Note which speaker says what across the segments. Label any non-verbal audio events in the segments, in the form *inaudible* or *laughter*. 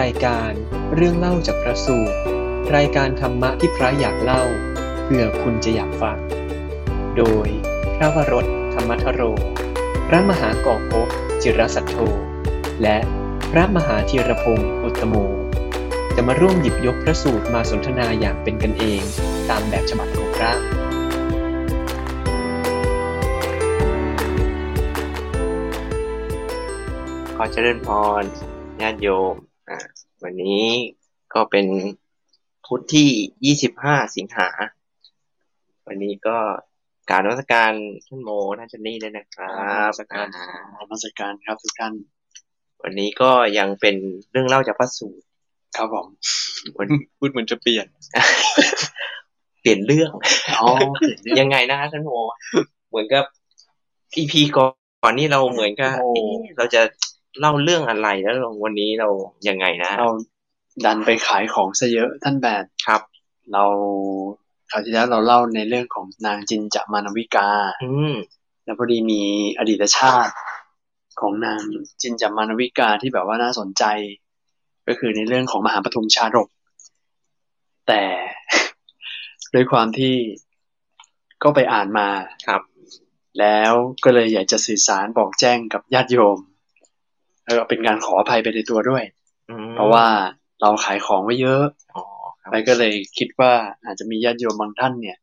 Speaker 1: รายการเรื่องเล่าจากพระสูตร รายการธรรมะที่พระอยากเล่าเผื่อคุณจะอยากฟัง โดยพระวรถธรรมทโร พระมหากอกภพจิรสัทโธ และพระมหาธีรพงศ์อุตตโม จะมาร่วมหยิบยกพระสูตรมาสนทนาอย่างเป็นกันเอง ตามแบบฉบับของพระ
Speaker 2: ขอเจริญพรญาติโยมอ่าวันนี้ก็เป็นพุธที่ 25 สิงหา วันนี้ก็กรารนวัตการท่านโมท่านจันนี่ด้วยนะครั
Speaker 3: น
Speaker 2: บ
Speaker 3: มัสการ
Speaker 2: อ่า
Speaker 3: มาสการครับทุกท่าน
Speaker 2: วันนี้ก็ยังเป็นเรื่องเล่าจากพระสูตร
Speaker 3: ครับผม
Speaker 2: วัน
Speaker 3: *laughs* พูดเหมือนจะเปลี่ยน
Speaker 2: *laughs* เปลี่ยนเรื่อง
Speaker 3: อ๋อ *laughs* เปลี่ยนเรื่อง
Speaker 2: ยังไงนะฮะท่านโมเหมือนกับ EP ก่อนก่อนนี่เราเหมือนกับ
Speaker 3: โอ้
Speaker 2: เอ๊ะเราจะเล่าเรื่องอะไรแล้วเราวันนี้เรายังไงนะ
Speaker 3: เราดันไปขายของซะเยอะท่านแบน
Speaker 2: ครับ
Speaker 3: เราคราวที่แล้วเราเล่าในเรื่องของนางจินจามานวิกา
Speaker 2: อืม
Speaker 3: แล้วพอดีมีอดีตชาติของนางจินจามานวิกาที่แบบว่าน่าสนใจ ก็คือในเรื่องของมหาปฐุมชาดก แต่ *laughs* ด้วยความที่ก็ไปอ่านมา
Speaker 2: ครับ
Speaker 3: แล้วก็เลยอยากจะสื่อสารบอกแจ้งกับญาติโยมแล้วก็เป็นการขออภัยไปในตัวด้วย
Speaker 2: อืม
Speaker 3: เพราะว่าเราขายของไว้เยอะ
Speaker 2: อ๋อครับ
Speaker 3: แล้วก็เลยคิดว่าอาจจะมีญาติโยมบางท่านเนี่ย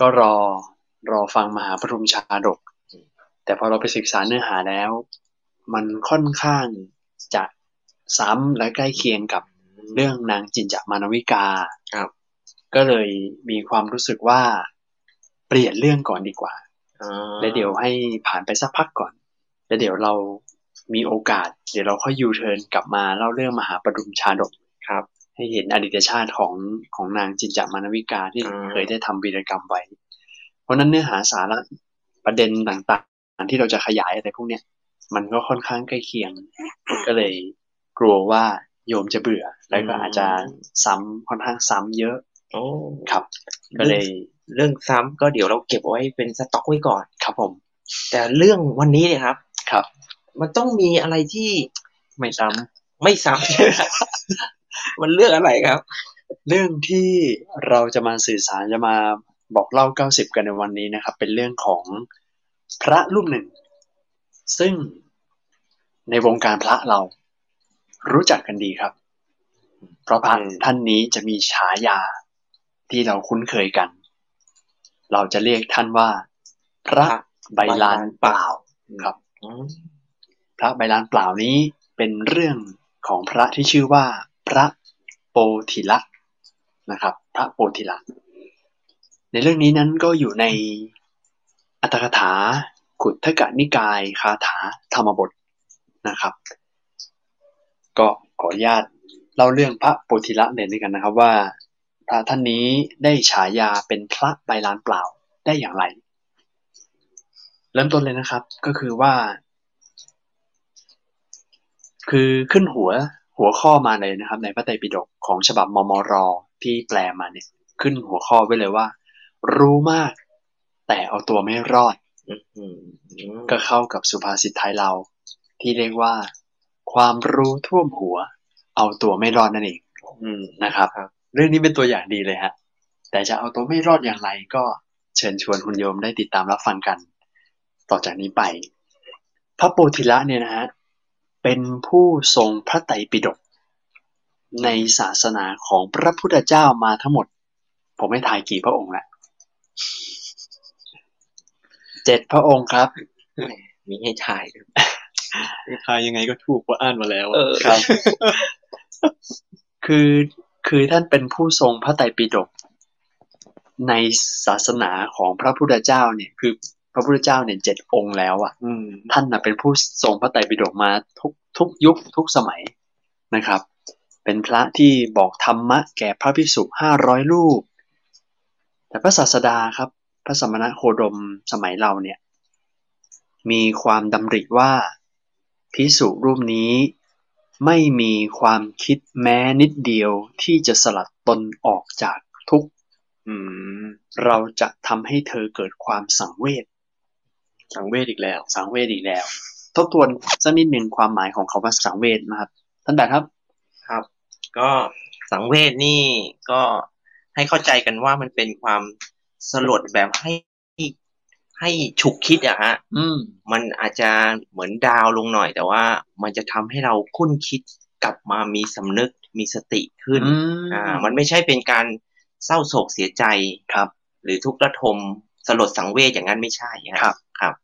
Speaker 3: ก็รอรอฟังมหาปฐุมชาดก แต่พอเราไปศึกษาเนื้อหาแล้ว มันค่อนข้างจะซ้ำและใกล้เคียงกับเรื่องนางจินจามานวิกา
Speaker 2: ครับ
Speaker 3: ก็เลยมีความรู้สึกว่าเปลี่ยนเรื่องก่อนดีกว่า
Speaker 2: อ่า
Speaker 3: แล้วเดี๋ยวให้ผ่านไปสักพักก่อน แล้วเดี๋ยวเรามีโอกาส เดี๋ยวเราค่อยยูเทิร์นกลับมาเล่าเรื่องมหาประดุมชาดก
Speaker 2: ครับ
Speaker 3: ให้เห็นอดีตชาติของของนางจินจามานวิกาที่
Speaker 2: อ่า
Speaker 3: เคยได้ทำวีรกรรมไว้ เพราะฉะนั้นเนื้อหาสาระประเด็นต่างๆ ที่เราจะขยายอะไรพวกเนี้ยมันก็ค่อนข้างใกล้เคียง ก็เลยกลัวว่าโยมจะเบื่อ แล้วก็อาจจะซ้ำค่อนข้างซ้ำเยอะ
Speaker 2: โอ้
Speaker 3: ครับ ก็เลย
Speaker 2: เรื่องซ้ำก็เดี๋ยวเราเก็บเอาไว้เป็นสต็อกไว้ก่อน
Speaker 3: ครับผม
Speaker 2: แต่เรื่องวันนี้เนี่ยครับ
Speaker 3: ครับ
Speaker 2: มันต้องมีอะไรที่
Speaker 3: ไม่ซ้ำ
Speaker 2: ไม่ซ้
Speaker 3: *laughs*
Speaker 2: ำ มันเรื่องอะไรครับ
Speaker 3: เรื่องที่เราจะมาสื่อสารจะมาบอกเล่า 90 กันในวันนี้นะครับ เป็นเรื่องของพระรูปหนึ่ง ซึ่งในวงการพระเรารู้จักกันดีครับ เพราะพระ
Speaker 2: อืม
Speaker 3: ท่านนี้จะมีฉายาที่เราคุ้นเคยกัน เราจะเรียกท่านว่า พระใบลานเปล่า ครับ
Speaker 2: อืม
Speaker 3: พระใบลานเปล่านี้เป็นเรื่องของพระที่ชื่อว่าพระโปธิละนะครับ พระโปธิละ ในเรื่องนี้นั้นก็อยู่ในอัตถกถาขุททกนิกายคาถาธรรมบทนะครับ ก็ขออนุญาตเล่าเรื่องพระโปธิละเลยด้วยกันนะครับว่า พระท่านนี้ได้ฉายาเป็นพระใบลานเปล่าได้อย่างไร เริ่มต้นเลยนะครับก็คือว่า คือขึ้นหัวหัวข้อมาเลยนะครับ ในพระไตรปิฎกของฉบับมมรที่แปลมาเนี่ย ขึ้นหัวข้อไว้เลยว่า รู้มาก แต่เอาตัวไม่รอด
Speaker 2: อืม
Speaker 3: ก็เข้ากับสุภาษิตไทยเรา ที่เรียกว่า ความรู้ท่วมหัว เอาตัวไม่รอดนั่นเอง
Speaker 2: อืม
Speaker 3: นะครับ
Speaker 2: ครับ
Speaker 3: เรื่องนี้เป็นตัวอย่างดีเลยฮะแต่จะเอาตัวไม่รอดอย่างไรก็เชิญชวนคุณโยมได้ติดตามรับฟังกัน ต่อจากนี้ไป พระโพธิละเนี่ยนะฮะเป็นผู้ทรงพระไตรปิฎกในศาสนาของพระพุทธเจ้ามาทั้งหมด ผมไม่ทายกี่พระองค์ละเจ็ดพระองค์ครับ
Speaker 2: มีให้ถ่ายด้วย
Speaker 3: ทายยังไงก็ถูกว่าอ่านมาแล้ว
Speaker 2: เออ
Speaker 3: ครับ คือคือท่านเป็นผู้ทรงพระไตรปิฎกในศาสนาของพระพุทธเจ้าเนี่ย คือพระพุทธเจ้าเนี่ยเจ็ดองค์แล้วอ่ะ
Speaker 2: อืม
Speaker 3: ท่านนะเป็นผู้ทรงพระไตรปิฎกมาทุกทุกยุคทุกสมัยนะครับ เป็นพระที่บอกธรรมะแก่พระภิกษุห้าร้อยรูป แต่พระศาสดาครับ พระสมณโคดมสมัยเราเนี่ย มีความดำริว่าภิกษุรูปนี้ไม่มีความคิดแม้นิดเดียวที่จะสลัดตนออกจากทุกข์
Speaker 2: อืม
Speaker 3: เราจะทำให้เธอเกิดความสังเวช สังเวชอีกแล้ว สังเวชอีกแล้ว ทบทวนสักนิดหนึ่งความหมายของคาว่าสังเวชนะครับท่านแบบครับ
Speaker 2: ครับ
Speaker 4: ก็สังเวชนี่ก็ให้เข้าใจกันว่ามันเป็นความสลดแบบให้ให้ฉุกคิดอะฮะ
Speaker 3: อืม
Speaker 4: มันอาจจะเหมือนดาวลงหน่อย แต่ว่ามันจะทำให้เราคุ้นคิดกลับมามีสำนึกมีสติขึ้น อ่า มันไม่ใช่เป็นการเศร้าโศกเสียใจ
Speaker 3: ครับ
Speaker 4: หรือทุกข์ระทมสลดสังเวชอย่างนั้นไม่ใช่ฮะ
Speaker 3: ครับ
Speaker 4: ครับ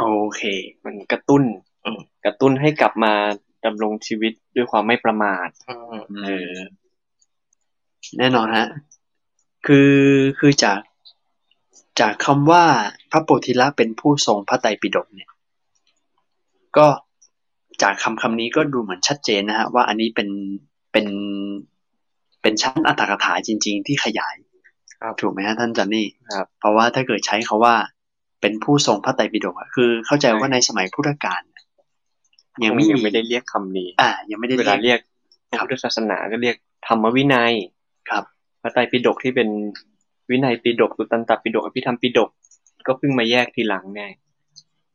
Speaker 3: โอเค
Speaker 1: มันกระตุ้น
Speaker 4: อืม
Speaker 1: กระตุ้นให้กลับมาดำรงชีวิตด้วยความไม่ประมาท
Speaker 4: อืม
Speaker 3: เออ แน่นอนฮะ คือคือจากจากคำว่าพระโพธิละเป็นผู้ทรงพระไตรปิฎกเนี่ย ก็จากคำคำนี้ก็ดูเหมือนชัดเจนนะฮะ ว่าอันนี้เป็นเป็นเป็นชั้นอัตถกถาจริง ๆ ที่ขยาย
Speaker 4: ครับ
Speaker 3: ถูกไหมฮะท่านจันนี่
Speaker 4: ครับ
Speaker 3: เพราะว่าถ้าเกิดใช้คาว่า เป็นผู้ทรงพระไตรปิฎกอะคือ เข้าใจว่าในสมัยพุทธกาลเนี่ยยังไม่
Speaker 1: ยัง
Speaker 3: มี
Speaker 1: ไม่ได้เรียกคำนี้
Speaker 3: อ่า ยังไม่ได้
Speaker 1: เวลา
Speaker 3: เรียก
Speaker 1: เรียกใน
Speaker 3: ครับ
Speaker 1: พุทธศาสนาก็เรียกธรรมวินัย
Speaker 3: ครับ
Speaker 1: พระไตรปิฎกที่เป็นวินัยปิฎกสุตตันตปิฎกอภิธรรมปิฎกก็เพิ่งมาแยกทีหลังไง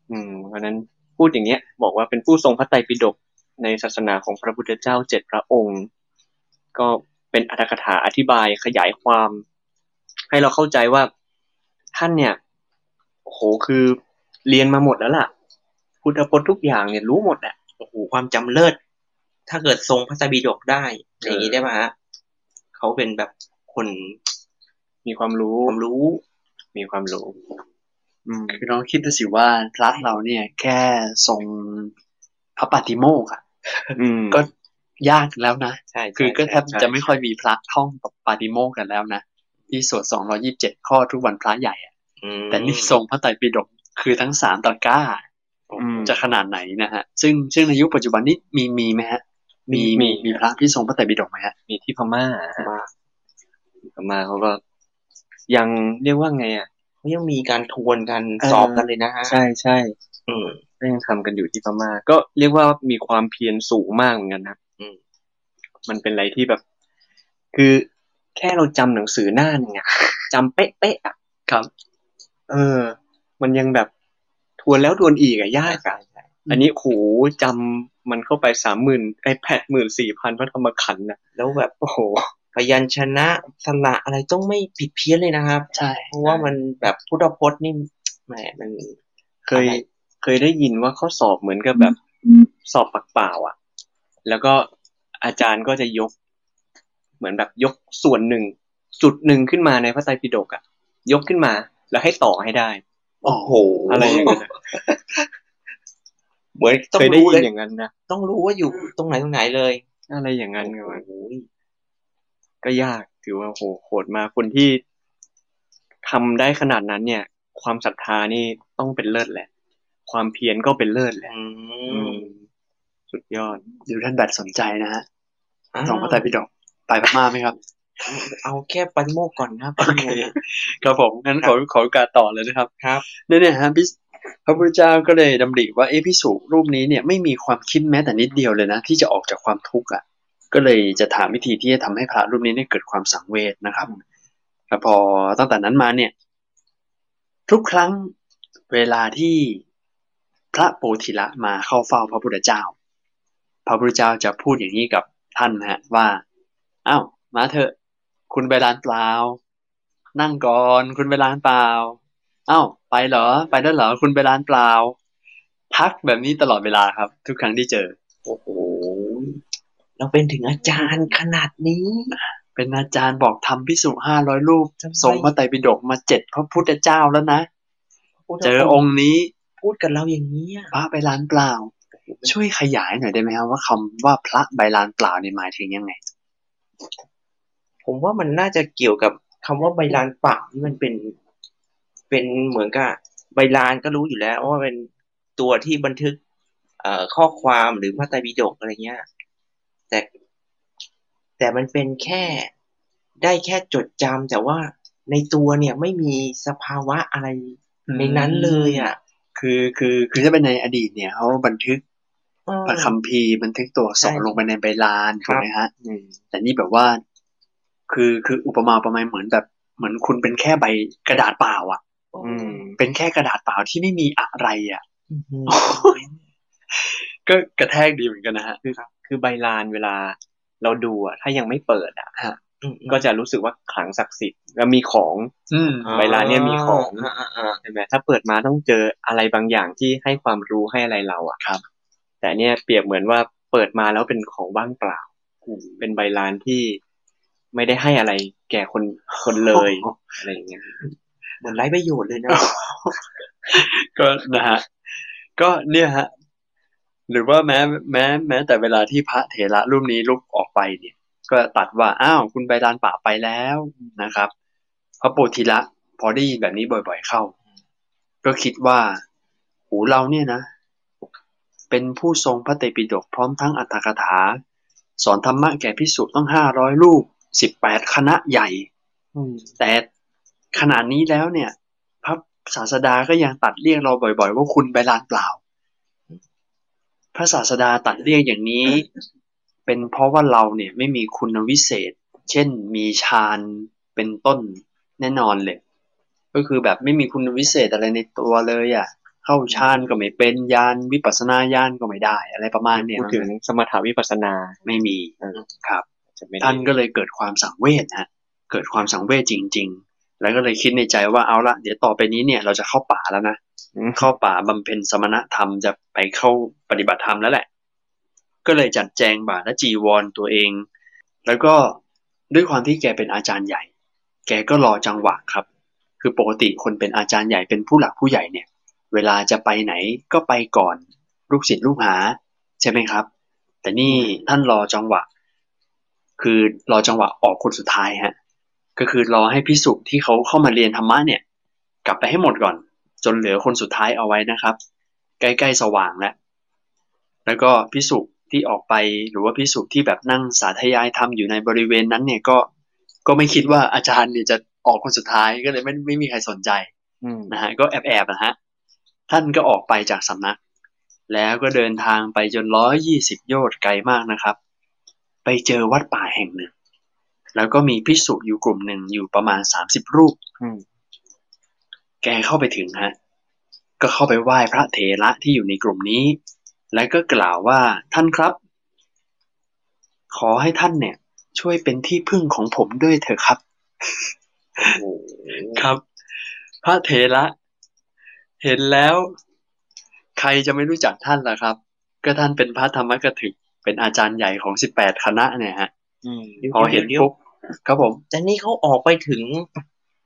Speaker 1: อืมเพราะฉะนั้นพูดอย่างเงี้ย บอกว่าเป็นผู้ทรงพระไตรปิฎกในศาสนาของพระพุทธเจ้าเจ็ดพระองค์ ก็เป็นอัตถกถาอธิบายขยายความ ให้เราเข้าใจว่าท่านเนี่ยโอ้โหคือเรียนมาหมดแล้วล่ะ พุทธพจน์ทุกอย่างเนี่ยรู้หมดแหละ
Speaker 4: โอ้โหความจำเลิศ ถ้าเกิดทรงพระไตรปิฎกได้
Speaker 1: เอออ
Speaker 4: อย่างนี้ได้ไหมฮะเขาเป็นแบบคน
Speaker 1: มีความรู้
Speaker 4: ความรู้
Speaker 1: มีความรู้ อืม
Speaker 3: คือลองคิดดูสิว่าพระเราเนี่ยแค่ทรงพระปาติโมกข์อะ
Speaker 1: อืม
Speaker 3: ก็ยากแล้วนะ
Speaker 4: ใช่ใช่
Speaker 3: คือก็แทบ
Speaker 4: ใช่
Speaker 3: จะไม่ค่อยมีพระท่องปาติโมกข์กันแล้วนะ ที่สวด227 ข้อทุกวันพระใหญ่อะ
Speaker 4: อืม
Speaker 3: แต่นี่ทรงพระไตรปิฎกคือทั้งสามตะกร้า
Speaker 4: โอ้
Speaker 1: อื
Speaker 4: โห
Speaker 1: ม
Speaker 3: จะขนาดไหนนะฮะ ซึ่งซึ่งในยุคปัจจุบันนี้มีมีไหมฮะ มี
Speaker 1: มี
Speaker 3: มีมีพระที่ทรงพระไตรปิฎกไหมฮะ
Speaker 1: มีที่พม่า
Speaker 4: พม่า
Speaker 1: พม่าเขาก็ยังเรียกว่าไงอ่ะ
Speaker 4: เขายังมีการทวนกัน
Speaker 1: เออ
Speaker 4: สอบกันเลยนะฮะ
Speaker 1: ใช่ใช่
Speaker 4: อืม
Speaker 1: ก็ยังทำกันอยู่ที่พม่าก็เรียกว่ามีความเพียรสูงมากเหมือนกันนะ
Speaker 4: อืม
Speaker 1: มันเป็นอะไรที่แบบ คือแค่เราจำหนังสือหน้าหนึ่งอ่ะจำเป๊ะๆอ่ะ
Speaker 3: ครับ
Speaker 1: เออ มันยังแบบทวนแล้วทวนอีกอ่ะยากอ่ะอันนี้โหจำมันเข้าไปสามหมื่นไอแปดหมื่นสี่พันพระธรรมขันธ์นะ
Speaker 4: แล้วแบบ
Speaker 1: โอ้โห
Speaker 4: พยัญชนะสระอะไรต้องไม่ผิดเพี้ยนเลยนะครับ
Speaker 3: ใช่
Speaker 4: เพราะว่ามันแบบพุทธพจน์นี่แหมมัน
Speaker 1: เคย
Speaker 4: อะไร
Speaker 1: เคยได้ยินว่าข้อสอบเหมือนกับแบบสอบปากเปล่าอ่ะ แล้วก็อาจารย์ก็จะยก เหมือนแบบยกส่วนหนึ่ง จุดหนึ่งขึ้นมาในพระไตรปิฎกอ่ะ ยกขึ้นมา แล้วให้ต่อให้ได้
Speaker 3: โอ้โห
Speaker 1: อะไรอย่างเงี้ยนะ
Speaker 4: เหมือนต้อง
Speaker 1: เคยได้
Speaker 4: รู้
Speaker 1: ยิ
Speaker 4: เล
Speaker 1: น
Speaker 4: ย
Speaker 1: อย่างนั้นนะ
Speaker 4: ต้องรู้ว่าอยู่ตรงไหนตรงไหนเลย
Speaker 1: อะไรอย่างนั้นก็ว่า
Speaker 4: โอ้ย
Speaker 1: ก็ยากถือว่าโหโหดมากคนที่ทำได้ขนาดนั้นเนี่ย ความศรัทธานี่ต้องเป็นเลิศแหละ ความเพียรก็เป็นเลิศแหละ
Speaker 4: อื
Speaker 1: อื
Speaker 4: ม
Speaker 1: มสุดยอด
Speaker 3: ดูท่านแบทสนใจนะฮะ
Speaker 4: อ่า
Speaker 3: ทรงพระไตรปิฎกไปพม่าไหมครับ
Speaker 4: เอาแค่ปันโมกข์ก่อนนะปันโมกข์นะ
Speaker 3: ครับผมงั้นขอขอโอกาสต่อเลยนะครับ
Speaker 4: ครับ
Speaker 3: เนี่ยเนี่ยฮะพิพระพุทธเจ้าก็เลยดำริว่าเอะพิสุรูปนี้เนี่ยไม่มีความคิดแม้แต่นิดเดียวเลยนะ ที่จะออกจากความทุกข์อ่ะ ก็เลยจะถามวิธีที่จะทำให้พระรูปนี้เนี่ยเกิดความสังเวชนะครับแต่พอตั้งแต่นั้นมาเนี่ย ทุกครั้งเวลาที่พระโพธิละมาเข้าเฝ้าพระพุทธเจ้า พระพุทธเจ้าจะพูดอย่างนี้กับท่านนะฮะว่า อ้าวมาเถอะคุณไปลานเปล่า นั่งก่อนคุณไปลานเปล่า เอ้าวไปเหรอ ไปแล้วเหรอคุณไปลานเปล่า ทักแบบนี้ตลอดเวลาครับ ทุกครั้งที่เจอ
Speaker 4: โอ้โหเราเป็นถึงอาจารย์ขนาดนี้
Speaker 3: เป็นอาจารย์บอกทำพิสุห้าร้อยรูปส่งพระไตรปิฎกมาเจ็ดพระพุทธเจ้าแล้วนะ เจอองค์นี้
Speaker 4: พูดกับเราอย่างนี้อะ
Speaker 3: พระไปลานเปล่า ช่วยขยายหน่อยได้ไหมครับว่าคำว่าพระใบลานเปล่าในยหมายถึงยังไง
Speaker 4: ผมว่ามันน่าจะเกี่ยวกับคำว่าใบลานเปล่านี่มันเป็น เป็นเหมือนกับใบลานก็รู้อยู่แล้วว่าเป็นตัวที่บันทึก เอ่อข้อความหรือพระไตรปิฎกอะไรเงี้ย แต่ แต่มันเป็นแค่ได้แค่จดจำแต่ว่าในตัวเนี่ยไม่มีสภาวะอะไรในนั้นเลยอ่ะ
Speaker 3: คือคือคือถ้าเป็นในอดีตเนี่ยเขาบันทึก
Speaker 4: อืม
Speaker 3: พระคัมภีร์บันทึกตัวอักษร
Speaker 4: ใช่
Speaker 3: ลงไปในใบลานถูกไหมฮะ
Speaker 1: อืม
Speaker 3: แต่นี่แบบว่า คือคืออุปมาอุประมาณเหมือนแบบเหมือนคุณเป็นแค่ใบกระดาษเปล่าอ่ะ
Speaker 1: อืม
Speaker 3: เป็นแค่กระดาษเปล่าที่ไม่มีอะไรอ่ะ
Speaker 4: อืม
Speaker 3: ก็กระแทกดีเหมือนกันนะฮะ
Speaker 1: คือใบลานเวลา
Speaker 4: เราดูอะถ้ายังไม่เปิดอะ
Speaker 3: ฮะ
Speaker 2: อืมอืม
Speaker 4: ก็จะรู้สึกว่าขลังศักดิ์สิทธิ์แล้วมีของ
Speaker 3: อืม
Speaker 4: เวลาเนี่ยมีของ
Speaker 2: าาอ่า
Speaker 4: ใช่ไหมถ้าเปิดมาต้องเจออะไรบางอย่างที่ให้ความรู้ให้อะไรเราอะ
Speaker 3: ครับ
Speaker 4: แต่เนี่ยเปรียบเหมือนว่าเปิดมาแล้วเป็นของว่างเปล่า เป็นใบลานที่ไม่ได้ให้อะไรแก่คนคนเลยอะไรอย่างเงี้ย
Speaker 2: เหมือนไร้ประโยชน์เลยนะ
Speaker 3: ก็นะฮะก็เนี่ยฮะหรือว่าแม้แม้แม้แต่เวลาที่พระเถระรูปนี้ลุกออกไปเนี่ย ก็ตัดว่าอ้าวคุณไปลานป่าไปแล้วนะครับ พระโพธิละ พอได้ยินแบบนี้บ่อยๆเข้า ก็คิดว่าหูเราเนี่ยนะ เป็นผู้ทรงพระเตปิฎกพร้อมทั้งอัตถกถา สอนธรรมะแก่ภิกษุต้องห้าร้อยรูปสิบแปดคณะใหญ่ แต่ขนาดนี้แล้วเนี่ย พระศาสดาก็ยังตัดเรียกเราบ่อยๆ ว่าคุณไปลานเปล่า พระศาสดาตัดเรียกอย่างนี้ เป็นเพราะว่าเราเนี่ยไม่มีคุณวิเศษ เช่นมีฌานเป็นต้นแน่นอนเลย ก็คือแบบไม่มีคุณวิเศษอะไรในตัวเลยอ่ะ เข้าฌานก็ไม่เป็นญาณวิปัสสนาญาณก็ไม่ได้ อะไรประมาณเนี่ย
Speaker 4: พูดถึงสมถาวิปัสสนา
Speaker 3: ไม่มีครับ
Speaker 4: จะไม่ได้
Speaker 3: ท่านก็เลยเกิดความสังเวชฮะ เกิดความสังเวชจริง ๆ แล้วก็เลยคิดในใจว่าเอาละเดี๋ยวต่อไปนี้เนี่ยเราจะเข้าป่าแล้วนะ
Speaker 4: อืม
Speaker 3: เข้าป่าบำเพ็ญสมณธรรมจะไปเข้าปฏิบัติธรรมแล้วแหละ ก็เลยจัดแจงบาตรและจีวรตัวเอง แล้วก็ด้วยความที่แกเป็นอาจารย์ใหญ่ แกก็รอจังหวะครับ คือปกติคนเป็นอาจารย์ใหญ่เป็นผู้หลักผู้ใหญ่เนี่ย เวลาจะไปไหนก็ไปก่อน ลูกศิษย์ลูกหา ใช่ไหมครับ แต่นี่ท่านรอจังหวะ คือรอจังหวะออกคนสุดท้ายฮะ ก็คือรอให้พิสุที่เขาเข้ามาเรียนธรรมะเนี่ย กลับไปให้หมดก่อน จนเหลือคนสุดท้ายเอาไว้นะครับ ใกล้ๆสว่างแล้วแล้วก็พิสุที่ออกไปหรือว่าพิสุที่แบบนั่งสาธยายธรรมอยู่ในบริเวณนั้นเนี่ยก็ก็ไม่คิดว่าอาจารย์เนี่ยจะออกคนสุดท้ายก็เลยไม่ไม่มีใครสนใจ
Speaker 4: อืม
Speaker 3: นะฮะก็แอบๆนะฮะท่านก็ออกไปจากสำนัก แล้วก็เดินทางไปจนร้อยี่สิบโยชน์ไกลมากนะครับ ไปเจอวัดป่าแห่งหนึ่ง แล้วก็มีพิสุอยู่กลุ่มหนึ่งอยู่ประมาณสามสิบรูป
Speaker 4: อืม
Speaker 3: แกเข้าไปถึงฮะ ก็เข้าไปไหว้พระเถระที่อยู่ในกลุ่มนี้ แล้วก็กล่าวว่าท่านครับ ขอให้ท่านเนี่ย ช่วยเป็นที่พึ่งของผมด้วยเถอะครับ ครับ พระเถระ เห็นแล้ว ใครจะไม่รู้จักท่านล่ะครับ ก็ท่านเป็นพระธรรมกถึก เป็นอาจารย์ใหญ่ของสิบแปดคณะเนี่ยฮะ
Speaker 4: อืม
Speaker 2: เดี๋ยว
Speaker 3: พอเห็น
Speaker 2: เดี๋ยว
Speaker 3: ปุ๊บครับผม
Speaker 2: แต่นี่เขาออกไปถึง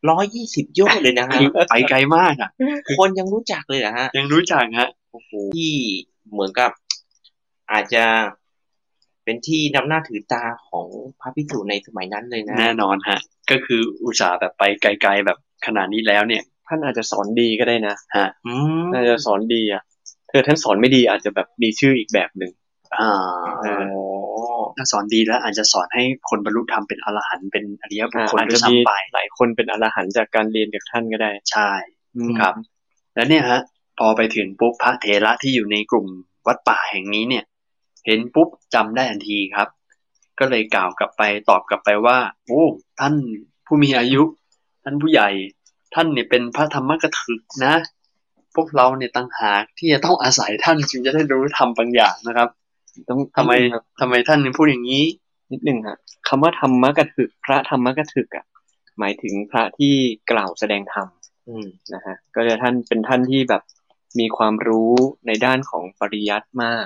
Speaker 2: ร้อยยี่สิบโยชน์เลยนะฮะ
Speaker 3: คือไปไกลมากอ่ะ
Speaker 2: คนยังรู้จักเลยนะฮะ
Speaker 3: ยังรู้จักฮะ
Speaker 2: ที่เหมือนกับ อาจจะเป็นที่นับหน้าถือตาของพระภิกษุในสมัยนั้นเลยนะ
Speaker 3: แน่นอนฮะ ก็คืออุตส่าห์แบบไปไกลๆแบบขนาดนี้แล้วเนี่ย
Speaker 4: ท่านอาจจะสอนดีก็ได้นะ
Speaker 3: ฮะ
Speaker 2: อืม
Speaker 4: น่าจะสอนดีอ่ะเธอท่านสอนไม่ดีอาจจะแบบมีชื่ออีกแบบหนึ่ง
Speaker 3: อ่
Speaker 4: เอ
Speaker 2: โอ้
Speaker 3: าถ้าสอนดีแล้วอาจจะสอนให้คนบรรลุธรรมเป็นอรหันต์เป็นอริยบุคคล
Speaker 4: อาจ
Speaker 3: ด้ว
Speaker 4: จะมี
Speaker 3: ยซ้ำไป
Speaker 4: หลายคนเป็นอรหันต์จากการเรียนจากท่านก็ได้
Speaker 3: ใช่ ครับ แล้วเนี่ยฮะ พอไปถึงปุ๊บพระเถระที่อยู่ในกลุ่มวัดป่าแห่งนี้เนี่ย เห็นปุ๊บจำได้ทันทีครับ ก็เลยกล่าวกลับไปตอบกลับไปว่า โอ้ท่านผู้มีอายุ ท่านผู้ใหญ่ ท่านเนี่ยเป็นพระธรรมกถึกนะ พวกเราเนี่ยต่างหากที่จะต้องอาศัยท่านจึงจะได้รู้ทำบางอย่างนะครับ
Speaker 4: ต้อง
Speaker 3: ทำไมทำไมท่านถึงพูดอย่างนี้
Speaker 4: นิดนึงฮะคำว่าธรรมกถึก พระธรรมกถึกอ่ะหมายถึงพระที่กล่าวแสดงธรรม
Speaker 2: อืม
Speaker 4: นะฮะก็จะท่านเป็นท่านที่แบบมีความรู้ในด้านของปริยัติมาก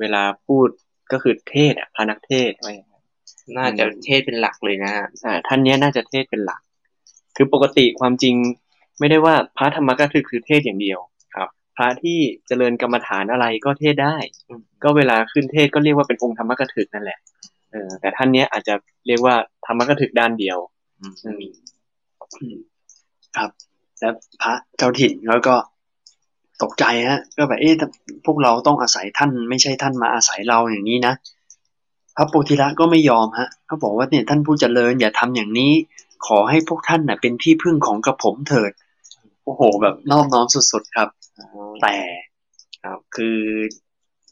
Speaker 4: เวลาพูดก็คือเทศน์อะพานักเทศน์ว่าอย่างนั้น
Speaker 2: น่าจะเทศเป็นหลักเลยนะฮะ
Speaker 4: อ่าท่านเนี้ยน่าจะเทศน์เป็นหลัก คือปกติความจริงไม่ได้ว่าพระธรรมกถึกคือเทศน์อย่างเดียวครับ พระที่เจริญกรรมฐานอะไรก็เทศน์ได้
Speaker 2: อืม
Speaker 4: ก็เวลาขึ้นเทศน์ก็เรียกว่าเป็นองค์ธรรมกถึกนั่นแหละเออแต่ท่านเนี้ยอาจจะเรียกว่าธรรมกถึกด้านเดียว
Speaker 2: อืม
Speaker 4: อืม
Speaker 3: ครับ แล้วพระเจ้าถิ่นแล้วก็ตกใจฮะ ก็แบบเอ๊ะแต่พวกเราต้องอาศัยท่าน ไม่ใช่ท่านมาอาศัยเราอย่างนี้นะ พระโพธิละก็ไม่ยอมฮะเขาบอกว่าเนี่ยท่านผู้เจริญอย่าทำอย่างนี้ ขอให้พวกท่านน่ะเป็นที่พึ่งของกระผมเถิด โอ้โห แบบนอบน้อมสุดๆครับ แต่
Speaker 2: ครับ
Speaker 3: คือ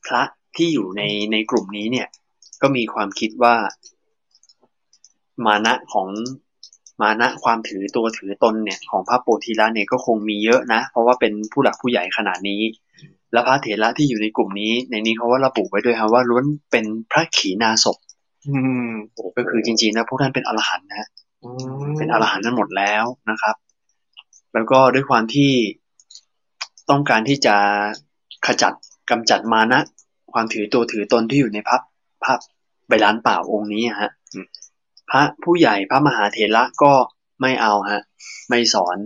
Speaker 3: พระที่อยู่ในในกลุ่มนี้เนี่ย ก็มีความคิดว่า มานะของมานะความถือตัวถือตนเนี่ย ของพระโปธิละเนี่ยก็คงมีเยอะนะ เพราะว่าเป็นผู้หลักผู้ใหญ่ขนาดนี้ และพระเถระที่อยู่ในกลุ่มนี้ ในนี้เขาว่าระบุไว้ด้วยครับว่าล้วนเป็นพระขีณาสพ
Speaker 4: อืม
Speaker 3: ก็คือจริงๆนะพวกท่านเป็นอรหันต์นะ เป็นอรหันต์นั้นหมดแล้วนะครับ แล้วก็ด้วยความที่ต้องการที่จะขจัดกำจัดมานะ ความถือตัวถือตนที่อยู่ในภาพภาพใบลานเปล่าองค์นี้ฮะพระผู้ใหญ่พระมหาเถระก็ไม่เอาฮะ ไม่สอน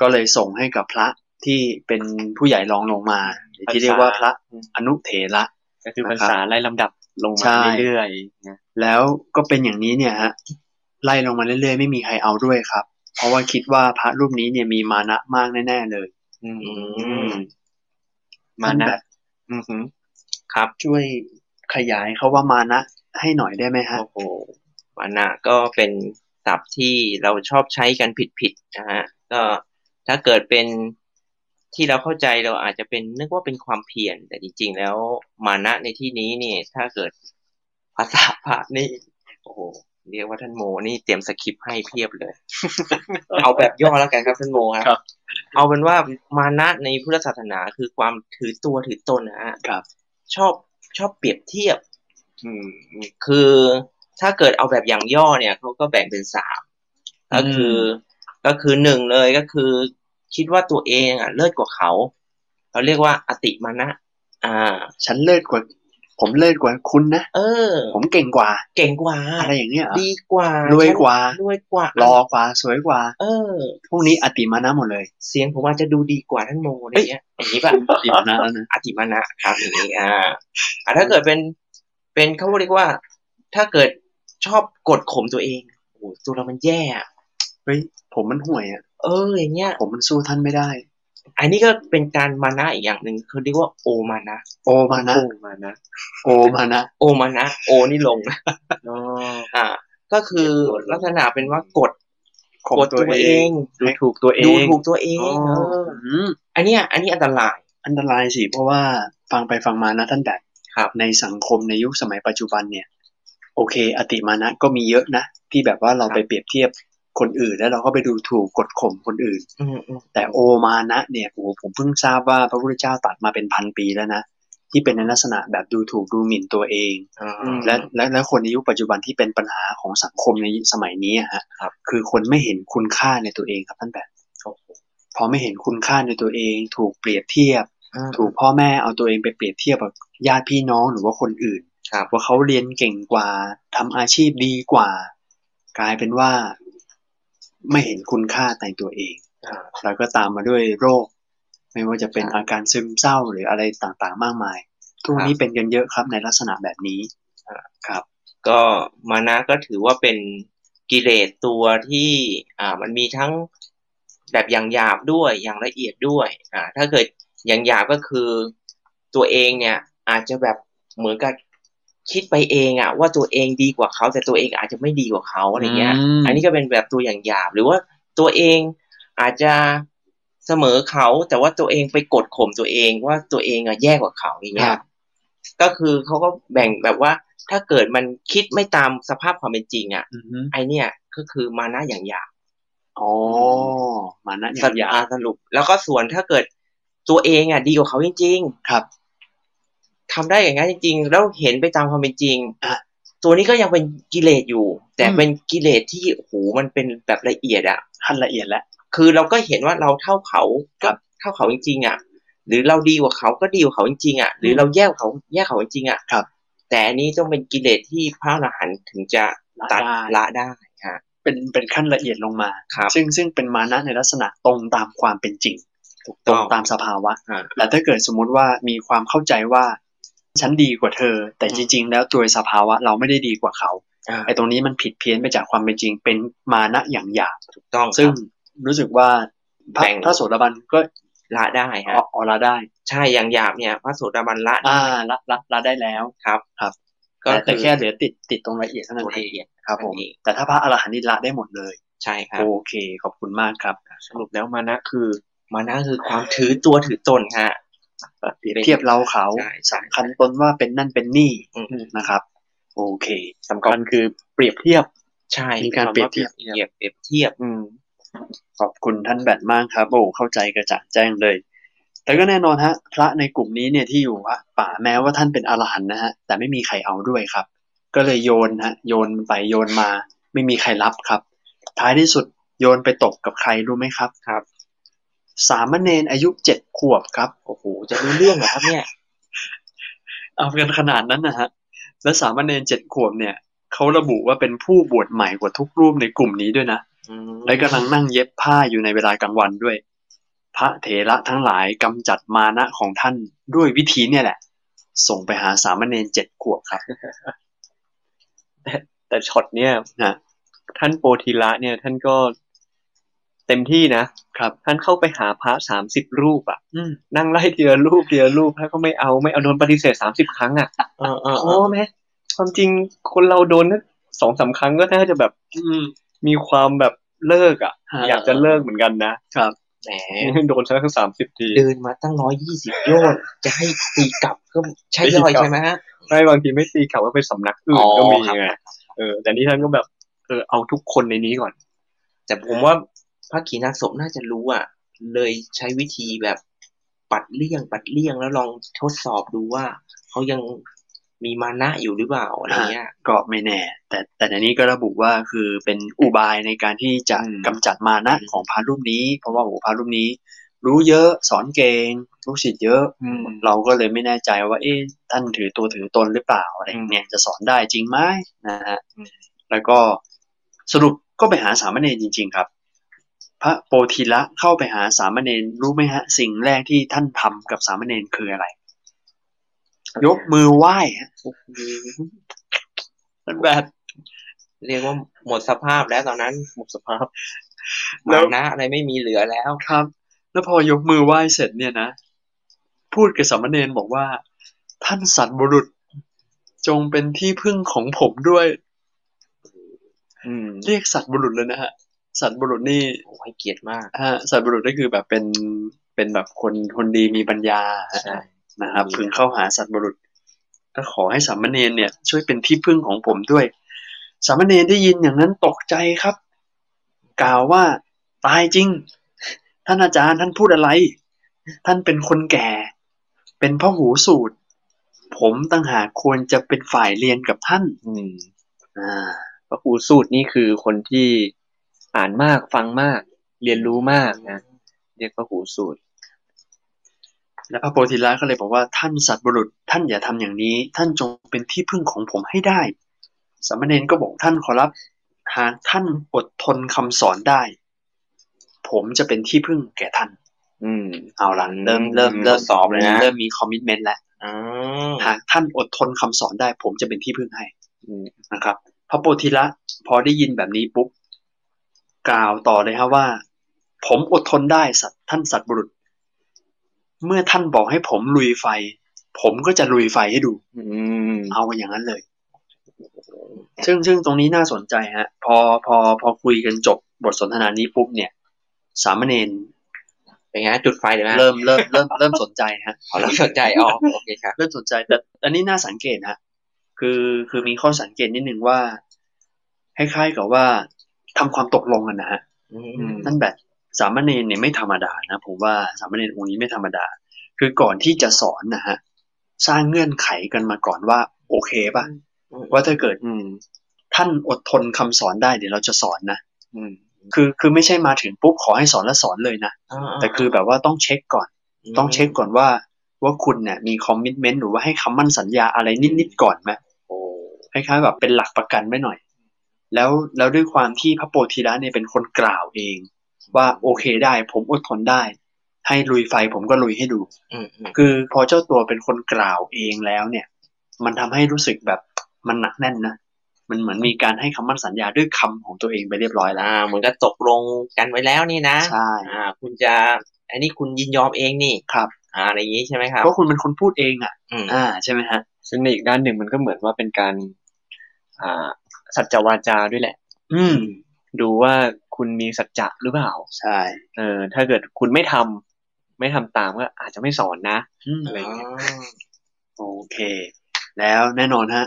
Speaker 3: ก็เลยส่งให้กับพระที่เป็นผู้ใหญ่รองลงมาหรือที่เรียกว่าพระอนุเถระ
Speaker 1: ก็คือภาษาไล่ลำดับลง
Speaker 3: ใช่
Speaker 1: มาเรื่อยๆนะ
Speaker 3: แล้วก็เป็นอย่างนี้เนี่ยฮะไล่ลงมาเรื่อยๆ ไม่มีใครเอาด้วยครับ เพราะว่าคิดว่าพระรูปนี้เนี่ยมีมานะมากแน่ๆเลย
Speaker 4: อืม
Speaker 1: มานะ
Speaker 3: แบบ
Speaker 4: อือหือครับ
Speaker 3: ช่วยขยายเขาว่ามานะให้หน่อยได้ไหมฮะ
Speaker 4: โอ้โหมานะก็เป็นศัพท์ที่เราชอบใช้กันผิดๆนะฮะ ก็ถ้าเกิดเป็นที่เราเข้าใจเราอาจจะเป็นนึกว่าเป็นความเพียรแต่จริง ๆ แล้วมานะในที่นี้เนี่ย ถ้าเกิดภาษาพระนี่ โอ้โหเรียกว่าท่านโมนี่เตรียมสคริปต์ให้เพียบ *laughs* เลย เอาแบบย่อแล้วกันครับท่านโมครับ เอาเป็นว่ามานะในพุทธศาสนาคือความถือตัวถือตนนะฮะ
Speaker 3: ครับ
Speaker 4: ชอบชอบเปรียบเทียบ อืม คือถ้าเกิดเอาแบบอย่างย่อเนี่ยเขาก็แบ่งเป็นสามก็คือ ก็คือหนึ่งเลยก็คือ คิดว่าตัวเองอ่ะ เลิศกว่าเขาเราเรียกว่าอติมานะ อ่า
Speaker 3: ฉันเลิศกว่า ผมเลิศกว่าคุณนะ
Speaker 4: เออ
Speaker 3: ผมเก่งกว่า
Speaker 4: เก่งกว่า
Speaker 3: อะไรอย่างเงี้ยเหรอ
Speaker 4: ดีกว่าร ร
Speaker 3: วยกว่า
Speaker 4: รวยกว่าร
Speaker 3: อกว่า สวยกว่า
Speaker 4: เออ
Speaker 3: พวกนี้อติมานะหมดเลย
Speaker 4: เสียงผมอาจจะดูดีกว่าท่านโมอะไรเงี้ยอย่างนี้ป่ะ
Speaker 3: อติมานะแล้วนะ
Speaker 4: อธิมานะครับอย่างนี้อ่าอ่าถ้าเกิดเป็นเป็นเขาเรียกว่า ถ้าเกิดชอบกดข่มตัวเองโอ้โหตัวเรามันแย่อะ
Speaker 3: เฮ้ยผมมันห่วยอ่ะ
Speaker 4: เอออย่างเงี้ย
Speaker 3: ผมมันสู้ท่านไม่ได้
Speaker 4: อันนี้ก็เป็นการมานะอีกอย่างหนึ่งเขาเรียกว่าโอมานะ
Speaker 3: โอมานะ
Speaker 1: โอ้มานะ
Speaker 3: โอมานะ
Speaker 4: โอมานะโอนี่ลงนะ
Speaker 1: อ๋อ
Speaker 4: อ่า ก็คือลักษณะเป็นว่ากด
Speaker 3: ข่ม
Speaker 4: กดตัวเอง
Speaker 1: ดูถูกตัวเอ
Speaker 4: ดู
Speaker 1: ง
Speaker 4: ถูกตัวเอ
Speaker 1: อ๋
Speaker 4: ง
Speaker 1: อ
Speaker 4: เออ
Speaker 3: อืม
Speaker 4: อันเนี้ยอันนี้อันตราย
Speaker 3: อันตรายสิเพราะว่าฟังไปฟังมานะท่านแบบ
Speaker 4: ครับ
Speaker 3: ในสังคมในยุคสมัยปัจจุบันเนี่ย โอเค อติมานะก็มีเยอะนะ ที่แบบว่าเราไปเปรียบเทียบคนอื่น แล้วเราก็ไปดูถูกกดข่มคนอื่น
Speaker 4: อืมอืม
Speaker 3: แต่โอมานะเนี่ยโอ้โหผมเพิ่งทราบว่าพระพุทธเจ้าตรัดมาเป็นพันปีแล้วนะ ที่เป็นในลักษณะแบบดูถูกดูหมิ่นตัวเอง
Speaker 4: อ่า
Speaker 3: และและและคนในยุคปัจจุบันที่เป็นปัญหาของสังคมในสมัยนี้อะฮะ
Speaker 4: ครับ
Speaker 3: คือคนไม่เห็นคุณค่าในตัวเองครับท่านแบบพอไม่เห็นคุณค่าในตัวเอง ถูกเปรียบเทียบ
Speaker 4: อ่า
Speaker 3: ถูกพ่อแม่เอาตัวเองไปเปรียบเทียบกับญาติพี่น้องหรือว่าคนอื่น
Speaker 4: ครับ
Speaker 3: ว่าเขาเรียนเก่งกว่าทำอาชีพดีกว่า กลายเป็นว่า ไม่เห็นคุณค่าในตัวเอง
Speaker 4: อ่า
Speaker 3: แล้วก็ตามมาด้วยโรค ไม่ว่าจะเป็น
Speaker 4: ครับ
Speaker 3: อาการซึมเศร้าหรืออะไรต่างๆ มากมายทุก
Speaker 4: ค
Speaker 3: วัน
Speaker 4: รับ
Speaker 3: นี้เป็นกันเยอะครับในลักษณะแบบนี้
Speaker 4: ก็มานะก็ถือว่าเป็นกิเลสตัวที่อ่ามันมีทั้งแบบอย่างหยาบด้วยอย่างละเอียดด้วยอ่าถ้าเกิดอย่างหยาบก็คือตัวเองเนี่ยอาจจะแบบเหมือนกับคิดไปเองอะว่าตัวเองดีกว่าเขาแต่ตัวเองอาจจะไม่ดีกว่าเขาอะไรเงี้ย
Speaker 3: อืม
Speaker 4: อันนี้ก็เป็นแบบตัวอย่างหยาบหรือว่าตัวเองอาจจะเสมอเขาแต่ว่าตัวเองไปกดข่มตัวเองว่าตัวเองอะแย่กว่าเขาอย่างเงี้
Speaker 3: ครั
Speaker 4: ย
Speaker 3: บ
Speaker 4: ก็คือเขาก็แบ่งแบบว่า ถ้าเกิดมันคิดไม่ตามสภาพความเป็นจริงอ่ะ
Speaker 3: อือฮึ
Speaker 4: ไอเนี่ยก็คือมานะอย่างหยาบ
Speaker 3: อ๋อมานะอ
Speaker 4: สรุป
Speaker 3: ย่างอยา
Speaker 4: อ่าสรุป แล้วก็ส่วนถ้าเกิดตัวเองอ่ะดีกว่าเขาจริง
Speaker 3: ครับ
Speaker 4: ๆทำได้อย่างนั้นจริง ๆ แล้วเห็นไปตามความเป็นจริง
Speaker 3: อ่ะ
Speaker 4: ตัวนี้ก็ยังเป็นกิเลสอยู่ แต่
Speaker 3: อืม
Speaker 4: เป็นกิเลสที่โอ้โหมันเป็นแบบละเอียดอ่ะ
Speaker 3: ขั้นละเอียดแล้ว
Speaker 4: คือเราก็เห็นว่าเราเท่าเขา
Speaker 3: ครับ
Speaker 4: เท่าเขาจริงๆอ่ะ หรือเราดีกว่าเขาก็ดีกว่าเขาจริงๆอ่ะ หรือเราแย่กว่าเขาแย่กว่าเขาจริงๆอ่ะ
Speaker 3: ครับ
Speaker 4: แต่อันนี้ต้องเป็นกิเลสที่พระอรหันต์ถึงจะตัดละได้ฮะ
Speaker 3: เป็นเป็นขั้นละเอียดลงมา
Speaker 4: ครับ
Speaker 3: ซึ่งซึ่งเป็นมานะในลักษณะตรงตามความเป็นจริง
Speaker 4: ถูก
Speaker 3: ต
Speaker 4: ต้
Speaker 3: ร
Speaker 4: อง ง
Speaker 3: ตามสภาวะ
Speaker 4: อ่า
Speaker 3: แต่ถ้าเกิดสมมุติว่ามีความเข้าใจว่า ฉันดีกว่าเธอ แต่
Speaker 4: อืม
Speaker 3: จริง ๆ แล้วตัวสภาวะเราไม่ได้ดีกว่าเขา
Speaker 4: อ่า
Speaker 3: ไอ้ตรงนี้มันผิดเพี้ยนไปจากความเป็นจริง เป็นมานะอย่างหยาบ
Speaker 4: ถูกต้อง
Speaker 3: ซึ่ง
Speaker 4: ครับ
Speaker 3: รู้สึกว่าพระ
Speaker 4: แบ่ง
Speaker 3: พระโสดาบันก็
Speaker 4: ละได้ฮะ
Speaker 3: เอาเอาละได้
Speaker 4: ใช่อย่างหยาบเนี่ย พระโสดาบันละ
Speaker 3: อ่าละละละได้แล้ว
Speaker 4: ครับ
Speaker 3: ครับ
Speaker 4: ก็
Speaker 3: แต่แต่
Speaker 4: อ
Speaker 3: แค่เหลือติดติดตรงละเอียดเท่านั้น
Speaker 4: ตัว
Speaker 3: เอ
Speaker 4: ละ
Speaker 3: ง
Speaker 4: เอียด
Speaker 3: ครับผม
Speaker 4: นั่นเอง
Speaker 3: แต่ถ้าพระอรหันต์นี่ละได้หมดเลย
Speaker 4: ใช่ครับ
Speaker 3: โอเค ขอบคุณมากครับ
Speaker 1: สรุปแล้วมานะคือ
Speaker 4: มานะคือความถือตัวถือตนฮะ
Speaker 3: เปรียบเทียบเราเขา
Speaker 4: ใช่ใช่
Speaker 3: สำคัญตนว่าเป็นนั่นเป็นนี่
Speaker 4: อืม
Speaker 3: นะครับ โอเค
Speaker 1: สำคัญคือเปรียบเทียบ
Speaker 4: ใช่
Speaker 3: มีการเปรียบเทียบ
Speaker 4: เปรียบเปรียบเทียบ
Speaker 1: อืม
Speaker 3: ขอบคุณท่านแบทมากครับโอ้เข้าใจกระจ่างแจ้งเลย แต่ก็แน่นอนฮะ พระในกลุ่มนี้เนี่ยที่อยู่วัดป่าแม้ว่าท่านเป็นอรหันต์นะฮะแต่ไม่มีใครเอาด้วยครับ ก็เลยโยนฮะ โยนไปโยนมา ไม่มีใครรับครับ ท้ายที่สุดโยนไปตกกับใครรู้ไหมครับ
Speaker 4: ครับ
Speaker 3: สามเณรอายุเจ็ดขวบครับ
Speaker 4: โอ้โหจะรู้เรื่องเหรอครับเนี่ย
Speaker 3: เอากันขนาดนั้นนะฮะ และสามเณรเจ็ดขวบเนี่ยเขาระบุว่าเป็นผู้บวชใหม่กว่าทุกรูปในกลุ่มนี้ด้วยนะ
Speaker 4: อืม
Speaker 3: และกำลังนั่งเย็บผ้าอยู่ในเวลากลางวันด้วย พระเถระทั้งหลายกำจัดมานะของท่านด้วยวิธีเนี่ยแหละ ส่งไปหาสามเณรเจ็ดขวบครับ
Speaker 1: แต่ช็อตเนี่ย
Speaker 3: ฮะ
Speaker 1: ท่านโปธิละเนี่ยท่านก็เต็มที่นะ
Speaker 3: ครับ
Speaker 1: ท่านเข้าไปหาพระสามสิบรูปอะ
Speaker 3: อืม
Speaker 1: นั่งไล่ทีละรูปทีละรูปท่านก็ไม่เอาไม่เอาโดนปฏิเสธสามสิบครั้งอะ
Speaker 4: เออเออเอ
Speaker 1: โอ้
Speaker 4: อ
Speaker 1: แม่ความจริงคนเราโดนสองสามครั้งก็น่าจะแบบ
Speaker 3: อืม
Speaker 1: มีความแบบเลิกอะ
Speaker 3: ฮะ
Speaker 1: อยากจะเลิกเหมือนกันนะครับ
Speaker 4: แหม
Speaker 1: โดนทั้งสามสิบที
Speaker 4: เดินมาตั้งร้อยยี่สิบโยชน์จะให้ตีกลับก็ใช่ย่อยใช่ไหมฮะ
Speaker 1: ไม่บางทีไม่ตีกลับว่าไปสำนักอื่นก็มี
Speaker 4: อ๋อครับ
Speaker 1: ไงเออ แต่นี่ท่านก็แบบเออเอาทุกคนในนี้ก่อน
Speaker 4: แต่ผมว่าพระขีณาสพน่าจะรู้อ่ะ เลยใช้วิธีแบบปัดเลี่ยง ปัดเลี่ยงแล้วลองทดสอบดูว่าเขายังมีมานะอยู่หรือเปล่าอะไรเงี้ย
Speaker 3: ก็ไม่แน่ แต่แต่ในนี้ก็ระบุว่าคือเป็นอุบายในการที่จะ
Speaker 1: อืม
Speaker 3: กำจัดมานะของพระรูปนี้ เพราะว่าโอ้โหพระรูปนี้ รู้เยอะสอนเก่งลูกศิษย์เยอะ เราก็เลยไม่แน่ใจว่า เอ๊ะท่านถือตัวถือตนหรือเปล่าอะไรอย่างเนี่ยจะสอนได้จริงไหมนะฮะแล้วก็สรุปก็ไปหาสามเณรจริง ๆ ครับ พระโปธิละเข้าไปหาสามเณรรู้ไหมฮะ สิ่งแรกที่ท่านทำกับสามเณรคืออะไร ยกมือไหว้ฮะมันแบบ
Speaker 4: เรียกว่าหมดสภาพแล้วตอนนั้น หมดสภาพ
Speaker 3: แล้
Speaker 4: มาว นะอะไรไม่มีเหลือแล้ว
Speaker 3: ครับ แล้วพอยกมือไหว้เสร็จเนี่ยนะ พูดกับสามเณรบอกว่า ท่านสัตว์บุรุษ จงเป็นที่พึ่งของผมด้วย
Speaker 1: อืม
Speaker 3: เรียกสัตว์บุรุษเลยนะฮะ สัตว์บุรุษนี่
Speaker 4: โอ้ยเกลียดมาก
Speaker 3: ฮะสัตว์บุรุษก็คือแบบเป็นเป็นแบบคนคนดีมีปัญญา
Speaker 4: ใช่
Speaker 3: นะครับพึงเข้าหาสัตว์บุรุษก็ขอให้สามเณรเนี่ย ช่วยเป็นที่พึ่งของผมด้วย สามเณรได้ยินอย่างนั้นตกใจครับ กล่าวว่าตายจริง ท่านอาจารย์ท่านพูดอะไร ท่านเป็นคนแก่ เป็นพ่อหูสูตร ผมตั้งหากควรจะเป็นฝ่ายเรียนกับท่าน
Speaker 1: อืม
Speaker 3: อ่า
Speaker 1: พระครูสูตรนี่คือคนที่อ่านมากฟังมาก เรียนรู้มากนะเรียกพระครูสูตร
Speaker 3: และพระโพธิละก็เลยบอกว่าท่านสัตว์บุรุษ ท่านอย่าทำอย่างนี้ ท่านจงเป็นที่พึ่งของผมให้ได้ สามเณรก็บอกท่านขอรับ หากท่านอดทนคำสอนได้ ผมจะเป็นที่พึ่งแก่ท่าน
Speaker 1: อืม
Speaker 3: เอาละเริ่ม
Speaker 4: อืม
Speaker 3: เริ่มเริ่ม
Speaker 4: ทดสอบเลยนะ
Speaker 3: เริ่มมีคอมมิชเมนต์แล้ว
Speaker 4: อ๋อ
Speaker 3: หากท่านอดทนคำสอนได้ ผมจะเป็นที่พึ่งให้
Speaker 1: อืม
Speaker 3: นะครับพระโพธิละพอได้ยินแบบนี้ปุ๊บกล่าวต่อเลยฮะว่า ผมอดทนได้สัตว์ท่านสัตว์บุรุษ เมื่อท่านบอกให้ผมลุยไฟ ผมก็จะลุยไฟให้ดู
Speaker 1: อืม
Speaker 3: เอากันอย่างนั้นเลย ซึ่งซึ่งตรงนี้น่าสนใจฮะ พอพอพอคุยกันจบบทสนทนานี้ปุ๊บเนี่ย สามเณร
Speaker 4: เป็นไงจุดไฟเลยไหม
Speaker 3: เริ่มเริ่มเริ่มเริ่มสนใจฮะ
Speaker 4: เอาแล้วสนใจอ๋อโอเคครับ
Speaker 3: เริ่มสนใจแต่อันนี้น่าสังเกตฮะ คือคือมีข้อสังเกตนิดนึงว่าคล้ายๆกับว่าทำความตกลงกันนะฮะ
Speaker 4: อืม
Speaker 3: นั่นแบบสามเณรเนี่ยไม่ธรรมดานะผมว่าสามเณรองค์นี้ไม่ธรรมดา คือก่อนที่จะสอนนะฮะสร้างเงื่อนไขกันมาก่อนว่า โอเคป่ะว่าถ้าเกิด
Speaker 1: อืม
Speaker 3: ท่านอดทนคำสอนได้เดี๋ยวเราจะสอนนะ
Speaker 1: อืม
Speaker 3: คือคือไม่ใช่มาถึงปุ๊บขอให้สอนแล้วสอนเลยนะ
Speaker 4: อ่าๆ
Speaker 3: แต่คือแบบว่าต้องเช็คก่อน ต้องเช็คก่อนว่าว่าคุณเนี่ยมีคอมมิชเมนต์หรือว่าให้คำมั่นสัญญาอะไรนิดๆก่อนไหม
Speaker 4: โอ้
Speaker 3: คล้ายๆแบบเป็นหลักประกันไว้หน่อย แล้วแล้วด้วยความที่พระโพธิระเนี่ยเป็นคนกล่าวเอง ว่าโอเคได้ ผมอดทนได้ ให้ลุยไฟผมก็ลุยให้ดู
Speaker 4: อืมอืม
Speaker 3: คือพอเจ้าตัวเป็นคนกล่าวเองแล้วเนี่ย มันทำให้รู้สึกแบบมันหนักแน่นนะ มันเหมือนมีการให้คำมั่นสัญญาด้วยคำของตัวเองไปเรียบร้อยแล้ว
Speaker 4: อ่าเหมือนก็ตกลงกันไว้แล้วนี่นะ
Speaker 3: ใช่
Speaker 4: อ่า คุณจะ อันนี้คุณยินยอมเองนี่
Speaker 3: ครับ
Speaker 4: อ่าอะไรอย่างนี้ใช่ไหมครับ
Speaker 3: เพราะคุณเป็นคนพูดเองอ่ะ
Speaker 4: อืม
Speaker 3: อ่าใช่ไหมฮะ
Speaker 1: ซึ่งในอีกด้านหนึ่งมันก็เหมือนว่าเป็นการ อ่า สัจจวาจาด้วยแหละ
Speaker 3: อืม
Speaker 1: ดูว่าคุณมีสัจจะหรือเปล่า
Speaker 3: ใช่
Speaker 1: เออ ถ้าเกิดคุณไม่ทำไม่ทำตามก็อาจจะไม่สอนนะ
Speaker 3: อืม
Speaker 1: อะไรอย่างเงี้ย
Speaker 4: อ๋อ
Speaker 3: โอเค แล้วแน่นอนฮะ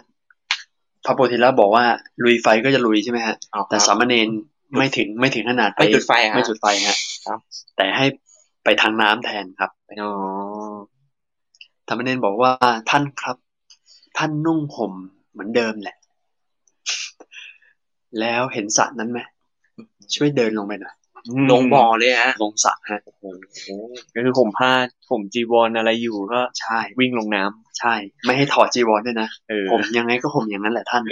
Speaker 3: พระโพธิละบอกว่าลุยไฟก็จะลุยใช่ไหมฮะ
Speaker 4: เอาครับ
Speaker 3: แต่สามเณรไม่ถึงไม่ถึงขนาด
Speaker 4: ไม่จุดไฟฮะ
Speaker 3: ไม่จุดไฟฮะ
Speaker 4: ครับ
Speaker 3: แต่ให้ไปทางน้ำแทนครับ
Speaker 1: อ๋อ
Speaker 3: ธรรมเนนบอกว่าท่านครับ ท่านนุ่งห่มเหมือนเดิมแหละ แล้วเห็นสระนั้นไหมช่วยเดินลงไปหน่อย
Speaker 2: ลงบ่อเลยฮะ
Speaker 3: ลงสระฮะ
Speaker 4: ก็คือผมผ้าผมจีวรอะไรอยู่ก็
Speaker 3: ใช่
Speaker 4: วิ่งลงน้ำ
Speaker 3: ใช่ ไม่ให้ถอดจีวรด้วยนะ
Speaker 4: เออ
Speaker 3: ผมยังไงก็ผมอย่างนั้นแหละท่าน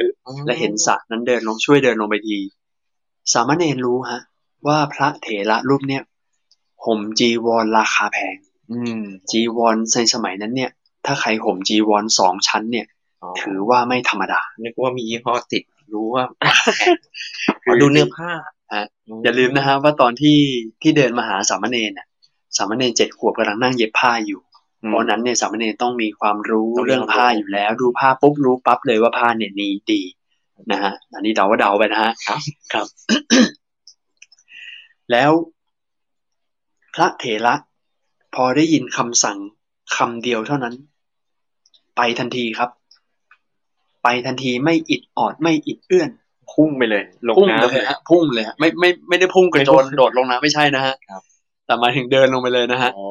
Speaker 3: และเห็นสระนั้นเดินลงช่วยเดินลงไปที สามเณรรู้ฮะ ว่าพระเถระรูปเนี่ยห่มจีวรราคาแพง
Speaker 4: อืม
Speaker 3: จีวรในสมัยนั้นเนี่ย ถ้าใครห่มจีวรสองชั้นเนี่ย
Speaker 2: อ๋อ
Speaker 3: ถือว่าไม่ธรรมดา
Speaker 2: นึกว่ามียี่ห้อติดรู้ว่า
Speaker 3: คือ
Speaker 2: ดูเนื้อผ้า
Speaker 3: ฮะ อย่าลืมนะฮะว่าตอนที่ที่เดินมาหาสามเณรน่ะสามเณรเจ็ดขวบกำลังนั่งเย็บผ้าอยู่ เพราะนั้นเนี่ยสามเณรต้องมีความรู้เรื่องผ้าอยู่แล้ว ดูผ้าปุ๊บรู้ปั๊บเลยว่าผ้าเนี่ยนี้ดีนะฮะอันนี้เดาว่าเดาไปนะฮะครับครับ *coughs* แล้วพระเถระพอได้ยินคำสั่งคำเดียวเท่านั้น ไปทันทีครับ ไปทันทีไม่อิดออดไม่อิดเอื้อน
Speaker 4: พุ่งไปเลย ลง
Speaker 3: พุ่ง
Speaker 4: น้ำ
Speaker 3: เลยฮะพุ่งเลยฮะไม่ไม่ไม่ได้พุ่งกระโจนโดดลงน้ำไม่ใช่นะฮะแต่หมายถึงเดินลงไปเลยนะฮะ
Speaker 4: อ๋อ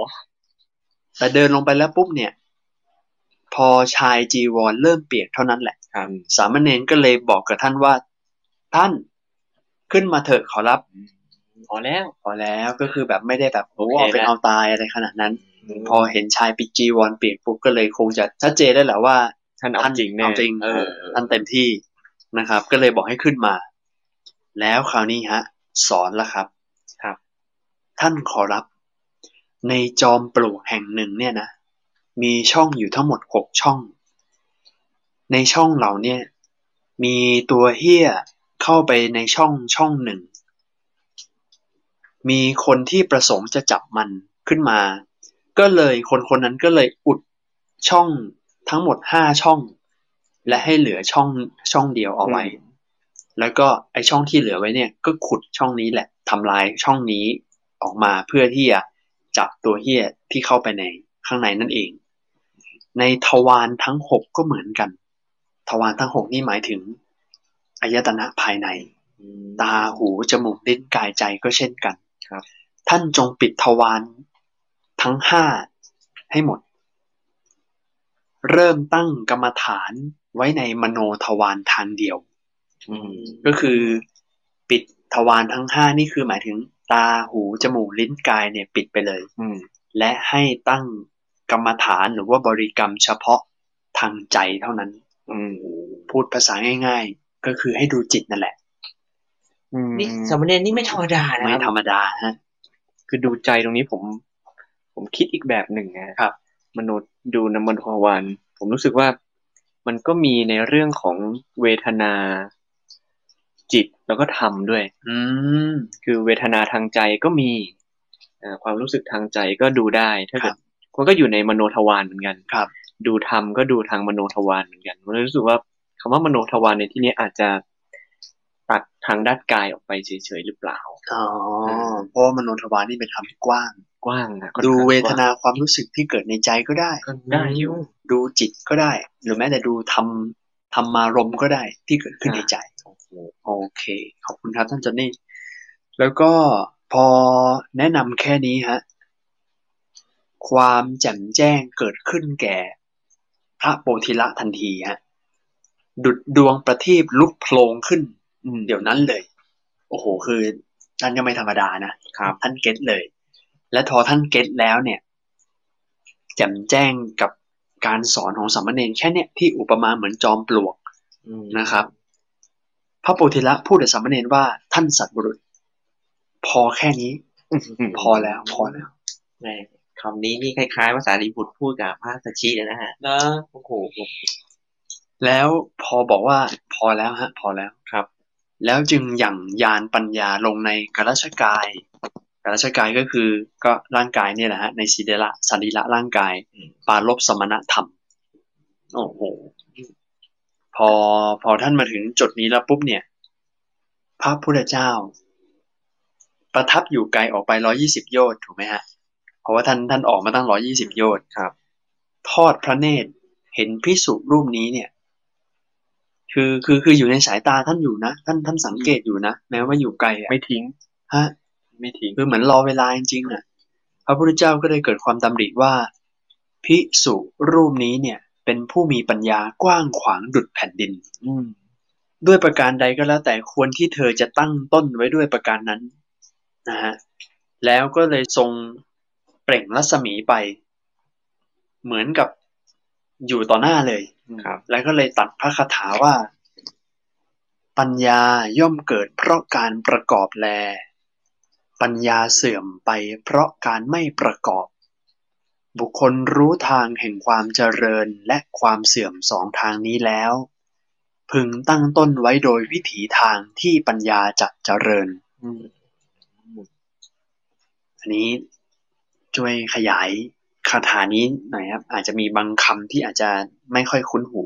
Speaker 3: แต่เดินลงไปแล้วปุ๊บเนี่ย พอชายจีวรเริ่มเปียกเท่านั้นแหละ
Speaker 2: ครับ
Speaker 3: สามเณรก็เลยบอกกับท่านว่า ท่านขึ้นมาเถอะขอรับ
Speaker 4: พอแล้ว
Speaker 3: พอแล้วก็คือแบบไม่ได้แบบโอ้
Speaker 4: โอเค
Speaker 3: เอาเป็น
Speaker 4: นะ
Speaker 3: เอาตายอะไรขนาดนั้น
Speaker 2: อืม
Speaker 3: พอเห็นชายปิดจีวรเปียกปุ๊บก็เลยคงจะชัดเจนได้แหละว่า
Speaker 4: ท่านเอา
Speaker 3: ท่าน
Speaker 4: จริงแน่
Speaker 3: เอาจริง
Speaker 4: เออ
Speaker 3: ท่านเต็มที่นะครับ ก็เลยบอกให้ขึ้นมา แล้วคราวนี้ฮะ สอนแล้วครับ
Speaker 2: ครับ
Speaker 3: ท่านขอรับ ในจอมปลวกแห่งหนึ่งเนี่ยนะ มีช่องอยู่ทั้งหมดหกช่อง ในช่องเหล่าเนี่ย มีตัวเหี้ยเข้าไปในช่องช่องหนึ่ง มีคนที่ประสงค์จะจับมันขึ้นมา ก็เลยคนคนนั้นก็เลยอุดช่องทั้งหมดห้าช่อง และให้เหลือช่องช่องเดียวเอาไว้ แล้วก็ไอช่องที่เหลือไว้เนี่ย ก็ขุดช่องนี้แหละทำลายช่องนี้ออกมาเพื่อที่จะจับตัวเหี้ยที่เข้าไปในข้างในนั่นเอง ในทวารทั้งหกก็เหมือนกัน ทวารทั้งหกนี่หมายถึงอายตนะภายใน ตาหูจมูกลิ้นกายใจก็เช่นกัน
Speaker 2: ครับ
Speaker 3: ท่านจงปิดทวารทั้งห้าให้หมด เริ่มตั้งกรรมฐานไว้ในมโนทวารทางเดียว
Speaker 2: อืม
Speaker 3: ก็คือปิดทวารทั้งห้านี่คือหมายถึง ตาหูจมูกลิ้นกายเนี่ยปิดไปเลย
Speaker 4: อืม
Speaker 3: และให้ตั้งกรรมฐานหรือว่าบริกรรมเฉพาะทางใจเท่านั้น
Speaker 4: อืม
Speaker 3: พูดภาษาง่าย ๆ ก็คือให้ดูจิตนั่นแหละ
Speaker 4: อืม
Speaker 2: นี่สามเณรนี่ไม่ธรรมดานะ
Speaker 3: ไม่
Speaker 2: ค
Speaker 3: ธร
Speaker 2: รับ
Speaker 3: รมดาฮะ
Speaker 4: คือดูใจตรงนี้ผม ผมคิดอีกแบบหนึ่งนะครับ มนุษย์ดูน้ำมันทวารผมรู้สึกว่ามันก็มีในเรื่องของเวทนา จิตแล้วก็ธรรมด้วย
Speaker 3: อืม
Speaker 4: คือเวทนาทางใจก็มีเอ่อความรู้สึกทางใจก็ดูได้ถ้า
Speaker 3: ครั
Speaker 4: เกิด
Speaker 3: บ
Speaker 4: มันก็อยู่ในมโนทวารเหมือนกัน
Speaker 3: ครับ
Speaker 4: ดูธรรมก็ดูทางมโนทวารเหมือนกันผมเลยรู้สึกว่าคำว่ามโนทวารในที่นี้อาจจะตัดทางด้านกายออกไปเฉยๆหรือเปล่า
Speaker 3: อ๋อเพราะว่ามโนทวารนี่เป็นธรรมที่กว้าง
Speaker 4: กว้างนะ
Speaker 3: ดูเวทนาความรู้สึกที่เกิดในใจก็ได้
Speaker 4: ได้อยู่
Speaker 3: ดูจิตก็ได้ หรือแม้แต่ดูธรรมธรรมารมณ์ก็ได้ที่เกิดขึ้นในใจ โอเค ขอบคุณครับท่านจอนนี่ แล้วก็พอแนะนำแค่นี้ฮะ ความแจ่มแจ้งเกิดขึ้นแก่ พระโพธิละทันทีฮะ ดุดดวงประทีปลุกโพลงขึ้น
Speaker 4: อืม
Speaker 3: เดี๋ยวนั้นเลย โอ้โห คือท่านก็ไม่ธรรมดานะ
Speaker 4: ครับ
Speaker 3: ท่านเก็ตเลย และพอท่านเก็ตแล้วเนี่ยแจ่มแจ้งกับการสอนของสามเณรแค่เนี่ยที่อุปมาเหมือนจอมปลวกนะครับ พระโพธิละพูดกับสามเณรว่าท่านสัตว์บุรุษ พอแค่นี้ พอแล้ว พอแล้ว
Speaker 2: แหม่คำนี้นี่คล้ายๆภาษาลิบุตรพูดกับพระสัชชีเลยนะฮะ
Speaker 3: นะ
Speaker 2: โอ้โห
Speaker 3: แล้วพอบอกว่าพอแล้วฮะ พอแล้ว
Speaker 2: ครับ
Speaker 3: แล้วจึงหยั่งยานปัญญาลงในกรัชกายกรัชกายก็คือก็ร่างกายเนี่ยแหละฮะในสีเดละสันดิละร่างกาย ปารลบสมณธรรม โอ้โห พอพอท่านมาถึงจุดนี้แล้วปุ๊บเนี่ย พระพุทธเจ้า ประทับอยู่ไกลออกไปร้อยี่สิบโยชน์ถูกไหมฮะ เพราะว่าท่านท่านออกมาตั้งร้อยี่สิบโยชน์
Speaker 2: ครับ
Speaker 3: ทอดพระเนตรเห็นพิสุรูปนี้เนี่ย คือคือคืออยู่ในสายตาท่านอยู่นะ ท่านท่านสังเกตอยู่นะ แม้ว่าอยู่ไกลอะ
Speaker 4: ไม่ทิ้ง
Speaker 3: ฮะ
Speaker 4: ไม่ทิ้ง
Speaker 3: คือเหมือนรอเวลาจริงๆน่ะ พระพุทธเจ้าก็เลยเกิดความดำริว่า ภิกษุรูปนี้เนี่ย เป็นผู้มีปัญญากว้างขวางดุจแผ่นดิน ด้วยประการใดก็แล้วแต่ควรที่เธอจะตั้งต้นไว้ด้วยประการนั้นนะฮะแล้วก็เลยทรงเปล่งรัศมีไป เหมือนกับอยู่ต่อหน้าเลย
Speaker 2: ครับ
Speaker 3: แล้วก็เลยตัดพระคาถาว่า ปัญญาย่อมเกิดเพราะการประกอบแล ปัญญาเสื่อมไปเพราะการไม่ประกอบ บุคคลรู้ทางแห่งความเจริญและความเสื่อมสองทางนี้แล้ว พึงตั้งต้นไว้โดยวิถีทางที่ปัญญาจะเจริญ
Speaker 2: อืม
Speaker 3: อันนี้ช่วยขยายคาถานี้หน่อยครับ อาจจะมีบางคำที่อาจจะไม่ค่อยคุ้นหู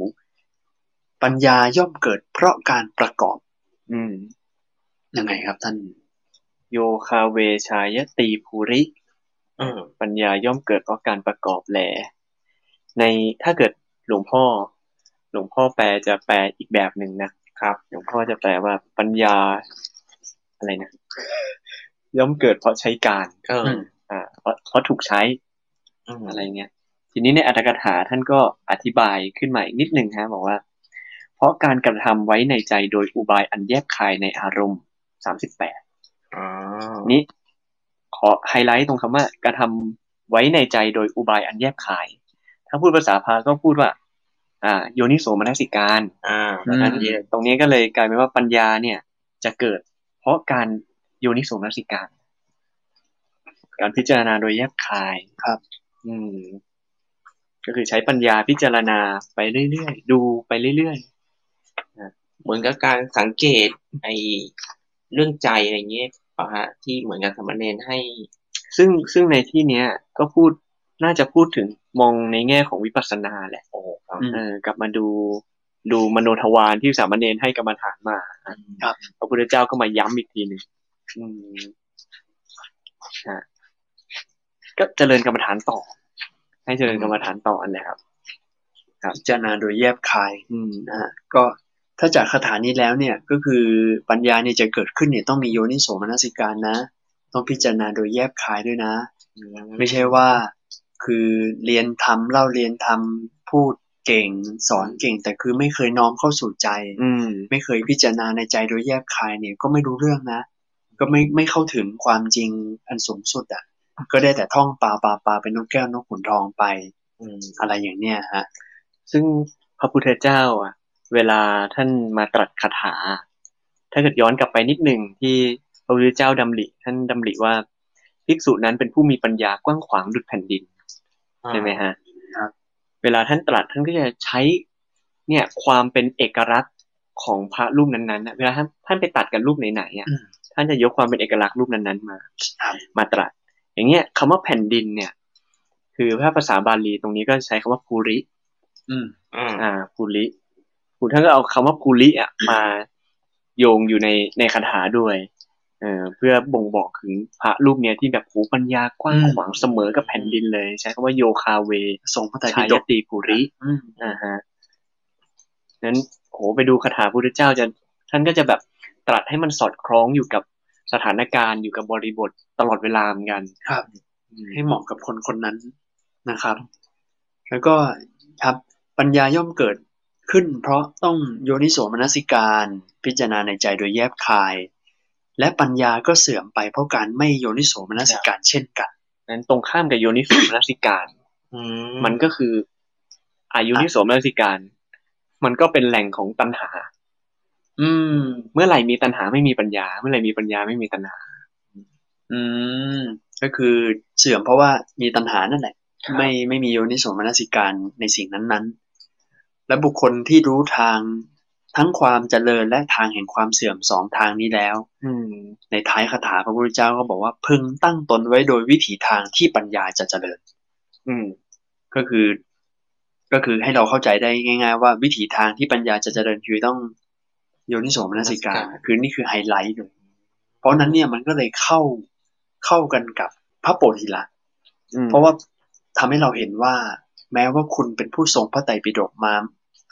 Speaker 3: ปัญญาย่อมเกิดเพราะการประกอบ
Speaker 4: อืม
Speaker 3: ยังไงครับท่าน
Speaker 4: โยคาเวชายตีภูริ
Speaker 2: อืม
Speaker 4: ปัญญาย่อมเกิดเพราะการประกอบแล ในถ้าเกิดหลวงพ่อ หลวงพ่อแปลจะแปลอีกแบบหนึ่งนะ
Speaker 2: ครับ
Speaker 4: หลวงพ่อจะแปลว่าปัญญาอะไรนะ ย่อมเกิดเพราะใช้การ
Speaker 2: เออ
Speaker 3: ม
Speaker 4: อ่าเพราะเพราะถูกใช้
Speaker 2: อืม
Speaker 4: อะไรเงี้ย ทีนี้ในอัตถกถาท่านก็อธิบายขึ้นมาอีกนิดหนึ่งฮะบอกว่า เพราะการกระทำไว้ในใจโดยอุบายอันแยบคายในอารมณ์สามสิบแปด
Speaker 2: อ๋อ
Speaker 4: นี้ขอไฮไลท์ตรงคำว่ากระทำไว้ในใจโดยอุบายอันแยบขาย ถ้าพูดภาษาพาก็พูดว่า อ่า โยนิโสมนสิการ
Speaker 2: อ่า
Speaker 3: อืม
Speaker 2: อันนี้
Speaker 4: ตรงนี้ก็เลยกลายเป็นว่าปัญญาเนี่ย จะเกิด เพราะการโยนิโสมนสิการ การพิจารณาโดยแยบคาย
Speaker 3: ครับ
Speaker 4: อืม ก็คือใช้ปัญญาพิจารณาไปเรื่อยๆดูไปเรื่อย
Speaker 2: เหมือนกับการสังเกตไอเรื่องใจอะไรเงี้ยป่ะฮะที่เหมือนกับสามเณรให้
Speaker 4: ๆซึ่งซึ่งในที่เนี้ย ก็พูดน่าจะพูดถึงมองในแง่ของวิปัสสนาแหละ
Speaker 2: โอ้ครับ
Speaker 3: อืม
Speaker 4: เออกลับมาดูดูมโนทวารที่สามเณรให้กรรมฐานมา
Speaker 3: ครับ
Speaker 4: พระพุทธเจ้าก็มาย้ำอีกทีหนึ่งอืมฮะก็เจริญกรรมฐานต่อ ให้เจริญกรรมฐานต่ออันนะครับ
Speaker 3: พิจารณาโดยแยบคาย
Speaker 4: อืม
Speaker 3: นะฮะก็ถ้าจากคาถานี้แล้วเนี่ยก็คือปัญญาเนี่ยจะเกิดขึ้นเนี่ยต้องมีโยนิโสมนสิการนะ ต้องพิจารณาโดยแยบคายด้วยนะ ไม่ใช่ว่า คือเรียนทำเล่าเรียนทำพูดเก่งสอนเก่ง แต่คือไม่เคยน้อมเข้าสู่ใจ
Speaker 4: อืม
Speaker 3: ไม่เคยพิจารณาในใจโดยแยบคายเนี่ยก็ไม่รู้เรื่องนะ ก็ไม่ไม่เข้าถึงความจริงอันสูงสุดอ่ะ ก็ได้แต่ท่องปลาปลาปลาเป็นนกแก้วนกขุนทองไป
Speaker 2: อืม
Speaker 3: อะไรอย่างเนี้ยฮะ
Speaker 4: ซึ่งพระพุทธเจ้า อ่ะ เวลาท่านมาตรัสคาถา ถ้าเกิดย้อนกลับไปนิดหนึ่งที่พระพุทธเจ้าดำริท่านดำริว่าภิกษุนั้นเป็นผู้มีปัญญากว้างขวางดุจแผ่นดิน ใช่ไหมฮะ
Speaker 3: ครับ
Speaker 4: เวลาท่านตรัสท่านก็จะใช้เนี่ยความเป็นเอกลักษณ์ของพระรูปนั้นๆนะเวลาท่านท่านไปตัดกับรูปไหนๆอ่ะ
Speaker 3: อืม
Speaker 4: ท่านจะยกความเป็นเอกลักษณ์รูปนั้นๆมา
Speaker 3: ครับ
Speaker 4: มาตรัส อย่างเงี้ยคำว่าแผ่นดินเนี่ย คือถ้าภาษาบาลีตรงนี้ก็ใช้คำว่าภูริ
Speaker 3: อืม
Speaker 2: อืม
Speaker 4: อ่าภูริภูท่านก็เอาคำว่าภูริอ่ะมาโยงอยู่ในในคาถาด้วยเออเพื่อบ่งบอกถึงพระรูปเนี้ยที่แบบหูปัญญากว้าง
Speaker 3: อืม
Speaker 4: ขวางเสมอกับแผ่นดินเลย ใช้คำว่าโยคาเว
Speaker 3: ทรงพระไตร
Speaker 4: ชา
Speaker 3: ปิ
Speaker 4: ย
Speaker 3: ฎก
Speaker 4: ตีภูริ
Speaker 3: อืม
Speaker 4: อ่าฮะนั้นโหไปดูคาถาพุทธเจ้าจะท่านก็จะแบบตรัสให้มันสอดคล้องอยู่กับสถานการณ์อยู่กับบริบทตลอดเวลาเหมือนกัน
Speaker 3: ครับ
Speaker 4: อืม
Speaker 3: ให้เหมาะกับคนคนนั้นนะครับ แล้วก็ครับปัญญาย่อมเกิดขึ้น เพราะต้องโยนิโสมนสิการ พิจารณาในใจโดยแยบคาย และปัญญาก็เสื่อมไปเพราะการไม่โยนิโสมนสิการเช่นกัน
Speaker 4: นั้นตรงข้ามกับโยนิโสมนสิการ
Speaker 2: อื
Speaker 4: มันก็คืออายุนิโสมนสิการ มันก็เป็นแหล่งของตัณหา
Speaker 3: อืม
Speaker 4: เมื่อไหร่มีตัณหาไม่มีปัญญา เมื่อไหร่มีปัญญาไม่มีตัณหา
Speaker 3: อืม ก็คือเสื่อมเพราะว่ามีตัณหานั่นแหละ
Speaker 4: ครับ
Speaker 3: ไม่ไม่มีโยนิโสมนสิการในสิ่งนั้นๆ และบุคคลที่รู้ทางทั้งความเจริญและทางแห่งความเสื่อมสองทางนี้แล้ว
Speaker 4: อืม
Speaker 3: ในท้ายคาถาพระพุทธเจ้าก็บอกว่าพึงตั้งตนไว้โดยวิถีทางที่ปัญญาจะเจริญ
Speaker 4: อืม
Speaker 3: ก็คือ ก็คือให้เราเข้าใจได้ง่าย ๆ ว่าวิถีทางที่ปัญญาจะเจริญคือต้องโยนิโสมนสิการคือนี่คือไฮไลท์เลยเพราะฉะนั้นเนี่ยมันก็เลยเข้าเข้ากันกับพระโปธิละ
Speaker 4: อืม
Speaker 3: เพราะว่าทำให้เราเห็นว่า แม้ว่าคุณเป็นผู้ทรงพระไตรปิฎกมา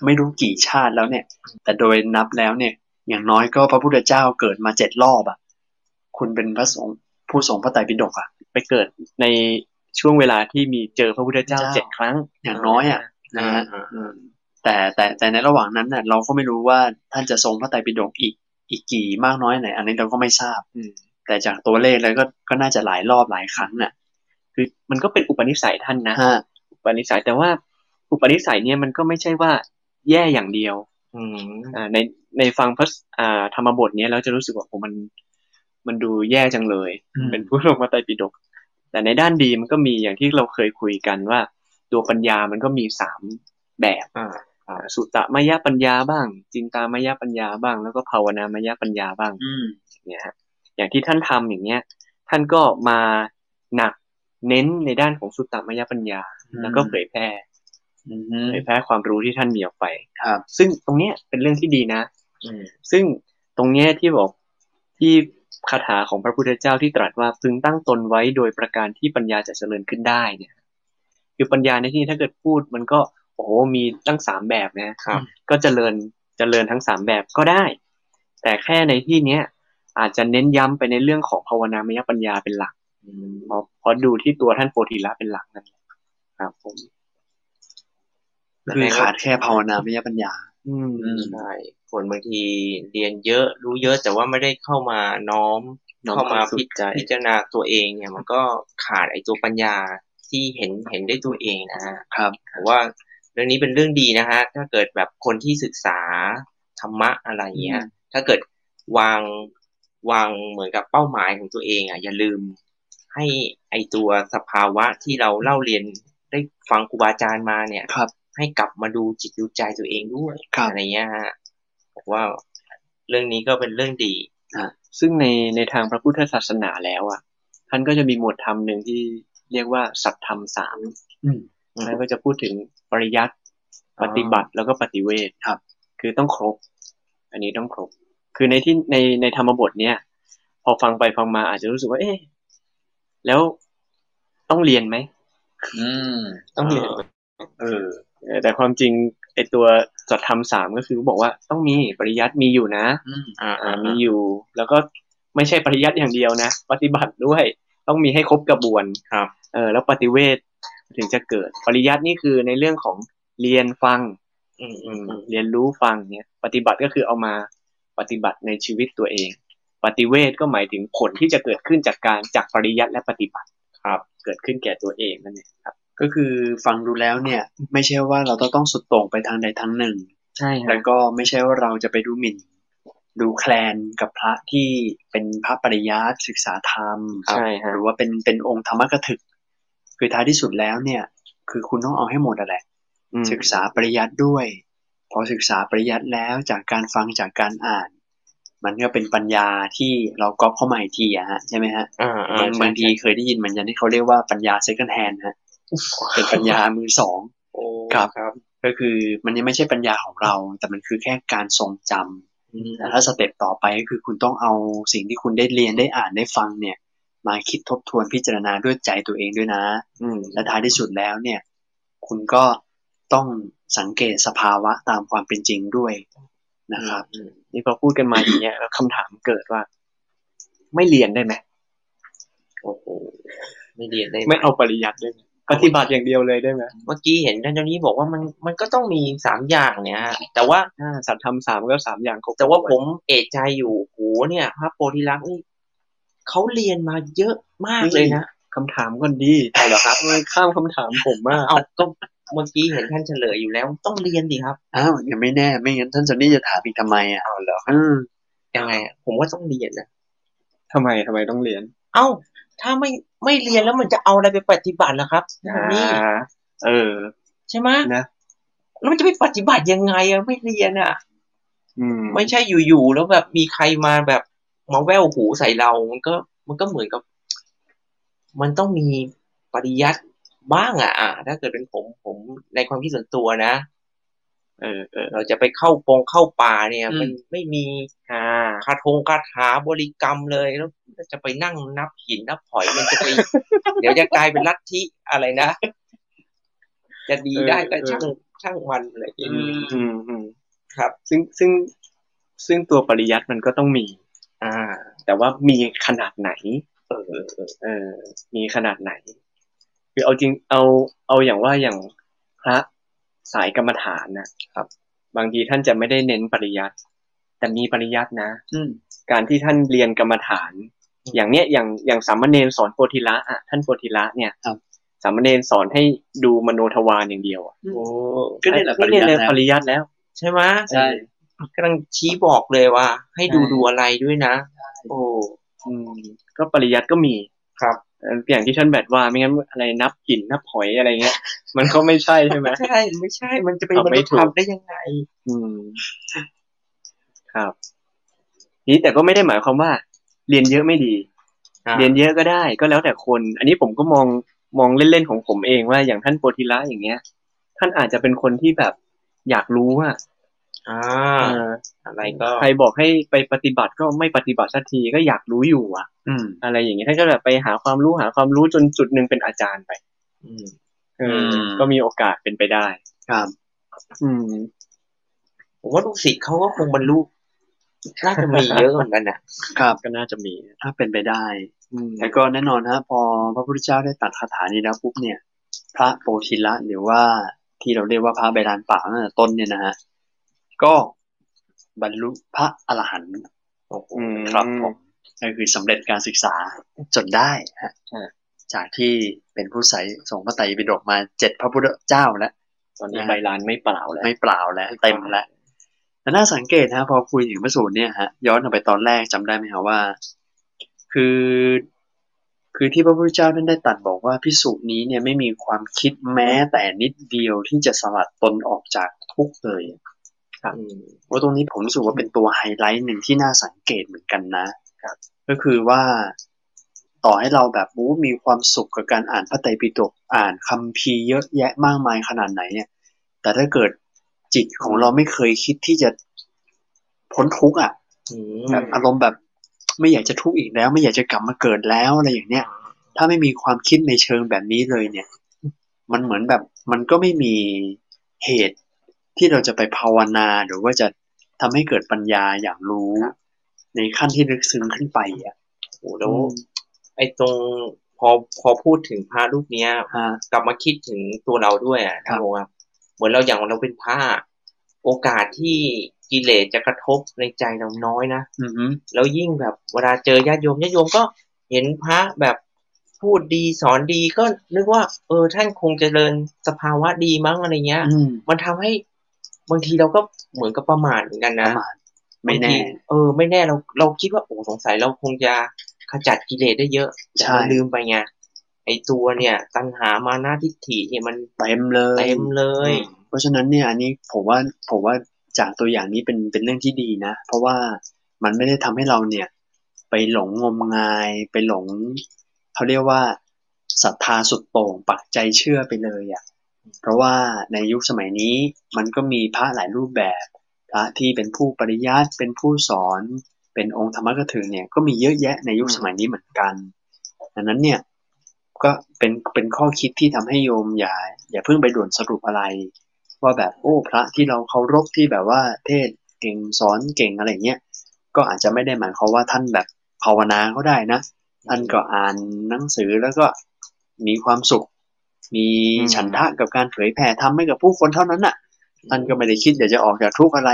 Speaker 3: ไม่รู้กี่ชาติแล้วเนี่ย แต่โดยนับแล้วเนี่ย อย่างน้อยก็พระพุทธเจ้าเกิดมาเจ็ดรอบอ่ะ คุณเป็นพระสงฆ์ผู้ทรงพระไตรปิฎกอ่ะ
Speaker 4: ไปเกิดในช่วงเวลาที่มีเจอพระพุทธเจ้า
Speaker 3: เจ้า
Speaker 4: เจ็ดครั้ง
Speaker 3: อย่างน้อยอ่ะ
Speaker 2: อ่า
Speaker 3: นะฮะ
Speaker 2: อ่า
Speaker 3: อืม แต่แต่แต่ในระหว่างนั้นน่ะเราก็ไม่รู้ว่าท่านจะทรงพระไตรปิฎกอีกอีกกี่มากน้อยไหน อันนี้เราก็ไม่ทราบ
Speaker 4: อืม
Speaker 3: แต่จากตัวเลขแล้วก็ก็น่าจะหลายรอบหลายครั้งน่ะ
Speaker 4: คือมันก็เป็นอุปนิสัยท่านนะ
Speaker 3: ฮะ
Speaker 4: อุปนิสัยแต่ว่าอุปนิสัยเนี่ยมันก็ไม่ใช่ว่าแย่อย่างเดียว
Speaker 2: อืม
Speaker 4: อ่าในในฟังพระสอ่าธรรมบทเนี้ยเราจะรู้สึกว่าโหมัน มันดูแย่จังเลย เป็นผู้ลงมาไตรปิฎกแต่ในด้านดีมันก็มีอย่างที่เราเคยคุยกันว่า ตัวปัญญามันก็มีสามแบบ
Speaker 2: อ่า
Speaker 4: อ่าสุตตมยปัญญาบ้าง จินตามยปัญญาบ้าง แล้วก็ภาวนามยปัญญาบ้าง
Speaker 3: อืม
Speaker 4: เนี่ยฮะอย่างที่ท่านทำอย่างเงี้ย ท่านก็มาหนักเน้นในด้านของสุตตมยปัญญา
Speaker 3: อืม
Speaker 4: แล้วก็เผยแพร่
Speaker 3: อืม
Speaker 4: เผยแพร่ความรู้ที่ท่านมีออกไป
Speaker 3: ครับ
Speaker 4: ซึ่งตรงเนี้ยเป็นเรื่องที่ดีนะ
Speaker 2: อืม
Speaker 4: ซึ่งตรงเนี้ยที่บอกที่คาถาของพระพุทธเจ้าที่ตรัสว่าพึงตั้งตนไว้โดยประการที่ปัญญาจะเจริญขึ้นได้เนี่ย คือปัญญาในที่นี้ถ้าเกิดพูดมันก็โอ้โหมีตั้งสามแบบนะครับ ก็เจริญเจริญทั้งสามแบบก็ได้ แต่แค่ในที่เนี้ยอาจจะเน้นย้ำไปในเรื่องของภาวนามยปัญญาเป็นหลักเพราะเพราะดูที่ตัวท่านโพธิละเป็นหลักนั่นแหละครับผม
Speaker 3: คือขาดแค่ภาวนามยปัญญา
Speaker 4: อืม
Speaker 3: อืม
Speaker 2: ใช่คนบางทีเรียนเยอะรู้เยอะแต่ว่าไม่ได้เข้ามาน้อม
Speaker 4: น้อม
Speaker 2: เข้ามา
Speaker 4: ควสุ
Speaker 2: พิ
Speaker 4: ดใจ
Speaker 2: พิจารณาตัวเองเนี่ยมันก็ขาดไอ้ตัวปัญญาที่เห็นเห็นได้ตัวเองนะฮะ
Speaker 3: ครับ
Speaker 2: ผมว่าเรื่องนี้เป็นเรื่องดีนะฮะถ้าเกิดแบบคนที่ศึกษาธรรมะอะไรเงี้ย ถ้าเกิดวางวางเหมือนกับเป้าหมายของตัวเองอ่ะอย่าลืม ให้ไอตัวสภาวะที่เราเล่าเรียนได้ฟังครูบาอาจารย์มาเนี่ย
Speaker 3: ครับ
Speaker 2: ให้กลับมาดูจิตดูใจตัวเองด้วย
Speaker 3: ครับ
Speaker 2: อะไรเงี้ยฮะผมว่าเรื่องนี้ก็เป็นเรื่องดี
Speaker 4: ซึ่งในในทางพระพุทธศาสนาแล้วอ่ะ ท่านก็จะมีหมวดธรรมหนึ่งที่เรียกว่าสัตธรรมสาม
Speaker 3: อืม
Speaker 4: ท่านก็จะพูดถึงปริยัติ
Speaker 2: อ๋อ
Speaker 4: ปฏิบัติแล้วก็ปฏิเวท
Speaker 3: ครับ
Speaker 4: คือต้องครบ อันนี้ต้องครบ คือในที่ในในธรรมบทเนี่ย พอฟังไปฟังมาอาจจะรู้สึกว่า เอ๊ะแล้วต้องเรียนไหม
Speaker 3: อืม
Speaker 2: ต้องเรียน
Speaker 3: เออ
Speaker 4: เออแต่ความจริงไอตัวสัตธรรมสามก็คือบอกว่าต้องมีปริยัติมีอยู่นะ
Speaker 3: อืม
Speaker 2: อ่า
Speaker 4: อ่ามีอยู่แล้วก็ไม่ใช่ปริยัติอย่างเดียวนะ ปฏิบัติด้วยต้องมีให้ครบกระบวน
Speaker 2: ครับ
Speaker 4: เออแล้วปฏิเวทถึงจะเกิด ปริยัตินี่คือในเรื่องของเรียนฟัง
Speaker 2: อืม
Speaker 4: อื
Speaker 2: อื
Speaker 4: ม
Speaker 2: ม
Speaker 4: เรียนรู้ฟังเนี่ยปฏิบัติก็คือเอามาปฏิบัติในชีวิตตัวเอง ปฏิเวทก็หมายถึงผลที่จะเกิดขึ้นจากการจากปริยัติและปฏิบัติครับ เกิดขึ้นแก่ตัวเองนั่นเองครับ
Speaker 3: ก็คือฟังดูแล้วเนี่ย ไม่ใช่ว่าเราจะต้องสุดโต่งไปทางใดทางหนึ่ง
Speaker 4: ใช่
Speaker 3: แล้วก็ไม่ใช่ว่าเราจะไปดูหมิ่น ดูแคลนกับพระที่เป็นพระปริยัติศึกษาธรรม
Speaker 4: ใช่
Speaker 3: ห
Speaker 4: ฮะ
Speaker 3: รือว่าเป็นเป็นองค์ธรรมกถึก คือท้ายที่สุดแล้วเนี่ย คือคุณต้องเอาให้หมดอะแหละ
Speaker 4: อืม
Speaker 3: ศึกษาปริยัติด้วย พอศึกษาปริยัติแล้วจากการฟังจากการอ่าน มันก็เป็นปัญญาที่เราก๊อปเข้ามาอีกทีอะฮะใช่ไหมฮะ
Speaker 2: อ่าอ่า
Speaker 3: บางบางทีเคยได้ยินมันยันที่เขาเรียกว่าปัญญา second hand ฮะเป็นปัญญามือสอง
Speaker 2: โอ้
Speaker 3: ครับ
Speaker 2: ครับ
Speaker 3: ก็คือมันยังไม่ใช่ปัญญาของเรา แต่มันคือแค่การทรงจำ
Speaker 2: อืม
Speaker 3: แต่ถ้าสเต็ปต่อไปก็คือคุณต้องเอาสิ่งที่คุณได้เรียนได้อ่านได้ฟังเนี่ย มาคิดทบทวนพิจารณาด้วยใจตัวเองด้วยนะ
Speaker 4: อืม
Speaker 3: และท้ายที่สุดแล้วเนี่ย คุณก็ต้องสังเกตสภาวะตามความเป็นจริงด้วยนะครับ
Speaker 2: อืม
Speaker 4: นี่พอพูดกันมาอย่างเงี้ยแล้วคำถามเกิดว่า ไม่เรียนได้ไหม
Speaker 2: โอ้โหไม่เรียนได้
Speaker 4: ไม่เอาปริยัติได้ไหมปฏิบัติอย่างเดียวเลยได้ไหม
Speaker 2: เมื่อกี้เห็นท่านเจ้านี้บอกว่ามันมันก็ต้องมีสามอย่างเนี่ยฮะแต่ว่า
Speaker 4: อ่าสัตว์ทำสามก็สามอย่างครบ
Speaker 2: แต่ว่า
Speaker 4: ถ้น
Speaker 2: ผมเอะใจอยู่โอ้โหเนี่ยพระโพธิลักษณ์นี่เขาเรียนมาเยอะมากเลยนะ
Speaker 4: คำถามก็ดีใช่เหรอครับเออข้ามคำถามผมมาก
Speaker 2: เอาก็เมื่อกี้เห็นท่านเฉลยอยู่แล้ว ต้องเรียนดิครับ
Speaker 3: อ้าวยังไม่แน่ไม่งั้นท่านจอนนี่จะถามอีกทำไมอ่ะ
Speaker 2: เอาเหรอ
Speaker 3: อืม
Speaker 2: ยังไงอะผมว่าต้องเรียนนะ
Speaker 4: ทำไมทำไมต้องเรียน
Speaker 2: เอ้า ถ้าไม่ไม่เรียนแล้วมันจะเอาอะไรไปปฏิบัติล่ะครับนี่
Speaker 4: อ่าเออ
Speaker 2: ใช่ไหม
Speaker 4: นะ
Speaker 2: แล้วมันจะไปปฏิบัติยังไงอะไม่เรียนอะ
Speaker 4: อืม
Speaker 2: ไม่ใช่อยู่ๆแล้วแบบมีใครมาแบบมาแววหูใส่เรา มันก็ มันก็เหมือนกับ มันต้องมีปริยัติบ้างอะอ่ะ ถ้าเกิดเป็นผมผมในความคิดส่วนตัวนะ
Speaker 4: เออเออ
Speaker 2: เราจะไปเข้าปงเข้าป่าเนี่ย มันไม่มี
Speaker 4: อ่า
Speaker 2: คาทงคาถาบริกรรมเลยแล้วจะไปนั่งนับหินนับหอยมันจะไป
Speaker 4: *laughs*
Speaker 2: เดี๋ยวจะกลายเป็นลัทธิอะไรนะ *laughs* จะดีได้ก็ช่างช่างมันอะไรอย่างนี้
Speaker 4: อืมอืม
Speaker 2: ครับ
Speaker 4: ซึ่งซึ่งซึ่งตัวปริยัติมันก็ต้องมี
Speaker 2: อ่า
Speaker 4: แต่ว่ามีขนาดไหน เออเออเออ มีขนาดไหน คือเอาจริงเอาเอาอย่างว่าอย่างพระ สายกรรมฐานนะครับ บางทีท่านจะไม่ได้เน้นปริยัติแต่มีปริยัตินะ
Speaker 3: อืม
Speaker 4: การที่ท่านเรียนกรรมฐาน อย่างเนี้ยอย่างอย่างสามเณรสอนโพธิละอ่ะท่านโพธิละเนี่ย
Speaker 3: ครับ
Speaker 4: สามเณรสอนให้ดูมโนทวารอย่างเดียวอะ
Speaker 2: โอ้
Speaker 3: ก็นี่แหละ
Speaker 4: ก็เนี่ยแหละ
Speaker 3: ป
Speaker 4: ป
Speaker 3: ริ
Speaker 4: ริ
Speaker 3: ยั
Speaker 4: ยั
Speaker 3: ติ
Speaker 4: ติแล้
Speaker 3: แล้
Speaker 4: ว ว
Speaker 2: ใช่ไหม
Speaker 3: ใช่
Speaker 2: กำลังชี้บอกเลยว่า ให้ดู
Speaker 4: ใช่
Speaker 2: ดูอะไรด้วยนะ โอ้
Speaker 4: อืมก็ปริยัติก็มี
Speaker 2: ครับ
Speaker 4: เอ่ออย่างที่ท่านแบดว่าไม่งั้นอะไรนับกลิ่นนับหอยอะไรเงี้ย *laughs* มันก็ไม่ใช่ใช่ไหม
Speaker 2: ใช่ ไม่ใช่ มันจะเป็น
Speaker 4: ตอบ
Speaker 2: ม
Speaker 4: ไม่
Speaker 2: นุษย์
Speaker 4: ถูก
Speaker 2: ทำได้ยังไง
Speaker 4: อืม ครับ นี่แต่ก็ไม่ได้หมายความว่า เรียนเยอะไม่ดี
Speaker 2: อ่า
Speaker 4: เรียนเยอะก็ได้ ก็แล้วแต่คน อันนี้ผมก็มองมองเล่นๆของผมเองว่าอย่างท่านโปธิละอย่างเงี้ย ท่านอาจจะเป็นคนที่แบบอยากรู้อะ
Speaker 2: อ่า
Speaker 4: เออ
Speaker 2: อะไรก็
Speaker 4: ใครบอกให้ไปปฏิบัติก็ไม่ปฏิบัติสักทีก็อยากรู้อยู่อะ
Speaker 3: อืม
Speaker 4: อะไรอย่างเงี้ยท่านก็แบบไปหาความรู้หาความรู้จนจุดหนึ่งเป็นอาจารย์ไป
Speaker 2: อืม
Speaker 4: เอออ
Speaker 3: ม
Speaker 4: ก็มีโอกาสเป็นไปได้
Speaker 3: ครับ
Speaker 4: อืม
Speaker 2: ผมว่าลูกศิษย์เขาก็คงบรรลุน่าจะมีเยอะเหมือนกันนะครับ
Speaker 4: ก็น่าจะมี
Speaker 3: ถ้าเป็นไปได้
Speaker 4: อืม
Speaker 3: แล้วก็แน่นอนฮะพอพระพุทธเจ้าได้ตรัดคาถานี้แล้วปุ๊บเนี่ย พระโปธิละหรือว่าที่เราเรียกว่าพระใบลานป่าตั้งแต่ต้นเนี่ยนะฮะก็บรรลุพระอรหันต์
Speaker 2: โอ้โห
Speaker 4: อืม
Speaker 3: ครับผมก็คือสำเร็จการศึกษาจนได้ฮะ
Speaker 4: อ่า
Speaker 3: จากที่เป็นผู้ใสส่งพระไตรปิฎกมาเจ็ดพระพุทธเจ้าแล้ว
Speaker 4: ตอนนี้
Speaker 3: นะ
Speaker 4: ใบลานไม่เปล่าแล้ว
Speaker 3: ไม่เปล่าแล้วเต็มแล้วแต่น่าสังเกตนะพอคุยถึงพระสูตรเนี่ยฮะย้อนกลับไปตอนแรกจำได้ไหมฮะว่า คือ คือที่พระพุทธเจ้าท่านได้ตรัดบอกว่าพิสูจน์นี้เนี่ยไม่มีความคิดแม้แต่นิดเดียวที่จะสลัดตนออกจากทุกข์เลยว่าตรงนี้ผมรู้สึกว่าเป็นตัวไฮไลท์หนึ่งที่น่าสังเกตเหมือนกันนะก็คือว่าต่อให้เราแบบโอ้มีความสุขกับการอ่านพระไตรปิฎกอ่านคัมภีร์เยอะแยะมากมายขนาดไหนเนี่ย แต่ถ้าเกิดจิตของเราไม่เคยคิดที่จะพ้นทุกข์อ่ะ
Speaker 2: อืม
Speaker 3: แบบอารมณ์แบบไม่อยากจะทุกข์อีกแล้ว ไม่อยากจะกลับมาเกิดแล้วอะไรอย่างเนี้ย ถ้าไม่มีความคิดในเชิงแบบนี้เลยเนี่ย มันเหมือนแบบมันก็ไม่มีเหตุที่เราจะไปภาวนาหรือว่าจะทำให้เกิดปัญญาอย่างรู้ ในขั้นที่ลึกซึ้งขึ้นไปอ่ะ
Speaker 2: โอ้โหแล้วไอ้ตรงพอพอพูดถึงพระรูปเนี้ย
Speaker 3: ฮะ
Speaker 2: กลับมาคิดถึงตัวเราด้วยอ่ะ
Speaker 3: ครับ
Speaker 2: โอ้ครับเหมือนเราอย่างเราเป็นผ้า โอกาสที่กิเลสจะกระทบในใจเราน้อยนะ
Speaker 3: อือฮึ
Speaker 2: แล้วยิ่งแบบเวลาเจอญาติโยมญาติโยมก็เห็นพระแบบพูดดีสอนดีก็นึกว่า เออท่านคงเจริญสภาวะดีมั้งอะไรเงี้ย
Speaker 3: อืม
Speaker 2: มันทำให้บางทีเราก็เหมือนกับประมาทเหมือนกัน
Speaker 3: ป
Speaker 2: นะ
Speaker 3: ระมาณไม่แน่
Speaker 2: บางทีเออ ไม่แน่เราเราคิดว่าโอ้สงสัยเราคงจะขจัดกิเลสได้เยอะแต่เรา
Speaker 3: ใช่
Speaker 2: ลืมไปไงไอตัวเนี่ย ตัณหามานะทิฏฐิเนี่ยมัน
Speaker 3: เต็มเลย
Speaker 2: เต็มเลย
Speaker 3: เพราะฉะนั้นเนี่ยอันนี้ผมว่าผมว่าจากตัวอย่างนี้เป็นเป็นเรื่องที่ดีนะ เพราะว่ามันไม่ได้ทำให้เราเนี่ย ไปหลงงมงาย ไปหลงเขาเรียกว่าศรัทธาสุดโต่งปักใจเชื่อไปเลยอะ่ะเพราะว่าในยุคสมัยนี้มันก็มีพระหลายรูปแบบพระที่เป็นผู้ปริยัติเป็นผู้สอน เป็นองค์ธรรมกถึงเนี่ยก็มีเยอะแยะในยุคสมัยนี้เหมือนกันดังนั้นเนี่ยก็เป็นเป็นข้อคิดที่ทำให้โยมอย่าอย่าเพิ่งไปด่วนสรุปอะไร ว่าแบบโอ้พระที่เราเคารพที่แบบว่าเทศเก่งสอนเก่งอะไรเงี้ยก็อาจจะไม่ได้หมายความว่าท่านแบบภาวนาก็ได้นะ ท่านก็อ่านหนังสือแล้วก็มีความสุข มี
Speaker 4: อืม
Speaker 3: ฉันทะกับการเผยแผ่ทำให้กับผู้คนเท่านั้นน่ะ ท่านก็ไม่ได้คิดอยากจะออกจากทุกข์อะไร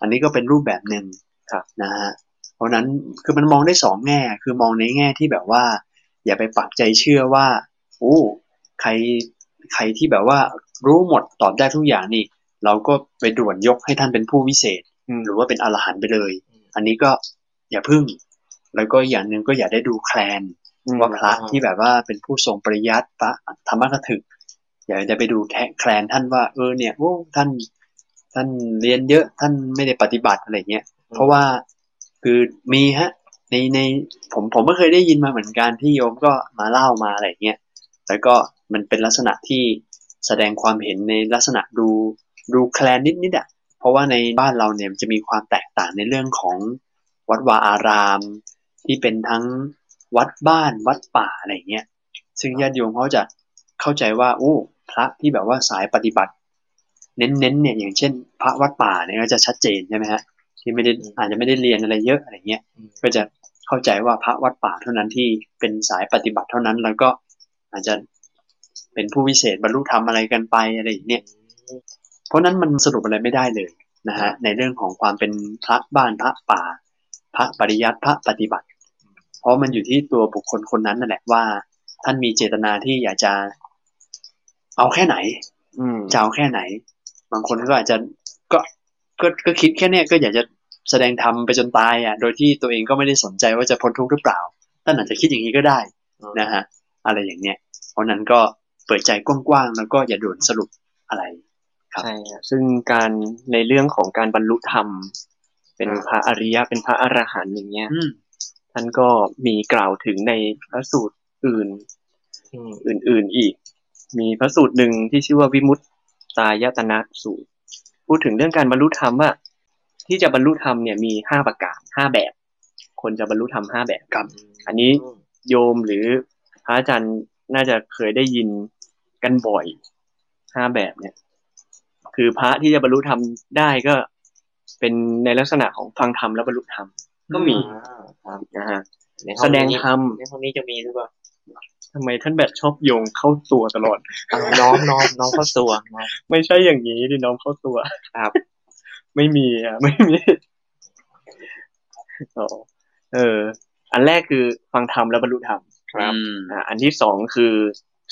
Speaker 3: อันนี้ก็เป็นรูปแบบหนึ่ง
Speaker 4: ครับ
Speaker 3: นะฮะ เพราะฉะนั้นคือมันมองได้สองแง่ คือมองในแง่ที่แบบว่า อย่าไปปักใจเชื่อว่าโอ้ใครใครที่แบบว่ารู้หมดตอบได้ทุกอย่างนี่ เราก็ไปด่วนยกให้ท่านเป็นผู้วิเศษ
Speaker 4: อืม
Speaker 3: หรือว่าเป็นอรหันต์ไปเลย อันนี้ก็อย่าพึ่ง แล้วก็อย่างหนึ่งก็อย่าได้ดูแคลน ว่าพระ
Speaker 2: อ่า
Speaker 3: ที่แบบว่าเป็นผู้ทรงปริยัติพระธรรมกถึก อย่าจะไปดูแทะแคลนท่านว่าเออเนี่ยโอ้ท่าน ท่านเรียนเยอะท่านไม่ได้ปฏิบัติอะไรเงี้ยเพราะว่าคือมีฮะในในผมผมก็เคยได้ยินมาเหมือนกันที่โยมก็มาเล่ามาอะไรเงี้ยแล้วก็มันเป็นลักษณะที่แสดงความเห็นในลักษณะดูดูแคลนนิดนิดๆอะเพราะว่าในบ้านเราเนี่ยมันจะมีความแตกต่างในเรื่องของวัดวาอาราม ที่เป็นทั้งวัดบ้านวัดป่าอะไรเงี้ย ซึ่งญาติโยมเขาจะเข้าใจว่าโอ้พระที่แบบว่าสายปฏิบัติ เน้นๆเนี่ยอย่างเช่น พระวัดป่าเนี่ยก็จะชัดเจนใช่ไหมฮะที่ไม่ได้
Speaker 2: อืม
Speaker 3: อาจจะไม่ได้เรียนอะไรเยอะอะไรเงี้ย ก็จะเข้าใจว่าพระวัดป่าเท่านั้นที่เป็นสายปฏิบัติเท่านั้นแล้วก็อาจจะเป็นผู้วิเศษบรรลุธรรมอะไรกันไปอะไรอย่างเนี้ย ราะนั้นมันสรุปอะไรไม่ได้เลยนะฮะในเรื่องของความเป็นพระบ้านพระป่า พระปริยัติพระปฏิบัติ เพราะมันอยู่ที่ตัวบุคคลคนนั้นนั่นแหละว่า ท่านมีเจตนาที่อยากจะ เอาแค่ไหน
Speaker 4: อืม
Speaker 3: จะเอาแค่ไหน บางคนก็อาจจะก็ก็ก็คิดแค่เนี้ยก็อยากจะแสดงธรรมไปจนตายอ่ะ โดยที่ตัวเองก็ไม่ได้สนใจว่าจะพ้นทุกข์หรือเปล่าท่านอาจจะคิดอย่างนี้ก็ได้นะฮะอะไรอย่างเนี้ยเพราะนั้นก็เปิดใจกว้างๆแล้วก็อย่าด่วนสรุปอะไร ครับ
Speaker 4: ใช่ครับซึ่งการในเรื่องของการบรรลุธรรม เป็นพระอริยะเป็นพระอรหันต์อย่างเงี้ย
Speaker 3: อืม
Speaker 4: ท่านก็มีกล่าวถึงในพระสูตรอื่น
Speaker 2: อืม
Speaker 4: อื่นๆอีก มีพระสูตรหนึ่งที่ชื่อว่าวิมุตตายตนะสูตร พูดถึงเรื่องการบรรลุธรรมว่า ที่จะบรรลุธรรมเนี่ยมีห้าประการห้าแบบ คนจะบรรลุธรรมห้าแบบ
Speaker 3: ครับ
Speaker 4: อันนี้โยมหรือพระอาจารย์น่าจะเคยได้ยินกันบ่อยห้าแบบเนี่ย คือพระที่จะบรรลุธรรมได้ก็เป็นในลักษณะของฟังธรรมแล้วบรรลุธรรมก็มี
Speaker 2: อ่าครับ
Speaker 4: นะฮะ
Speaker 2: ในห้อ
Speaker 4: แสดง
Speaker 2: นี้
Speaker 4: ธรรม
Speaker 2: ในห้องนี้จะมีหรือเปล่า
Speaker 4: ทำไมท่านแบบชอบโยงเข้าตัวตลอด
Speaker 2: อ้าวน้อมน้อมน้อมเข้าตัวน้อม
Speaker 4: ไม่ใช่อย่างนี้ดิน้องเข้าตัว
Speaker 2: ครับ
Speaker 4: *laughs* ไม่มีอ่ะ ไม่มี *laughs* อ๋อเออ อันแรกคือฟังธรรมแล้วบรรลุธรรม
Speaker 2: ครับ
Speaker 3: อืม
Speaker 4: อ่ะอันที่สองคือ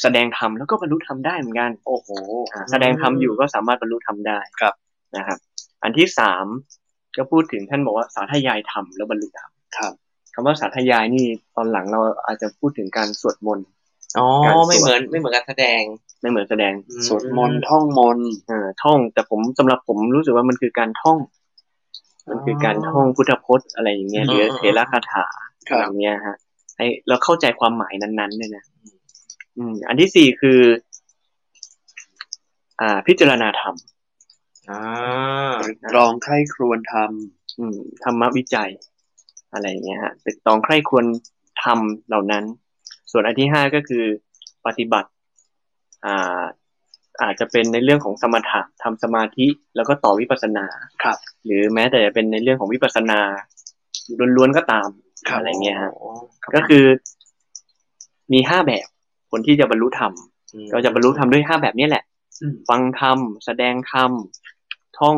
Speaker 4: แสดงธรรมแล้วก็บรรลุธรรมได้เหมือนกัน โอ้โหอ่ะแสดงธรรมอยู่ก็สามารถบรรลุธรรมได้ครับนะครับ อันที่สามก็พูดถึงท่านบอกว่าสาธยายธรรมแล้วบรรลุธรรม
Speaker 3: ครับ
Speaker 4: คำว่าสาธยายนี่ตอนหลังเราอาจจะพูดถึงการสวดมนต์
Speaker 2: อ๋อ
Speaker 4: การสวด
Speaker 2: ไม่เหมือนไม่เหมือนการแสดง
Speaker 4: ไม่เหมือนแสดง
Speaker 3: สวดมนต์ท่องมนต์
Speaker 4: เอ่อท่องแต่ผมสำหรับผมรู้สึกว่ามันคือการท่อง มันคือการท่องพุทธพจน์อะไรอย่างเงี้ยหรือเทระคาถาอย่างเงี้ยฮะให้เราเข้าใจความหมายนั้นๆเลยนะอืม อันที่สี่คือ อ่า พิจารณาธรรม
Speaker 2: อ่า
Speaker 3: ลองใคร่ครวญท
Speaker 4: อืมธรรมวิจัย อะไรอย่างเงี้ยฮะตึกตองใคร่ควรทำเหล่านั้น ส่วนอันที่ห้าก็คือปฏิบัติ อ่า อาจจะเป็นในเรื่องของสมถะทำสมาธิแล้วก็ต่อวิปัสสนา
Speaker 3: ำครับ
Speaker 4: หรือแม้แต่จะเป็นในเรื่องของวิปัสสนาล้วนๆก็ตาม
Speaker 3: ครับ
Speaker 4: อะไรเงี้ยฮะ
Speaker 2: โอ้
Speaker 4: ก็คือมีห้าแบบ คนที่จะบรรลุธรรม
Speaker 2: ม
Speaker 4: ก็จะบรรลุธรรมด้วยห้าแบบเนี้แหละ
Speaker 3: อืม
Speaker 4: ฟังธรรม แสดงธรรม ท่อง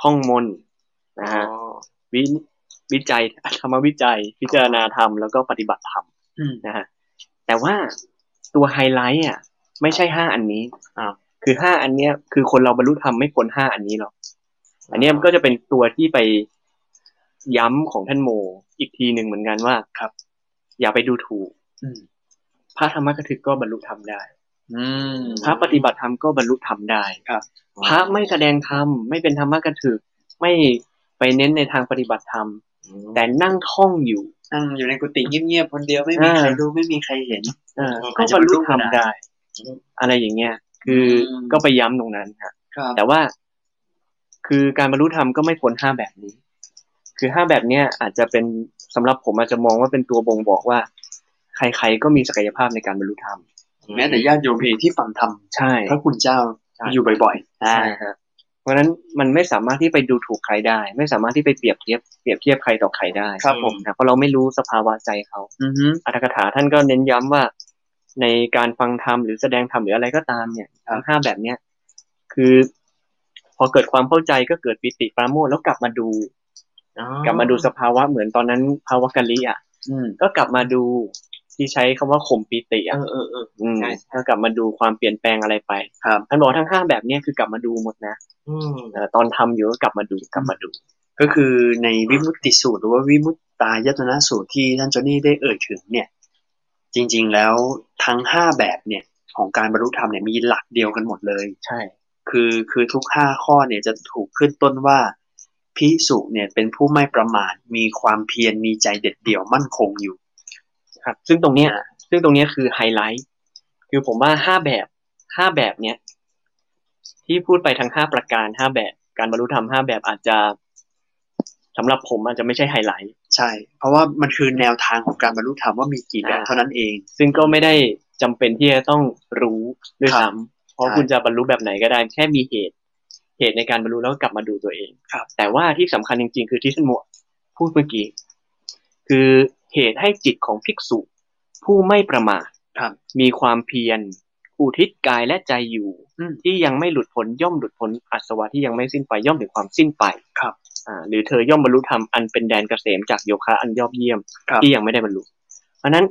Speaker 4: ท่องมนต์นะฮะ
Speaker 2: อ๋อ
Speaker 4: วิวิจัยธรรมวิจัย พิจารณาธรรมแล้วก็ปฏิบัติธรรม
Speaker 3: อืม
Speaker 4: นะฮะแต่ว่าตัวไฮไลท์อ่ะ ไม่ใช่ห้าอันนี้
Speaker 2: อ้าว
Speaker 4: คือห้าอันเนี้ยคือคนเราบรรลุธรรมไม่พ้นห้าอันนี้หรอก อันเนี้ยมันก็จะเป็นตัวที่ไปย้ำของท่านโมอีกทีหนึ่งเหมือนกันว่าครับ อย่าไปดูถูก
Speaker 3: อืม
Speaker 4: พระธรรมกถึกก็บรรลุธรรมได้
Speaker 3: อืม
Speaker 4: พระปฏิบัติธรรมก็บรรลุธรรมได้
Speaker 3: ครับ
Speaker 4: พระไม่แสดงธรรมไม่เป็นธรรมกถึก ไม่ไปเน้นในทางปฏิบัติธรรม
Speaker 2: อืม
Speaker 4: แต่นั่งท่องอยู่
Speaker 3: นั่งอยู่ในกุฏิเงียบๆคนเดียวไม่มีใครรู้ไม่มีใครเห็น
Speaker 4: เออ
Speaker 3: อาจจะ
Speaker 4: ก็บรรลุธรรม
Speaker 3: บรรลุธรรมได้
Speaker 4: ได้ อะไรอย่างเงี้ย คืออ
Speaker 3: ม
Speaker 4: ก็ไปย้ำตรงนั้นฮะ
Speaker 3: ครับ
Speaker 4: แต่ว่าคือการบรรลุธรรมก็ไม่พ้นห้าแบบนี้ คือห้าแบบเนี้ยอาจจะเป็นสำหรับผมอาจจะมองว่าเป็นตัวบ่งบอกว่า ใครๆก็มีศักยภาพในการบรรลุธรรม
Speaker 3: แม้แต่ญาติโยมเองที่ฟังธรรม
Speaker 4: ใช่
Speaker 3: พระคุณเจ้าอยู่บ่อยๆอ่า
Speaker 4: ใช่ฮะเพราะฉะนั้นมันไม่สามารถที่ไปดูถูกใครได้ ไม่สามารถที่ไปเปรียบเทียบเปรียบเทียบใครต่อใครได้
Speaker 2: ครับผม
Speaker 4: นะเพราะเราไม่รู้สภาวะใจเขา
Speaker 3: อือฮึ
Speaker 4: อัตถกถาท่านก็เน้นย้ำว่าในการฟังธรรมหรือแสดงธรรมหรืออะไรก็ตามเนี่ย
Speaker 3: ครับ
Speaker 4: ทั้งห้าแบบเนี้ยคือ พอเกิดความเข้าใจก็เกิดปิติปราโมทย์แล้วกลับมาดู
Speaker 2: อ๋อก
Speaker 4: ลับมาดูสภาวะเหมือนตอนนั้นภาวะกะลิอ่ะ
Speaker 3: อืม
Speaker 4: ก็กลับมาดูที่ใช้คำว่าข่มปิติ
Speaker 2: เอ
Speaker 4: อ่ะ
Speaker 2: อเออเออ
Speaker 4: อืม
Speaker 2: ใช่
Speaker 4: ก็กลับมาดูความเปลี่ยนแปลงอะไรไป
Speaker 3: ครับ
Speaker 4: ท่านบอกทั้งห้าแบบเนี้ยคือกลับมาดูหมดนะ
Speaker 2: อืม
Speaker 4: เอ่อตอนทำอยู่ก็กลับมาดูกลับมาดู
Speaker 3: ก็คือในวิมุตติสูตรหรือว่าวิมุตตายตนะสูตรที่ท่านโจนี่ได้เอ่ยถึงเนี่ย จริงๆแล้วทั้งห้าแบบเนี่ยของการบรรลุธรรมเนี่ยมีหลักเดียวกันหมดเลย
Speaker 4: ใช่
Speaker 3: คือคือทุกห้าข้อเนี่ยจะถูกขึ้นต้นว่าพิสุเนี่ยเป็นผู้ไม่ประมาทมีความเพียรมีใจเด็ดเดี่ยวมั่นคงอยู่
Speaker 4: ครับ ซึ่งตรงเนี้ยซึ่งตรงเนี้ยคือไฮไลท์คือผมว่าห้าแบบห้าแบบเนี้ยที่พูดไปทั้งห้าประการห้าแบบ การบรรลุธรรมห้าแบบอาจจะสำหรับผมอาจจะไม่ใช่ไฮไลท์
Speaker 3: ใช่ เพราะว่ามันคือแนวทางของการบรรลุธรรมว่ามีกี่แบบ
Speaker 4: อ่า
Speaker 3: เท่านั้นเอง
Speaker 4: ซึ่งก็ไม่ได้จำเป็นที่จะต้องรู้ด้วยซ้ำเพราะ
Speaker 3: ใช่
Speaker 4: คุณจะบรรลุแบบไหนก็ได้ แค่มีเหตุ เหตุในการบรรลุแล้วก็กลับมาดูตัวเอง
Speaker 3: ครับ
Speaker 4: แต่ว่าที่สำคัญจริง ๆ คือที่ท่านหมวดพูดเมื่อกี้ คือเหตุให้จิตของภิกษุ ผู้ไม่ประมาท
Speaker 3: ครับ
Speaker 4: มีความเพียร อุทิศกายและใจอยู่
Speaker 3: อืม
Speaker 4: ที่ยังไม่หลุดพ้นย่อมหลุดพ้นอัศวะที่ยังไม่สิ้นไปย่อมถึงความสิ้นไป
Speaker 3: ครับ
Speaker 4: อ่าหรือเธอย่อมบรรลุธรรมอันเป็นแดนเกษมจากโยคะอันยอดเยี่ยม
Speaker 3: ครับ
Speaker 4: ที่ยังไม่ได้บรรลุเพราะฉะนั้น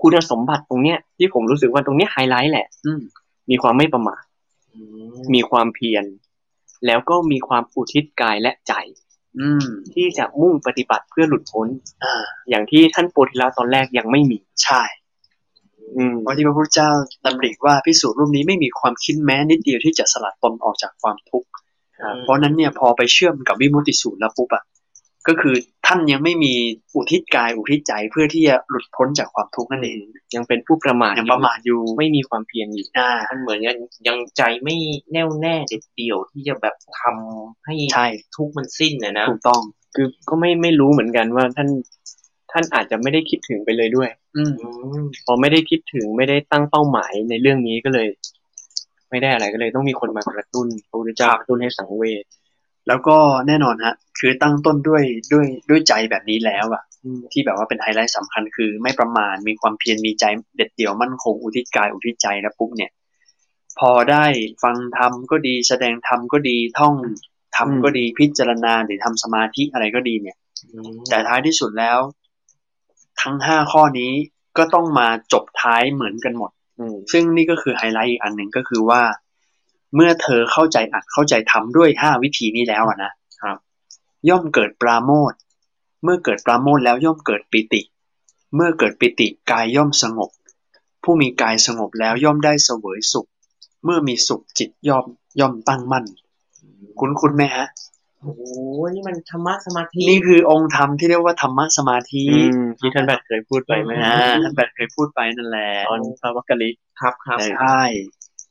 Speaker 4: คุณสมบัติตรงเนี้ยที่ผมรู้สึกว่าตรงเนี้ยไฮไลท์แหละ
Speaker 3: อืม
Speaker 4: มีความไม่ประมาท
Speaker 3: อืม
Speaker 4: มีความเพียรแล้วก็มีความอุทิศกายและใจ
Speaker 3: อืม
Speaker 4: ที่จะมุ่งปฏิบัติเพื่อหลุดพ้น
Speaker 3: อ่า
Speaker 4: อย่างที่ท่านโพธิละตอนแรกยังไม่มี
Speaker 3: ใช่
Speaker 4: อืม
Speaker 3: เพราะที่พระพุทธเจ้าตำริว่าพิสูจน์รูปนี้ไม่มีความคิดแม้นิดเดียวที่จะสลัดตนออกจากความทุกข์
Speaker 2: ครับ
Speaker 3: เพราะนั้นเนี่ยพอไปเชื่อมกับวิมุตติสูตรแล้วปุ๊บอะก็คือท่านยังไม่มีอุทิศกายอุทิศใจเพื่อที่จะหลุดพ้นจากความทุกข์นั่นเอง
Speaker 4: ยังเป็นผู้ประมาท
Speaker 3: ยังประมาทอยู่
Speaker 4: ไม่มีความเพียรอยู่
Speaker 3: อ่า
Speaker 2: มันเหมือนยังยังใจไม่แน่วแน่เด็ดเดี่ยวที่จะแบบทำให้
Speaker 3: ใช่
Speaker 2: ทุกข์มันสิ้นนะนะ
Speaker 3: ถูกต้อง
Speaker 4: คือก็ไม่ไม่รู้เหมือนกันว่าท่านท่านอาจจะไม่ได้คิดถึงไปเลยด้วย
Speaker 3: อืม
Speaker 2: อืม
Speaker 4: พอไม่ได้คิดถึงไม่ได้ตั้งเป้าหมายในเรื่องนี้ก็เลย ไม่ได้อะไรก็เลยต้องมีคนมากระตุ้นพระพุทธเจ้ากระตุ้นให้สังเวช
Speaker 3: แล้วก็แน่นอนฮะคือตั้งต้นด้วยด้วยด้วยใจแบบนี้แล้วอะที่แบบว่าเป็นไฮไลท์สำคัญคือไม่ประมาทมีความเพียรมีใจเด็ดเดี่ยวมั่นคงอุทิศกายอุทิศใจแล้วปุ๊บเนี่ย พอได้ฟังธรรมก็ดีแสดงธรรมก็ดีท่องธรรมก็ดีพิจารณาหรือทำสมาธิอะไรก็ดีเนี่ย แต่ท้ายที่สุดแล้ว ทั้งห้าข้อนี้ก็ต้องมาจบท้ายเหมือนกันหมด
Speaker 4: อืม
Speaker 3: ซึ่งนี่ก็คือไฮไลท์อีกอันหนึ่งก็คือว่า เมื่อเธอเข้าใจอัดเข้าใจทำด้วยห้าวิธีนี้แล้วอะนะครับ ย่อมเกิดปราโมทย์เมื่อเกิดปราโมทย์แล้วย่อมเกิดปิติ เมื่อเกิดปิติกายย่อมสงบ ผู้มีกายสงบแล้วย่อมได้เสวยสุข เมื่อมีสุขจิตย่อมย่อมตั้งมั่น คุ้นคุ้นๆไหมฮะ
Speaker 2: โอ้โหนี่มันธรรมะสมาธิ
Speaker 3: นี่คือองค์ธรรมที่เรียกว่าธรรมะสมาธิ
Speaker 4: อืมที่ท่านแบบเคยพูดไปไหม
Speaker 3: นะท่านแบทเคยพูดไปนั่นแหละ
Speaker 4: ตอนพระวักกะลิ
Speaker 2: ครับครับ
Speaker 3: ใช่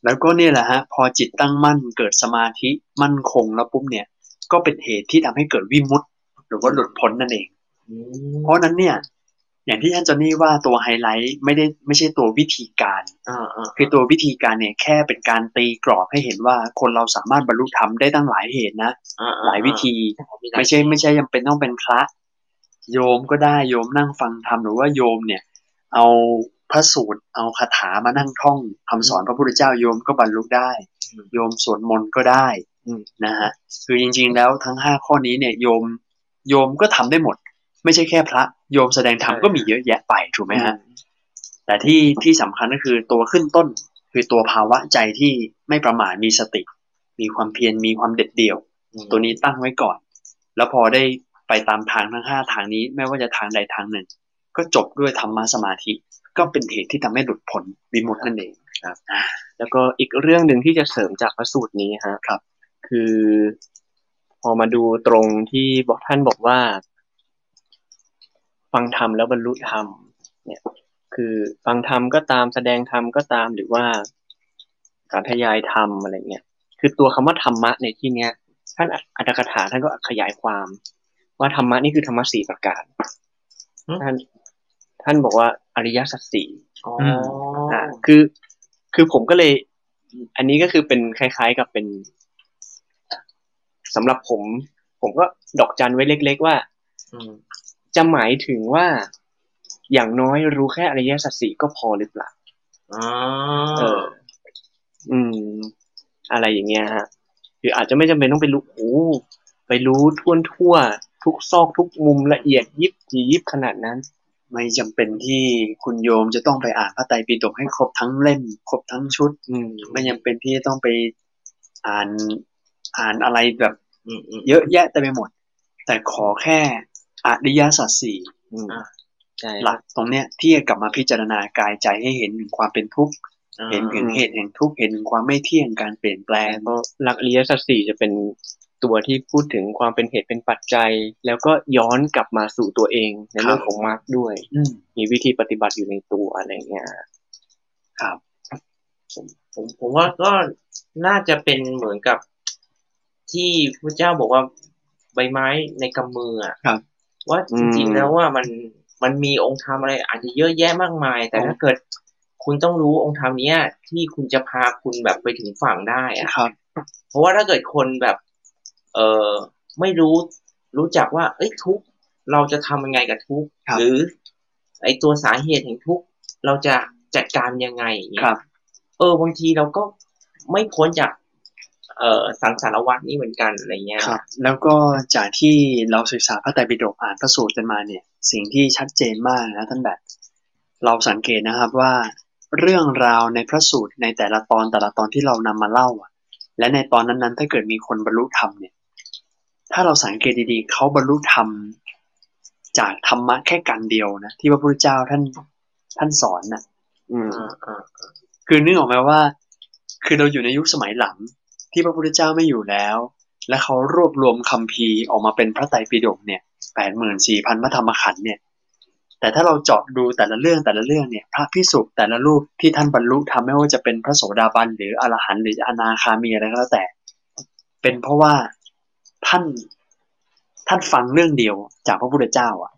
Speaker 3: แล้วก็เนี่ยแหละฮะ พอจิตตั้งมั่นเกิดสมาธิมั่นคงแล้วปุ๊บเนี่ย ก็เป็นเหตุที่ทำให้เกิดวิมุตติ หรือว่าหลุดพ้นนั่นเอง
Speaker 2: อืม
Speaker 3: เพราะฉะนั้นเนี่ย อย่างที่ท่านจอนนี่ว่าตัวไฮไลท์ไม่ได้ไม่ใช่ตัววิธีการ
Speaker 2: อ่าอ่า
Speaker 3: คือตัววิธีการเนี่ยแค่เป็นการตีกรอบให้เห็นว่าคนเราสามารถบรรลุธรรมได้ตั้งหลายเหตุนะ
Speaker 2: อ่
Speaker 3: หลายวิธี ไม่ใช่ไม่ใช่ยังเป็นต้องเป็นพระ โยมก็ได้โยมนั่งฟังธรรมหรือว่าโยมเนี่ย เอาพระสูตรเอาคาถามานั่งท่องคำสอนพระพุทธเจ้าโยมก็บรรลุได้ โยมสวดมนต์ก็ได้
Speaker 4: อืม
Speaker 3: นะฮะคือจริง ๆ แล้วทั้งห้าข้อนี้เนี่ยโยมโยมก็ทำได้หมด ไม่ใช่แค่พระโยมแสดงธรรมก็มีเยอะแยะไปถูกไหมฮะแต่ที่ที่สำคัญก็คือตัวขึ้นต้น คือตัวภาวะใจที่ไม่ประมาทมีสติ มีความเพียรมีความเด็ดเดี่ยว ตัวนี้ตั้งไว้ก่อน แล้วพอได้ไปตามทางทั้งห้าทางนี้ ไม่ว่าจะทางใดทางหนึ่ง ก็จบด้วยธรรมะสมาธิ ก็เป็นเหตุที่ทำให้หลุดพ้นวิมุตตินั่นเองครับ
Speaker 4: แล้วก็อีกเรื่องหนึ่งที่จะเสริมจากพระสูตรนี้ฮะ
Speaker 3: ครับ
Speaker 4: คือ พอมาดูตรงที่บอกท่านบอกว่า ฟังธรรมแล้วบรรลุธรรมเนี่ย คือฟังธรรมก็ตามแสดงธรรมก็ตามหรือว่าการทยายธรรมอะไรเงี้ยคือตัวคำว่าธรรมะในที่เนี้ย ท่านอัตถกถาท่านก็ขยายความ ว่าธรรมะนี่คือธรรมะสี่ประการท่านท่านบอกว่าอริยสัจสี่
Speaker 2: อ๋ออ
Speaker 4: อ่าคือคือผมก็เลย อันนี้ก็คือเป็นคล้ายๆกับเป็นสำหรับผม ผมก็ดอกจันไว้เล็ก ๆ ว่า
Speaker 2: อืม
Speaker 4: จะหมายถึงว่าอย่างน้อยรู้แค่อริยสัจสี่ก็พอหรือเปล่า
Speaker 2: อ๋อ
Speaker 4: เออ อืม อะไรอย่างเงี้ยฮะคืออาจจะไม่จำเป็นต้องไปรู้โอ้โหไปรู้ท่วนทั่วๆทุกซอกทุกมุมละเอียดยิบถี่ยิบขนาดนั้น
Speaker 3: ไม่จำเป็นที่คุณโยมจะต้องไปอ่านพระไตรปิฎกให้ครบทั้งเล่ม ครบทั้งชุด
Speaker 4: อืม
Speaker 3: ไม่จำเป็นที่จะต้องไปอ่านอ่านอะไรแบบ
Speaker 2: อืมอืม
Speaker 3: เยอะแยะเต็มไปหมด แต่ขอแค่อริยสัจสี่
Speaker 4: อืมใช่
Speaker 3: หลักตรงเนี้ยที่จะกลับมาพิจารณากายใจให้เห็นถึงความเป็นทุกข์
Speaker 2: อ่า
Speaker 3: เห็นถึงเหตุแห่งทุกข์เห็นถึงความไม่เที่ยงการเปลี่ยนแปลง
Speaker 4: แล้วก็หลักอริยสัจสี่จะเป็นตัวที่พูดถึงความเป็นเหตุเป็นปัจจัย แล้วก็ย้อนกลับมาสู่ตัวเองในเรื่องของมรรคด้วย
Speaker 3: อืม
Speaker 4: มีวิธีปฏิบัติอยู่ในตัวอะไรเงี้ย
Speaker 3: ครับ
Speaker 2: ผมผมว่าก็น่าจะเป็นเหมือนกับที่พระเจ้าบอกว่าใบไม้ในกำมืออะ
Speaker 3: ครับ
Speaker 2: ว่าจริง
Speaker 4: อืม
Speaker 2: ๆแล้วว่ามันมันมีองค์ธรรมอะไร อาจจะเยอะแยะมากมาย แต่ถ้าเกิดคุณต้องรู้องค์ธรรมเนี้ย ที่คุณจะพาคุณแบบไปถึงฝั่งได้อะ
Speaker 3: ครับ
Speaker 2: เพราะว่าถ้าเกิดคนแบบ เออไม่รู้รู้จักว่า เอ้ยทุกข์เราจะทำยังไงกับทุกข์
Speaker 3: ครับ
Speaker 2: หรือไอตัวสาเหตุแห่งทุกข์เราจะจัดการยังไงอย่างเงี้
Speaker 3: ค
Speaker 2: ย
Speaker 3: รับ
Speaker 2: เออบางทีเราก็ไม่พ้นจาก เอ่อสังสารวัฏนี้เหมือนกันอะไรเงี้ย
Speaker 3: ครับ แล้วก็จากที่เราศึกษาพระไตรปิฎกอ่านพระสูตรกันมาเนี่ย สิ่งที่ชัดเจนมากนะท่านแบบ เราสังเกตนะครับว่า เรื่องราวในพระสูตรในแต่ละตอนแต่ละตอนที่เรานำมาเล่าอะและในตอนนั้นๆ ถ้าเกิดมีคนบรรลุธรรมเนี่ย ถ้าเราสังเกตดีๆ เขาบรรลุธรรมจากธรรมะแค่กันเดียวนะที่พระพุทธเจ้าท่านท่านสอนน่ะ
Speaker 4: อืม
Speaker 2: อ่าอ่า
Speaker 3: คือนึกออกไหมว่า คือเราอยู่ในยุคสมัยหลัง ที่พระพุทธเจ้าไม่อยู่แล้ว และเขารวบรวมคัมภีร์ออกมาเป็นพระไตรปิฎกเนี่ยแปดหมื่นสี่พันพระธรรมขันธ์เนี่ย แต่ถ้าเราเจาะดูแต่ละเรื่องแต่ละเรื่องเนี่ย พระพิสุแต่ละรูปที่ท่านบรรลุทำไม่ว่าจะเป็นพระโสดาบันหรืออรหันต์หรืออนาคามีอะไรก็แล้วแต่ เป็นเพราะว่าท่านท่านฟังเรื่องเดียวจากพระพุทธเจ้าอ่ะ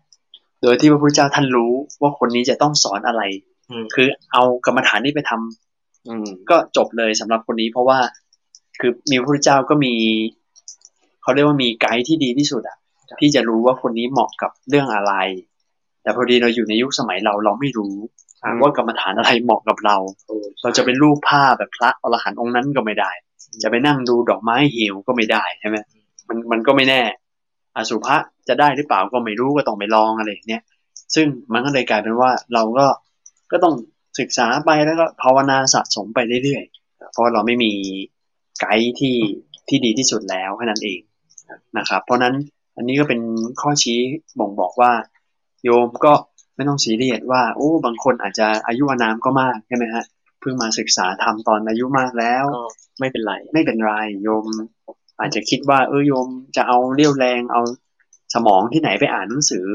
Speaker 3: โดยที่พระพุทธเจ้าท่านรู้ว่าคนนี้จะต้องสอนอะไร
Speaker 2: อืม
Speaker 3: คือเอากรรมฐานนี้ไปทำ
Speaker 4: อืม
Speaker 3: ก็จบเลยสำหรับคนนี้เพราะว่าคือมีพระพุทธเจ้าก็มี เขาเรียกว่ามีไกด์ที่ดีที่สุดอะที่จะรู้ว่าคนนี้เหมาะกับเรื่องอะไร แต่พอดีเราอยู่ในยุคสมัยเราเราไม่รู้
Speaker 4: ครับ
Speaker 3: ว่ากรรมฐานอะไรเหมาะกับเรา
Speaker 2: โอ้
Speaker 3: เราจะเป็นรูปภาพแบบพระอรหันต์องค์นั้นก็ไม่ได้ จะไปนั่งดูดอกไม้เหี่ยวก็ไม่ได้ใช่ไหมมันมันก็ไม่แน่ อสุภะจะได้หรือเปล่าก็ไม่รู้ก็ต้องไปลองอะไรอย่างเนี้ยซึ่งมันก็เลยกลายเป็นว่าเราก็ก็ต้องศึกษาไปแล้วก็ภาวนาสะสมไปเรื่อยๆเพราะเราไม่มีไกด์ที่ที่ดีที่สุดแล้วแค่นั้นเองนะครับ เพราะฉะนั้นอันนี้ก็เป็นข้อชี้บ่งบอกว่า โยมก็ไม่ต้องซีเรียสว่าโอ้บางคนอาจจะอายุอานามก็มากใช่ไหมฮะเพิ่งมาศึกษาทำตอนอายุมากแล้ว
Speaker 2: ก็ไม่เป็นไร
Speaker 3: ไม่เป็นไรโยม อาจจะคิดว่า เออโยมจะเอาเรี่ยวแรงเอาสมองที่ไหนไปอ่านหนังสือ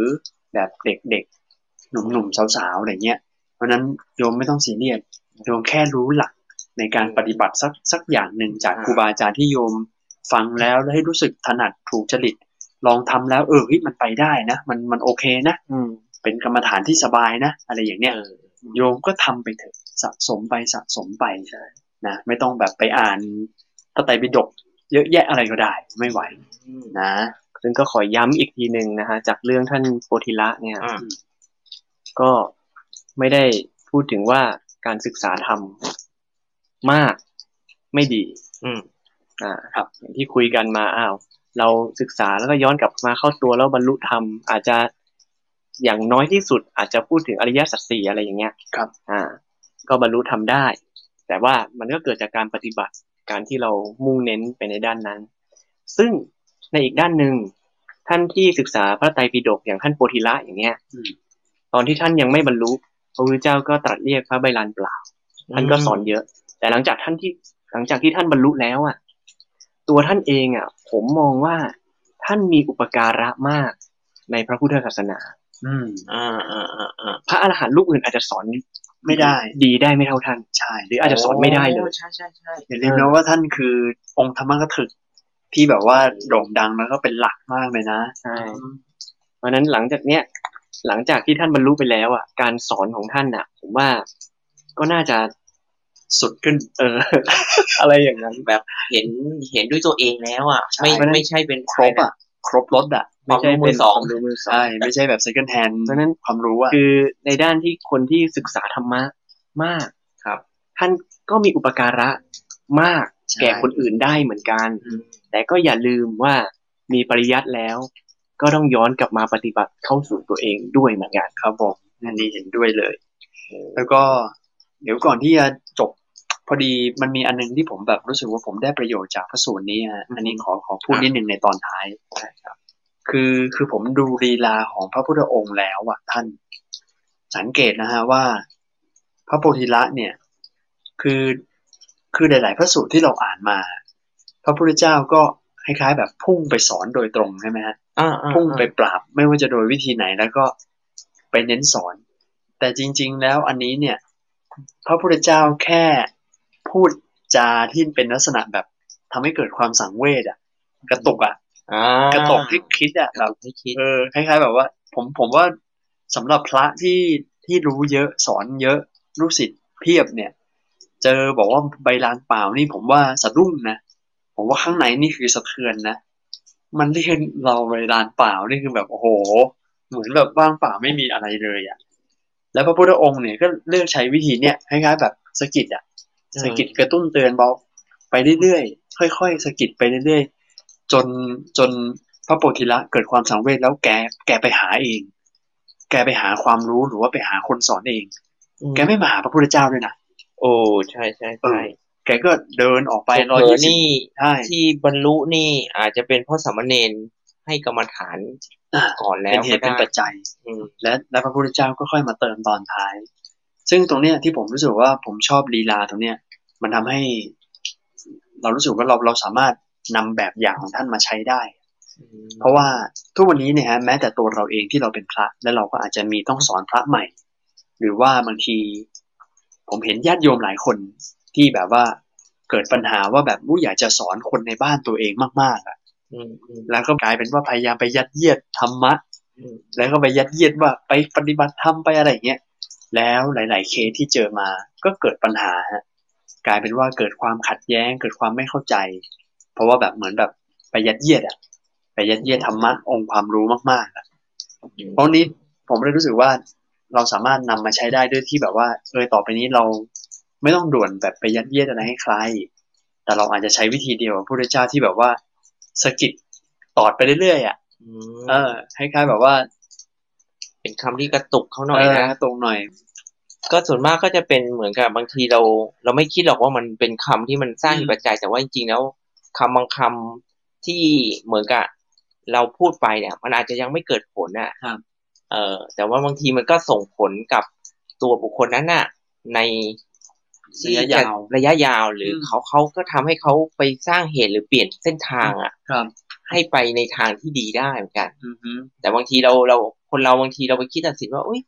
Speaker 3: แบบเด็กๆ หนุ่มๆสาวๆอะไรเงี้ยเพราะฉะนั้นโยมไม่ต้องซีเรียสโยมแค่รู้หลักในการปฏิบัติสักสักอย่างหนึ่งจากครูบาอาจารย์ที่โยมฟังแล้วแล้วให้รู้สึกถนัดถูกจริต ลองทำแล้วเออเฮ้ยมันไปได้นะ มันมันโอเคนะ
Speaker 4: อืม
Speaker 3: เป็นกรรมฐานที่สบายนะ อะไรอย่างเนี้ยโยมก็ทำไปเถอะสะสมไปสะสมไปนะไม่ต้องแบบไปอ่านพระไตรปิฎกเยอะแยะอะไรก็ได้ไม่ไหวนะ
Speaker 4: ซึ่งก็ขอย้ำอีกทีหนึ่งนะฮะจากเรื่องท่านโพธิละเนี่ย
Speaker 2: อ่า
Speaker 4: ก็ไม่ได้พูดถึงว่าการศึกษาธรรมมากไม่ดี
Speaker 2: อืม
Speaker 4: อ่าครับอย่างที่คุยกันมาอ้าวเราศึกษาแล้วก็ย้อนกลับมาเข้าตัวแล้วบรรลุธรรมอาจจะอย่างน้อยที่สุดอาจจะพูดถึงอริยสัจสี่อะไรอย่างเงี้ย
Speaker 3: ครับ
Speaker 4: อ่า ก็บรรลุธรรมได้ แต่ว่ามันก็เกิดจากการปฏิบัติการที่เรามุ่งเน้นไปในด้านนั้น ซึ่งในอีกด้านหนึ่งท่านที่ศึกษาพระไตรปิฎกอย่างท่านโพธิละอย่างเงี้ย
Speaker 2: อืม
Speaker 4: ตอนที่ท่านยังไม่บรรลุพระพุทธเจ้าก็ตรัสเรียกพระใบลานเปล่า ท่านก็สอนเยอะ แต่หลังจากท่านที่หลังจากที่ท่านบรรลุแล้วอ่ะ ตัวท่านเองอ่ะ ผมมองว่าท่านมีอุปการะมากในพระพุทธศาสนา
Speaker 3: อืม
Speaker 2: อ่าอ่าอ่าอ่า
Speaker 4: พระอรหันต์รูปอื่นอาจจะสอน
Speaker 3: ไม่ได้
Speaker 4: ดีได้ไม่เท่าท่าน
Speaker 3: ใช่
Speaker 4: หรืออาจจะสอนไม่ได้เลย
Speaker 2: โใช่ใช่ใช่
Speaker 3: อย่าลืมนะว่าท่านคือองค์ธรรมกถึกที่แบบว่าโด่งดังแล้วก็เป็นหลักมากเลยนะ
Speaker 4: ใช่ เพราะฉะนั้นหลังจากเนี้ยหลังจากที่ท่านบรรลุไปแล้วอ่ะ การสอนของท่านอ่ะ ผมว่าก็น่าจะ
Speaker 3: สุดขึ้น
Speaker 4: เออ อะไรอย่างนั้น
Speaker 2: แบบเห็นเห็นด้วยตัวเองแล้วอ่ะไม่
Speaker 3: ใช่
Speaker 2: ไม่ใช่เป็น
Speaker 3: ครบอ่ะ ครบรถอ่ะ
Speaker 2: ไม่ใช่เป็นสอง
Speaker 4: ความรู้มือสอง
Speaker 3: ใช่ไม่ใช่แบบ second hand
Speaker 4: เพราะฉะนั้น
Speaker 3: ความรู้อ่ะ
Speaker 4: *laughs* คือในด้านที่คนที่ศึกษาธรรมะมาก
Speaker 2: ครับ
Speaker 4: ท่านก็มีอุปการะมากแก่คนอื่นได้เหมือนกัน
Speaker 2: อืม
Speaker 4: แต่ก็อย่าลืมว่ามีปริยัติแล้ว ก็ต้องย้อนกลับมาปฏิบัติเข้าสู่ตัวเองด้วยเหมือนกัน
Speaker 3: ครับผมอันนี้เห็นด้วยเลย แล้วก็เดี๋ยวก่อนที่จะจบพอดีมันมีอันนึงที่ผมแบบรู้สึกว่าผมได้ประโยชน์จากพระสูตรนี้ฮะอันนี้ขอขอพูดนิดหนึ่งในตอนท้ายคือคือผมดูลีลาของพระพุทธองค์แล้วอะท่าน สังเกตนะฮะว่า พระโพธิละเนี่ย คือคือหลาย ๆ พระสูตรที่เราอ่านมา พระพุทธเจ้าก็คล้ายๆ แบบพุ่งไปสอนโดยตรงใช่ไหมฮะ
Speaker 2: อ่าอ่า
Speaker 3: พุ่งไปปราบไม่ว่าจะโดยวิธีไหนแล้วก็ไปเน้นสอน แต่จริง ๆ แล้วอันนี้เนี่ย พระพุทธเจ้าแค่พูดจาที่เป็นลักษณะแบบทำให้เกิดความสังเวชอะกระตุกอะ
Speaker 2: อ่าก ก
Speaker 3: ระตุกให้คิดอะแบบ
Speaker 2: ให้คิด
Speaker 3: เออคล้ายๆ แบบว่า ผมผมว่าสำหรับพระที่ที่รู้เยอะสอนเยอะลูกศิษย์เพียบเนี่ย เจอบอกว่าใบลานเปล่านี่ผมว่าสะดุ้งนะผมว่าข้างในนี่คือสะเทือนนะ มันเรียนเราไปลานเปล่านี่คือแบบโอ้โห เหมือนแบบว่างเปล่าไม่มีอะไรเลยอะ่ะ แล้วพระพุทธองค์เนี่ยก็เลือกใช้วิธีเนี่ยคล้ายๆแบบสะกิดอะ่ะ สะกิดกระตุ้นเตือนเบาไปเรื่อยๆค่อยๆสะกิดไปเรื่อยๆจนจนพระโพธิละเกิดความสังเวชแล้วแกแกไปหาเอง แกไปหาความรู้หรือว่าไปหาคนสอนเอง แกไม่มาหาพระพุทธเจ้าด้วยนะ
Speaker 2: โอ้ใช่ใช่ใช่
Speaker 3: แกก็เดินออกไปร้อย
Speaker 2: เผล
Speaker 3: ยี่สิ
Speaker 2: อ
Speaker 3: บ
Speaker 2: นี่
Speaker 3: ใช่
Speaker 2: ที่บรรลุนี่อาจจะเป็นเพราะสามเณรให้กรรมฐาน
Speaker 3: อ่ะ
Speaker 2: ก่อนแล้
Speaker 3: เป็น
Speaker 2: ว
Speaker 3: เห
Speaker 2: ก็
Speaker 3: ตุเป็น
Speaker 2: ได้
Speaker 3: ปัจจัย
Speaker 2: อืม
Speaker 3: และและพระพุทธเจ้าก็ค่อยมาเติมตอนท้าย ซึ่งตรงเนี้ยที่ผมรู้สึกว่าผมชอบลีลาตรงเนี้ย มันทำให้ เรารู้สึกว่าเราเราสามารถนำแบบอย่างของท่านมาใช้ได้ เพราะว่าทุกวันนี้เนี่ยฮะแม้แต่ตัวเราเองที่เราเป็นพระ และเราก็อาจจะมีต้องสอนพระใหม่ หรือว่าบางที ผมเห็นญาติโยมหลายคนที่แบบว่าเกิดปัญหาว่าแบบอู้อยากจะสอนคนในบ้านตัวเองมากๆอะ
Speaker 2: อืมอืม
Speaker 3: แล้วก็กลายเป็นว่าพยายามไปยัดเยียดธรรมะ
Speaker 2: อืม
Speaker 3: แล้วก็ไปยัดเยียดว่าไปปฏิบัติธรรมไปอะไรอย่างเงี้ย แล้วหลาย ๆ เคสที่เจอมาก็เกิดปัญหาฮะกลายเป็นว่าเกิดความขัดแย้ง เกิดความไม่เข้าใจ เพราะว่าแบบเหมือนแบบไปยัดเยียดอะไปยัดเยียดธรรมะองค์ความรู้มากๆอะเพราะนี้ผมเลยรู้สึกว่าเราสามารถนำมาใช้ได้ด้วยที่แบบว่าเออต่อไปนี้เราไม่ต้องด่วนแบบไปยัดเยียดอะไรให้ใคร แต่เราอาจจะใช้วิธีเดียวกับพระพุทธเจ้าที่แบบว่าสะกิดตอดไปเรื่อยๆอะ
Speaker 2: อืม
Speaker 3: เออให้คล้ายๆแบบว่า
Speaker 2: เป็นคำที่กระตุกเขาหน่อยนะ
Speaker 3: เตรงหน่อย
Speaker 2: ก็ส่วนมากก็จะเป็นเหมือนกับบางทีเรา เราไม่คิดหรอกว่ามันเป็นคำที่มันสร้างเหตุปัจจัยแต่ว่าจริงๆแล้วคำบางคำที่เหมือนกับเราพูดไปเนี่ย มันอาจจะยังไม่เกิดผลน่ะ
Speaker 3: ครับ
Speaker 2: เออแต่ว่าบางทีมันก็ส่งผลกับตัวบุคคลนั้นน่ะ ใน
Speaker 3: ระยะยาว
Speaker 2: ระยะยาวหรืออ
Speaker 3: ม
Speaker 2: เขาเขาก็ทำให้เขาไปสร้างเหตุหรือเปลี่ยนเส้นทางอ่ะ
Speaker 3: ครับ
Speaker 2: ให้ไปในทางที่ดีได้เหมือนกัน
Speaker 3: อือฮึ
Speaker 2: แต่บางทีเราเราคนเราบางทีเราไปคิดตัดสินว่าอุ้ย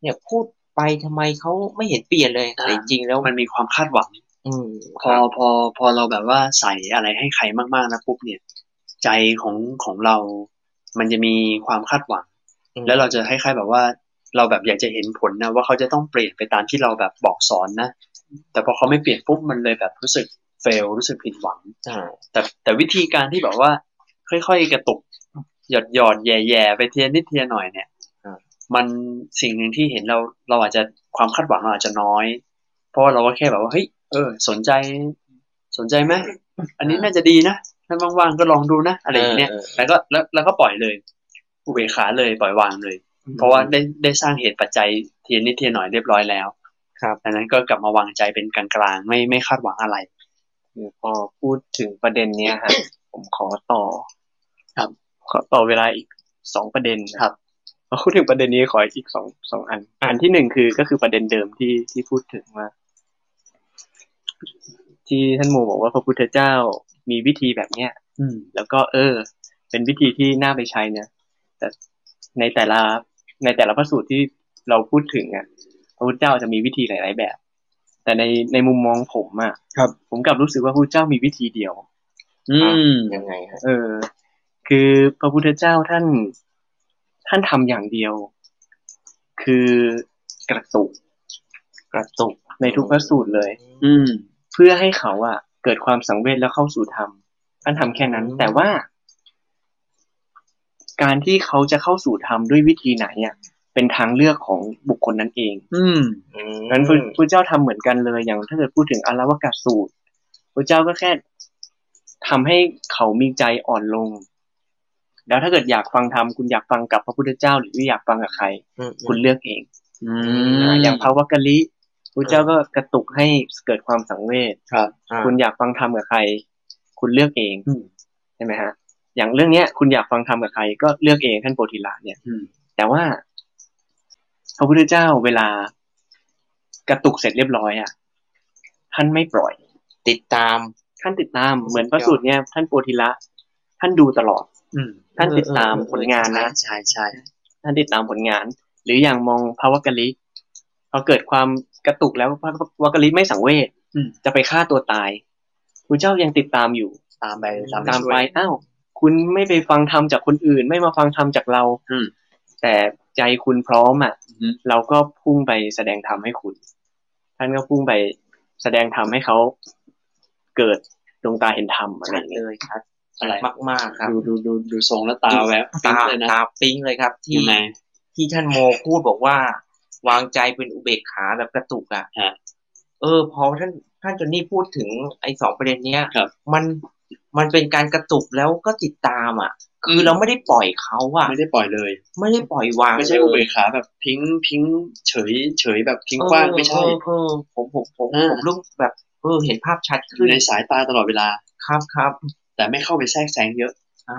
Speaker 2: เนี่ยพูดไปทำไมเขาไม่เห็นเปลี่ยนเลยแต่จริงๆแล้ว
Speaker 3: มันมีความคาดหวัง
Speaker 2: อืม
Speaker 3: พอพอพอเราแบบว่าใส่อะไรให้ใครมากๆนะปุ๊บเนี่ย ใจของของเรา มันจะมีความคาดหวัง
Speaker 2: อืม
Speaker 3: แล้วเราจะคล้ายๆแบบว่า เราแบบอยากจะเห็นผลนะว่าเขาจะต้องเปลี่ยนไปตามที่เราแบบบอกสอนนะ แต่พอเขาไม่เปลี่ยนปุ๊บมันเลยแบบรู้สึกเฟลรู้สึกผิดหวัง
Speaker 2: อ่า
Speaker 3: แต่แต่วิธีการที่แบบว่า ค่อยๆกระตุก หยอดหยอดๆแย่ๆไปเทียนิดเทียหน่อยเนี่ยมันสิ่งหนึ่งที่เห็นเราเราอาจจะความคาดหวังเราอาจจะน้อย เพราะว่าเราก็แค่แบบว่าเฮ้ยเออ สนใจ สนใจไหมอันนี้น่าจะดีนะถ้าว่างๆก็ลองดูนะอะไรอย่างเงี้ย
Speaker 2: ออ
Speaker 3: แล้วก็แล้วแล้วก็ปล่อยเลยอุเบกขาเลยปล่อยวางเลย
Speaker 2: ออ
Speaker 3: เพราะว่าได้ได้สร้างเหตุปัจจัยเทียนนิดเทียนหน่อยเรียบร้อยแล้ว
Speaker 2: ครับ
Speaker 3: ดังนั้นก็กลับมาวางใจเป็นกลางๆไม่ไม่คาดหวังอะไร
Speaker 4: พอพูดถึงประเด็นเนี้ยฮะ ผมขอต่อ
Speaker 3: ครับ
Speaker 4: ขอต่อเวลาอีกสองประเด็นนะครับ พอพูดถึงประเด็นนี้ขออีกสองสองอัน อันที่หนึ่งคือก็คือประเด็นเดิมที่ที่พูดถึงว่าที่ท่านหมูบอกว่าพระพุทธเจ้ามีวิธีแบบเนี้ย
Speaker 3: อืม
Speaker 4: แล้วก็เออ เป็นวิธีที่น่าไปใช้นะแต่ในแต่ละในแต่ละพระสูตรที่เราพูดถึงอ่ะพระพุทธเจ้าจะมีวิธีหลาย ๆ แบบ แต่ในในมุมมองผมอ่ะ
Speaker 3: ครับ
Speaker 4: ผมกลับรู้สึกว่าพระพุทธเจ้ามีวิธีเดียว
Speaker 3: อืม
Speaker 2: ยังไงฮะ
Speaker 4: เออ คือพระพุทธเจ้าท่าน ท่านทำอย่างเดียว คือกระตุก
Speaker 2: กระตุก
Speaker 4: ในทุกพระสูตรเลย
Speaker 3: อืม
Speaker 4: เพื่อให้เขาอะเกิดความสังเวชแล้วเข้าสู่ธรรมท่านทำแค่นั้น แต่ว่า การที่เขาจะเข้าสู่ธรรมด้วยวิธีไหนอะเป็นทางเลือกของบุคคลนั้นเอง
Speaker 3: อืม
Speaker 2: อืม
Speaker 4: นั้นพระพุทธเจ้าทำเหมือนกันเลย อย่างถ้าเกิดพูดถึงอารวากาสูตรพระเจ้าก็แค่ทำให้เขามีใจอ่อนลง แล้วถ้าเกิดอยากฟังธรรมคุณอยากฟังกับพระพุทธเจ้า หรืออยากฟังกับใคร
Speaker 2: อืมอืม
Speaker 4: คุณเลือกเอง
Speaker 3: อื
Speaker 2: ม
Speaker 4: อ่าอย่างพระวักกะลิพระเจ้าก็กระตุกให้เกิดความสังเวช
Speaker 3: ครับ
Speaker 2: อ่า
Speaker 4: คุณอยากฟังธรรมกับใคร คุณเลือกเอง
Speaker 3: อืม
Speaker 4: ใช่ไหมฮะ อย่างเรื่องเนี้ย คุณอยากฟังธรรมกับใคร ก็เลือกเองท่านโพธิละเนี่ย
Speaker 3: อืม
Speaker 4: แต่ว่าพระพุทธเจ้าเวลากระตุกเสร็จเรียบร้อยอ่ะท่านไม่ปล่อย
Speaker 2: ติดตาม
Speaker 4: ท่านติดตามเหมือนพระสูตรเนี่ยท่านโพธิละท่านดูตลอด
Speaker 3: อืม
Speaker 4: ท่านติดตามผลงานนะ
Speaker 3: ใช่ใช่
Speaker 4: ท่านติดตามผลงาน หรืออย่างมองพระวักกะลิพอเกิดความกระตุกแล้วพระวักกะลิไม่สังเวช
Speaker 3: อืม
Speaker 4: จะไปฆ่าตัวตายพระเจ้ายังติดตามอยู่
Speaker 3: ตามไปตาม
Speaker 4: ตาม
Speaker 3: ช่วย
Speaker 4: ไปอ้าวคุณไม่ไปฟังธรรมจากคนอื่น ไม่มาฟังธรรมจากเรา
Speaker 3: อืม
Speaker 4: แต่ใจคุณพร้อมอ่ะ
Speaker 3: อือฮึ
Speaker 4: เราก็พุ่งไปแสดงธรรมให้คุณ ท่านก็พุ่งไปแสดงธรรมให้เขาเกิดดวงตาเห็นธรรมอะไรอย่างเงี้ย
Speaker 2: เลยครับ
Speaker 3: อะไร
Speaker 2: มากๆครับ
Speaker 3: ดูดูดูดูทรงแล้วตาแวบ
Speaker 2: ตา
Speaker 3: เลยนะ
Speaker 2: ตาปิ๊งเลยครับ ที่
Speaker 3: ยังไง
Speaker 2: ที่ท่านโมพูดบอกว่า วางใจเป็นอุเบกขาแบบกระตุกอะ่ะ
Speaker 3: ฮะ
Speaker 2: เออพอท่าน ท่านจนนี่พูดถึงไอ้สองประเด็นเนี้ย
Speaker 3: ครับ
Speaker 2: มันมันเป็นการกระตุกแล้วก็ติดตามอ่ะ คือเราไม่ได้ปล่อยเขาอ่ะ
Speaker 3: ไม่ได้ปล่อยเลย
Speaker 2: ไม่ได้ปล่อยวาง
Speaker 3: ไม่ใช่อุเบกขาแบบทิ้งทิ้งเฉยเฉยแบบทิ้งกว้างไม่ใช่
Speaker 2: เออเออผมผมผม
Speaker 3: อ่า
Speaker 2: ผมรู้แบบเออเห็นภาพชัด
Speaker 3: อ
Speaker 2: ขึ้
Speaker 3: ยู่
Speaker 2: น
Speaker 3: ในสายตาตลอดเวลา
Speaker 2: ครับครับ
Speaker 3: แต่ไม่เข้าไปแทรกแซงเยอะ
Speaker 2: อ่า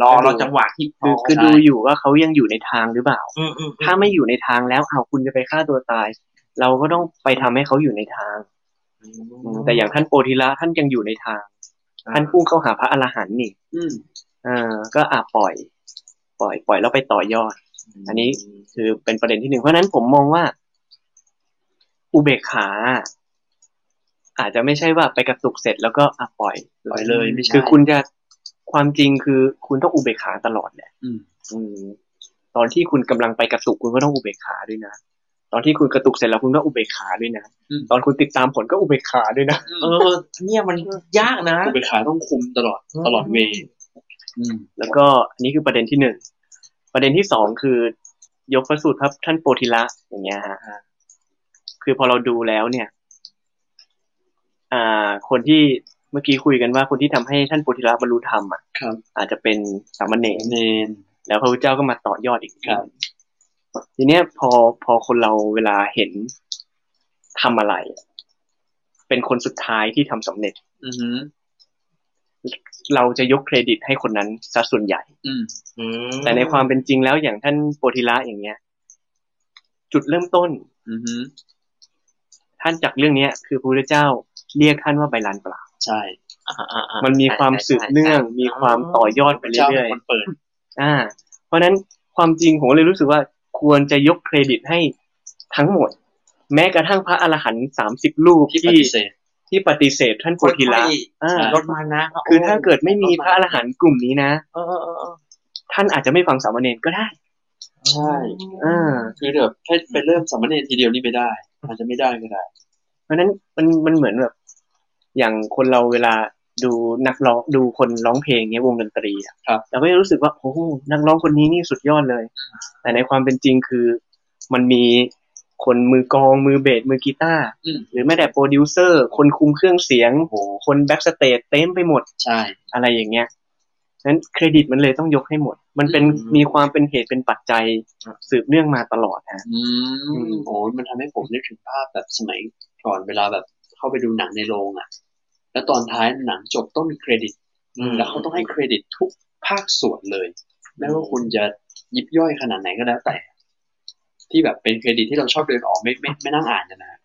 Speaker 2: รอรอจังหวะที่พ
Speaker 4: คื
Speaker 2: ร้
Speaker 4: อ
Speaker 2: อม
Speaker 4: คือ
Speaker 3: ใช่
Speaker 4: ดูอยู่ว่าเขายังอยู่ในทางหรือเปล่า
Speaker 2: อืมอืมอืม
Speaker 4: ถ้าไม่อยู่ในทางแล้วเอาคุณจะไปฆ่าตัวตาย เราก็ต้องไปทำให้เขาอยู่ในทางอืมแต่อย่างท่านโปธิละท่านยังอยู่ในทาง ท่านพุ่งเข้าหาพระอรหันต์นี่
Speaker 3: อืม
Speaker 4: เออก็อ่ะปล่อย ปล่อยปล่อยแล้วไปต่อยอด อันนี้ คือเป็นประเด็นที่หนึ่งเพราะฉะนั้นผมมองว่า อุเบกขา อาจจะไม่ใช่ว่าไปกระตุกเสร็จแล้วก็อ่ะปล่อย
Speaker 3: ปล่อยเลยไม่ใช่
Speaker 4: คือคุณจะความจริงคือคุณต้องอุเบกขาตลอดแหละ
Speaker 3: อืม
Speaker 4: อืมตอนที่คุณกำลังไปกระตุกคุณก็ต้องอุเบกขาด้วยนะ ตอนที่คุณกระตุกเสร็จแล้วคุณก็อุเบกขาด้วยนะ
Speaker 3: อืม
Speaker 4: ตอนคุณติดตามผลก็อุเบกขาด้วยนะ
Speaker 2: เออเนี่ยมันยากนะ
Speaker 3: อุเบกขาต้องคุมตลอดตลอดเวย์อืม
Speaker 4: แล้วก็อันนี้คือประเด็นที่หนึ่ง ประเด็นที่สองคือยกพระสูตรพระท่านโปธิละอย่างเงี้ยฮะ คือพอเราดูแล้วเนี่ย อ่า คนที่เมื่อกี้คุยกันว่าคนที่ทำให้ท่านโปธิละบรรลุธรรมอ่ะ
Speaker 3: ครับ
Speaker 4: อาจจะเป็นสามเณร
Speaker 3: เนน
Speaker 4: แล้วพระพุทธเจ้าก็มาต่อยอดอีก
Speaker 3: ครับ
Speaker 4: ทีเนี้ยพอพอคนเราเวลาเห็นทำอะไร เป็นคนสุดท้ายที่ทำสำเร็จ
Speaker 3: อือหือ
Speaker 4: เราจะยกเครดิตให้คนนั้นซะส่วนใหญ่
Speaker 3: อืม
Speaker 2: อืม
Speaker 4: แต่ในความเป็นจริงแล้วอย่างท่านโปธิละอย่างเงี้ย จุดเริ่มต้น
Speaker 3: อือหือ
Speaker 4: ท่านจากเรื่องเนี้ย คือพระพุทธเจ้าเรียกท่านว่าใบลานเปล่า
Speaker 3: ใช่
Speaker 2: อ่าอ่าอ่า
Speaker 4: มันมีความสืบเนื่อง
Speaker 2: ใช่ใช่
Speaker 4: มีความต่อยอดไป
Speaker 3: เจ้า
Speaker 4: เรื่อน ย
Speaker 3: เป็คนเปิด
Speaker 4: ๆอ่า เพราะฉะนั้นความจริงผมเลยรู้สึกว่าควรจะยกเครดิตให้ทั้งหมด แม้กระทั่งพระอรหันต์สามสิบรูป
Speaker 3: ที่ป
Speaker 4: ที่
Speaker 3: ฏิเสธ
Speaker 4: ที่ปฏิเสธท่านโพ
Speaker 2: ค่อยๆ
Speaker 4: ธิละอ่า
Speaker 3: ใช่
Speaker 2: ลดมานะ
Speaker 4: คือถ้าเกิดไม่มีพระอรหันต์กลุ่มนี้นะ
Speaker 2: เออเออเออเออ
Speaker 4: ท่านอาจจะไม่ฟังสามเณรก็ได้
Speaker 3: ใช่
Speaker 4: อ่า
Speaker 3: คือแบบแค่ไปเริ่มสามเณรทีเดียวนี่ไม่ได้ อาจจะไม่ได้ก็ได้
Speaker 4: เพราะฉะนั้นมันมันเหมือนแบบ อย่างคนเราเวลาดูนักร้องดูคนร้องเพลงเงี้ยวงดนตรีอะ
Speaker 3: ครับ
Speaker 4: เราก็จะรู้สึกว่าโอ้โหนักร้องคนนี้นี่สุดยอดเลย แต่ในความเป็นจริงคือ มันมีคนมือกลองมือเบสมือกีตาร์
Speaker 3: อืม
Speaker 4: หรือแม้แต่โปรดิวเซอร์ คนคุมเครื่องเสียง
Speaker 3: โอ้โห
Speaker 4: คนแบ็กสเตจเต็มไปหมด
Speaker 3: ใช่
Speaker 4: อะไรอย่างเงี้ยนั้นเครดิตมันเลยต้องยกให้หมด มันเป็น
Speaker 3: อืม
Speaker 4: มีความเป็นเหตุเป็นปัจจัยสืบเนื่องมาตลอดฮะ
Speaker 3: อืมโอ้ยมันทำให้ผมนึกถึงภาพแบบสมัยก่อนเวลาแบบเข้าไปดูหนังในโรงอ่ะ แล้วตอนท้ายหนังจบต้องมีเครดิต
Speaker 2: อืม
Speaker 3: แล้วเขาต้องให้เครดิตทุกภาคส่วนเลย ไม่ว่าคุณจะยิบย่อยขนาดไหนก็แล้วแต่ ที่แบบเป็นเครดิตที่เราชอบเดินออกไม่ไม่ไม่นั่งอ่านกันนะ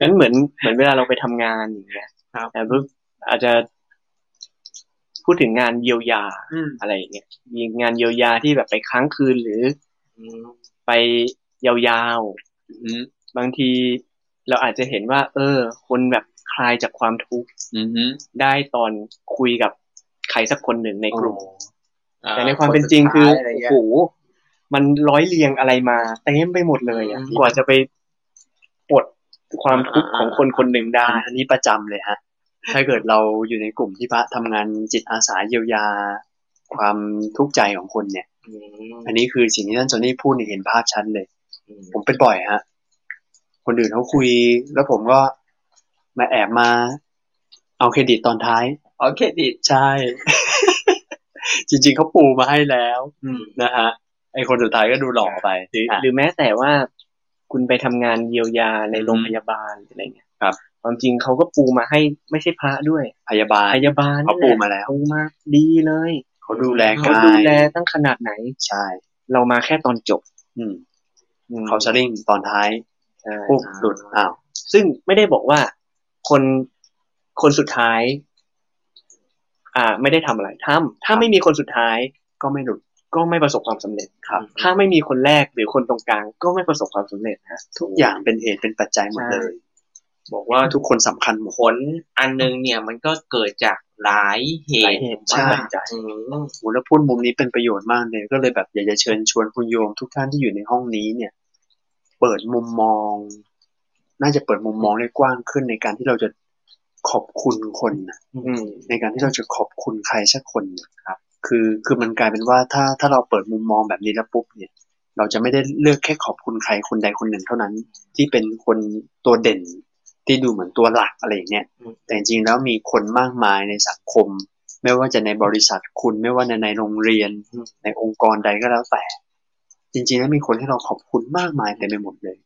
Speaker 4: นั้นเหมือนเหมือนเวลาเราไปทำงานอย่างเงี้ย
Speaker 2: ครับ
Speaker 4: แต่ว่าอาจจะพูดถึงงานเยียวยา
Speaker 3: อืม
Speaker 4: อะไรอย่างเงี้ยมีงานเยียวยาที่แบบไปค้างคืนหรือ
Speaker 2: อืม
Speaker 4: ไปยาว
Speaker 3: อืม
Speaker 4: ๆ บางทีเราอาจจะเห็นว่า เออ คนแบบคลายจากความทุกข์
Speaker 3: อืมฮึ
Speaker 4: ได้ตอนคุยกับใครสักคนหนึ่งในกลุ่ม
Speaker 3: โอ้
Speaker 4: แต่ในความเป็นจริงคือ
Speaker 2: สุดท้ายะไร
Speaker 4: โอ้
Speaker 2: เงี้ย
Speaker 4: โหมันร้อยเรียงอะไรมาเต็มไปหมดเลยอ่ะ
Speaker 2: อืม
Speaker 4: กว่าจะไปปลดความทุกข์ของคนคนหนึ่งได้
Speaker 3: อันนี้ประจำเลยฮะ ถ้าเกิดเราอยู่ในกลุ่มที่พระทำงานจิตอาสาเยียวยา ความทุกข์ใจของคนเนี่ย อันนี้คือสิ่งที่ท่านโจนี่พูดเนี่ยเห็นภาพชัดเลย ผมเป็นบ่อยฮะ คนอื่นเขาคุย แล้วผมก็มาแอบมา เอาเครดิตตอนท้าย
Speaker 2: เอาเครดิต
Speaker 3: ใช่ *laughs* จริงๆเขาปูมาให้แล้ว
Speaker 2: อืม
Speaker 3: นะฮะ ไอคนสุดท้ายก็ดูหลอกไป
Speaker 4: หรือ
Speaker 3: อ่ะ
Speaker 4: หรือแม้แต่ว่าคุณไปทำงานเยียวยาในโรงพยาบาลหรืออะไรเงี้ย
Speaker 3: ครับ
Speaker 4: ความจริงเขาก็ปูมาให้ไม่ใช่พระด้วย
Speaker 3: พยาบาล
Speaker 4: พยาบาล
Speaker 3: เขาปูมาแล้ว
Speaker 4: ปูมาดีเลย
Speaker 3: เขาดูแล
Speaker 4: เขา
Speaker 3: กาย
Speaker 4: ดูแลตั้งขนาดไหน
Speaker 3: ใช่
Speaker 4: เรามาแค่ตอนจบ
Speaker 3: อืม
Speaker 4: อืม
Speaker 3: เขาชริ่งตอนท้าย
Speaker 4: ใช่
Speaker 3: ปุ๊บหลุดอ้าว
Speaker 4: ซึ่งไม่ได้บอกว่าคนคนสุดท้าย อ่า ไม่ได้ทำอะไรถ้ำถ้าไม่มีคนสุดท้าย
Speaker 3: ก็ไม่หลุด
Speaker 4: ก็ไม่ประสบความสำเร็จ
Speaker 3: ครับ
Speaker 4: ถ้าไม่มีคนแรกหรือคนตรงกลาง ก็ไม่ประสบความสำเร็จฮะ
Speaker 3: ทุกอย่างเป็นเหตุเป็นปัจจัยหมดเลย
Speaker 2: บอกว่า
Speaker 3: ทุกคนสำคัญหมด
Speaker 2: ผลอันหนึงเนี่ยมันก็เกิดจากหลายเห
Speaker 4: หลาย
Speaker 2: ตุ
Speaker 4: เหตุ
Speaker 2: มาก
Speaker 4: ใช่
Speaker 2: อืม
Speaker 3: โอ้โหแล้วพูดมุมนี้เป็นประโยชน์มากเลย ก็เลยแบบอยากจะเชิญชวนคุณโยมทุกท่านที่อยู่ในห้องนี้เนี่ย เปิดมุมมอง น่าจะเปิดมุมมองได้กว้างขึ้นในการที่เราจะขอบคุณคนนะ
Speaker 4: อืม
Speaker 3: ในการที่เราจะขอบคุณใครสักคนนะครับ คือคือมันกลายเป็นว่าถ้าถ้าเราเปิดมุมมองแบบนี้แล้วปุ๊บเนี่ย เราจะไม่ได้เลือกแค่ขอบคุณใครคนใดคนหนึ่งเท่านั้น ที่เป็นคนตัวเด่น ที่ดูเหมือนตัวหลักอะไรอย่างเงี้ยแต่จริงๆแล้วมีคนมากมายในสังคม ไม่ว่าจะในบริษัทคุณไม่ว่าในในโรงเรียนในองค์กรใดก็แล้วแต่ จริงๆแล้วมีคนที่เราขอบคุณมากมายเต็มไปหมดเลย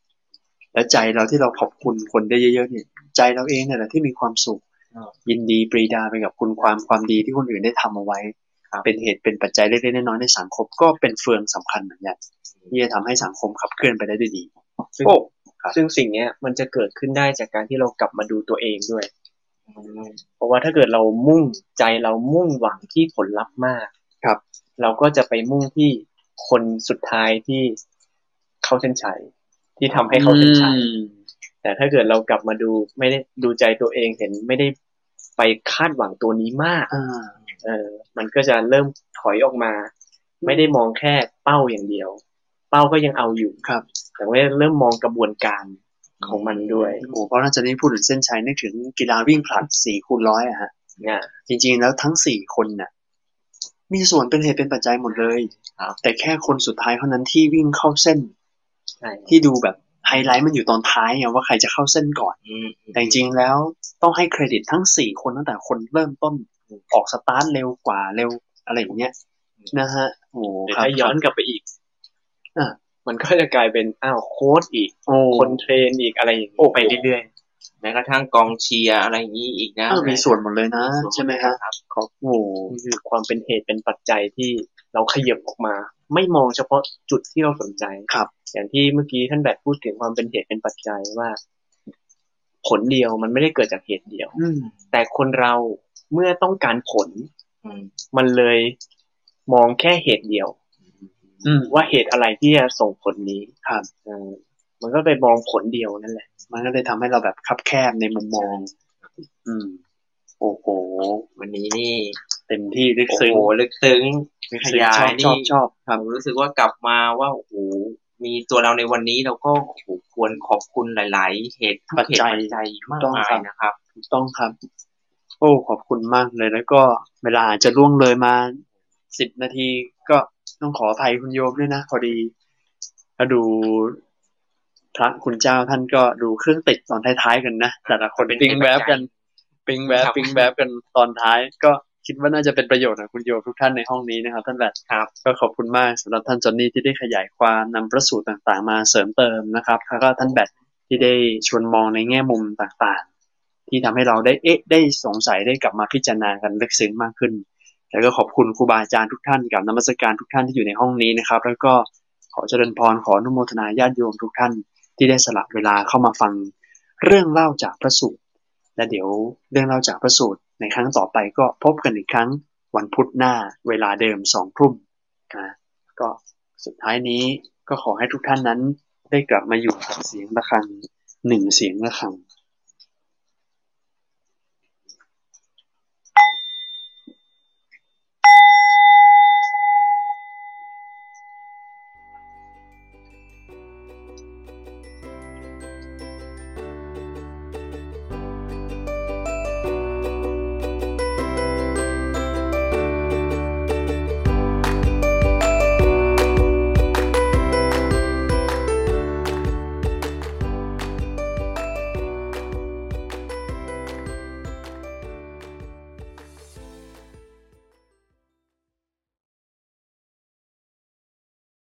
Speaker 3: และใจเราที่เราขอบคุณคนได้เยอะๆเนี่ย ใจเราเองเนี่ยแหละที่มีความสุข ยินดีปรีดาไปกับคุณความความดีที่คนอื่นได้ทำเอาไว้ เป็นเหตุเป็นปัจจัยเล็กๆน้อยๆในสังคมก็เป็นเฟืองสำคัญเหมือนกันที่จะทำให้สังคมขับเคลื่อนไปได้ด้วยดี
Speaker 4: ซึ่ง
Speaker 3: โอ้ครับ
Speaker 4: ซึ่งสิ่งเนี้ยมันจะเกิดขึ้นได้จากการที่เรากลับมาดูตัวเองด้วย เพราะว่าถ้าเกิดเรามุ่งใจเรามุ่งหวังที่ผลลัพธ์มาก
Speaker 3: ครับ
Speaker 4: เราก็จะไปมุ่งที่คนสุดท้ายที่เข้าเส้นชัยที่ทำให้เขาเส้นชัย แต่ถ้าเกิดเรากลับมาดูไม่ได้ดูใจตัวเองเห็นไม่ได้ไปคาดหวังตัวนี้มาก
Speaker 3: อ่า
Speaker 4: เออ มันก็จะเริ่มถอยออกมา ไม่ได้มองแค่เป้าอย่างเดียว เป้าก็ยังเอาอยู่
Speaker 3: ครับ
Speaker 4: แต่ว่าเริ่มมองกระบวนการของมันด้วย
Speaker 3: โอ้เพราะหลังจากนี้พูดถึงเส้นชัยนึกถึงกีฬาวิ่งผลัดสี่คูณร้อยอะฮะ
Speaker 4: เนี่ย
Speaker 3: จริงๆแล้วทั้งสี่คนน่ะ มีส่วนเป็นเหตุเป็นปัจจัยหมดเลย
Speaker 4: ครับ
Speaker 3: แต่แค่คนสุดท้ายเท่านั้นที่วิ่งเข้าเส้น
Speaker 4: ใช่
Speaker 3: ที่ดูแบบไฮไลท์มันอยู่ตอนท้ายไงว่าใครจะเข้าเส้นก่อน แต่จริงๆแล้วต้องให้เครดิตทั้งสี่คนตั้งแต่คนเริ่มต้นออกสตาร์ทเร็วกว่าเร็วอะไรอย่างเงี้ยนะฮะโอ้โห
Speaker 4: หรือ
Speaker 3: ครับ
Speaker 4: ถ้าย้อนกลับไปอีก
Speaker 3: อ่ะ
Speaker 4: มันก็จะกลายเป็นอ้าวโค้ดอีก
Speaker 3: โอ้
Speaker 4: คนเทรนอีกอะไรอย่าง
Speaker 2: โอ้
Speaker 4: นี้
Speaker 2: โห
Speaker 4: ไปเรื่อย
Speaker 2: แม้กระทั่งกองเชียร์อะไรอย่างนี้อีกนะ
Speaker 3: อ้าวมีส่วนหมดเลยนะ
Speaker 2: ส่วนด
Speaker 3: ใช่ไหมฮะ
Speaker 2: ครับ
Speaker 3: ขอบโอ้โห
Speaker 4: ๆนี่คือความเป็นเหตุเป็นปัจจัยที่เราขยับออกมา ไม่มองเฉพาะจุดที่เราสนใจ
Speaker 3: ครับ
Speaker 4: อย่างที่เมื่อกี้ท่านแบบพูดถึงความเป็นเหตุเป็นปัจจัยว่า ผลเดียวมันไม่ได้เกิดจากเหตุเดียว
Speaker 3: อืม
Speaker 4: แต่คนเราเมื่อต้องการผล
Speaker 2: อืม
Speaker 4: มันเลยมองแค่เหตุเดียว
Speaker 3: อืม
Speaker 4: ว่าเหตุอะไรที่จะส่งผลนี้
Speaker 3: ครับ
Speaker 4: เออมันก็ไปมองผลเดียวนั่นแหละ
Speaker 3: มันก็เลยทำให้เราแบบคับแคบในมุมมอง อืม โอ้โห
Speaker 2: วันนี้นี่
Speaker 3: เต็มที่ลึก
Speaker 2: โอ้
Speaker 3: ซึ้ง
Speaker 2: โหลึกซึ้ง
Speaker 3: ลึก
Speaker 2: ข
Speaker 3: ซึ้ง
Speaker 2: ยา
Speaker 3: ชอย บชอ
Speaker 2: นี่
Speaker 3: บชอบค
Speaker 2: ผ
Speaker 3: รับ
Speaker 2: มรู้สึกว่ากลับมาว่าโอ้โหมีตัวเราในวันนี้เราก็โอ้โหควรขอบคุณหลาย ๆ เหตุทุก
Speaker 3: ปัจ
Speaker 2: เหตุ
Speaker 3: จัย
Speaker 2: ปัจจัยมาก
Speaker 3: ต้อง
Speaker 2: มา
Speaker 3: ค
Speaker 2: ย
Speaker 3: รับ
Speaker 2: นะครับ
Speaker 3: ถูกต้องครับ โอ้ขอบคุณมากเลยแล้วก็เวลาอาจจะล่วงเลยมาสิบนาทีก็ต้องขออภัยคุณโยมด้วยนะพอดีก็ดูพระคุณเจ้าท่านก็ดูเครื่องติดตอนท้ายๆกันนะแต่ละคน
Speaker 2: เป็น
Speaker 3: ปิงแวบกันปิ
Speaker 2: เป็น
Speaker 3: งแวบ
Speaker 2: ครับ
Speaker 3: ปิงแวบกันตอนท้าย ก็คิดว่าน่าจะเป็นประโยชน์กับคุณโยมทุกท่านในห้องนี้นะครับ ท่านแบบ
Speaker 2: ครับ
Speaker 3: ก็ขอบคุณมากสำหรับท่านจอนนี่ที่ได้ขยายความนำประสูตรต่างๆ มาเสริมเติมนะครับแล้วก็ท่านแบท ที่ได้ชวนมองในแง่มุมต่างๆ ที่ทำให้เราได้เอ๊ะได้สงสัยได้กลับมาพิจารณากันลึกซึ้งมากขึ้น แล้วก็ขอบคุณครูบาอาจารย์ทุกท่านกับนักมัสการทุกท่านที่อยู่ในห้องนี้นะครับ แล้วก็ขอเจริญพรขออนุโมทนาญาติโยมทุกท่าน ที่ได้สละเวลาเข้ามาฟังเรื่องเล่าจากพระสูตรและเดี๋ยวเรื่องเล่าจากพระสูตรในครั้งต่อไปก็พบกันอีกครั้งวันพุธหน้าเวลาเดิมสองทุ่มนะก็สุดท้ายนี้ก็ขอให้ทุกท่านนั้นได้กลับมาอยู่กับเสียงะระฆัง หนึ่งเสียงะระฆัง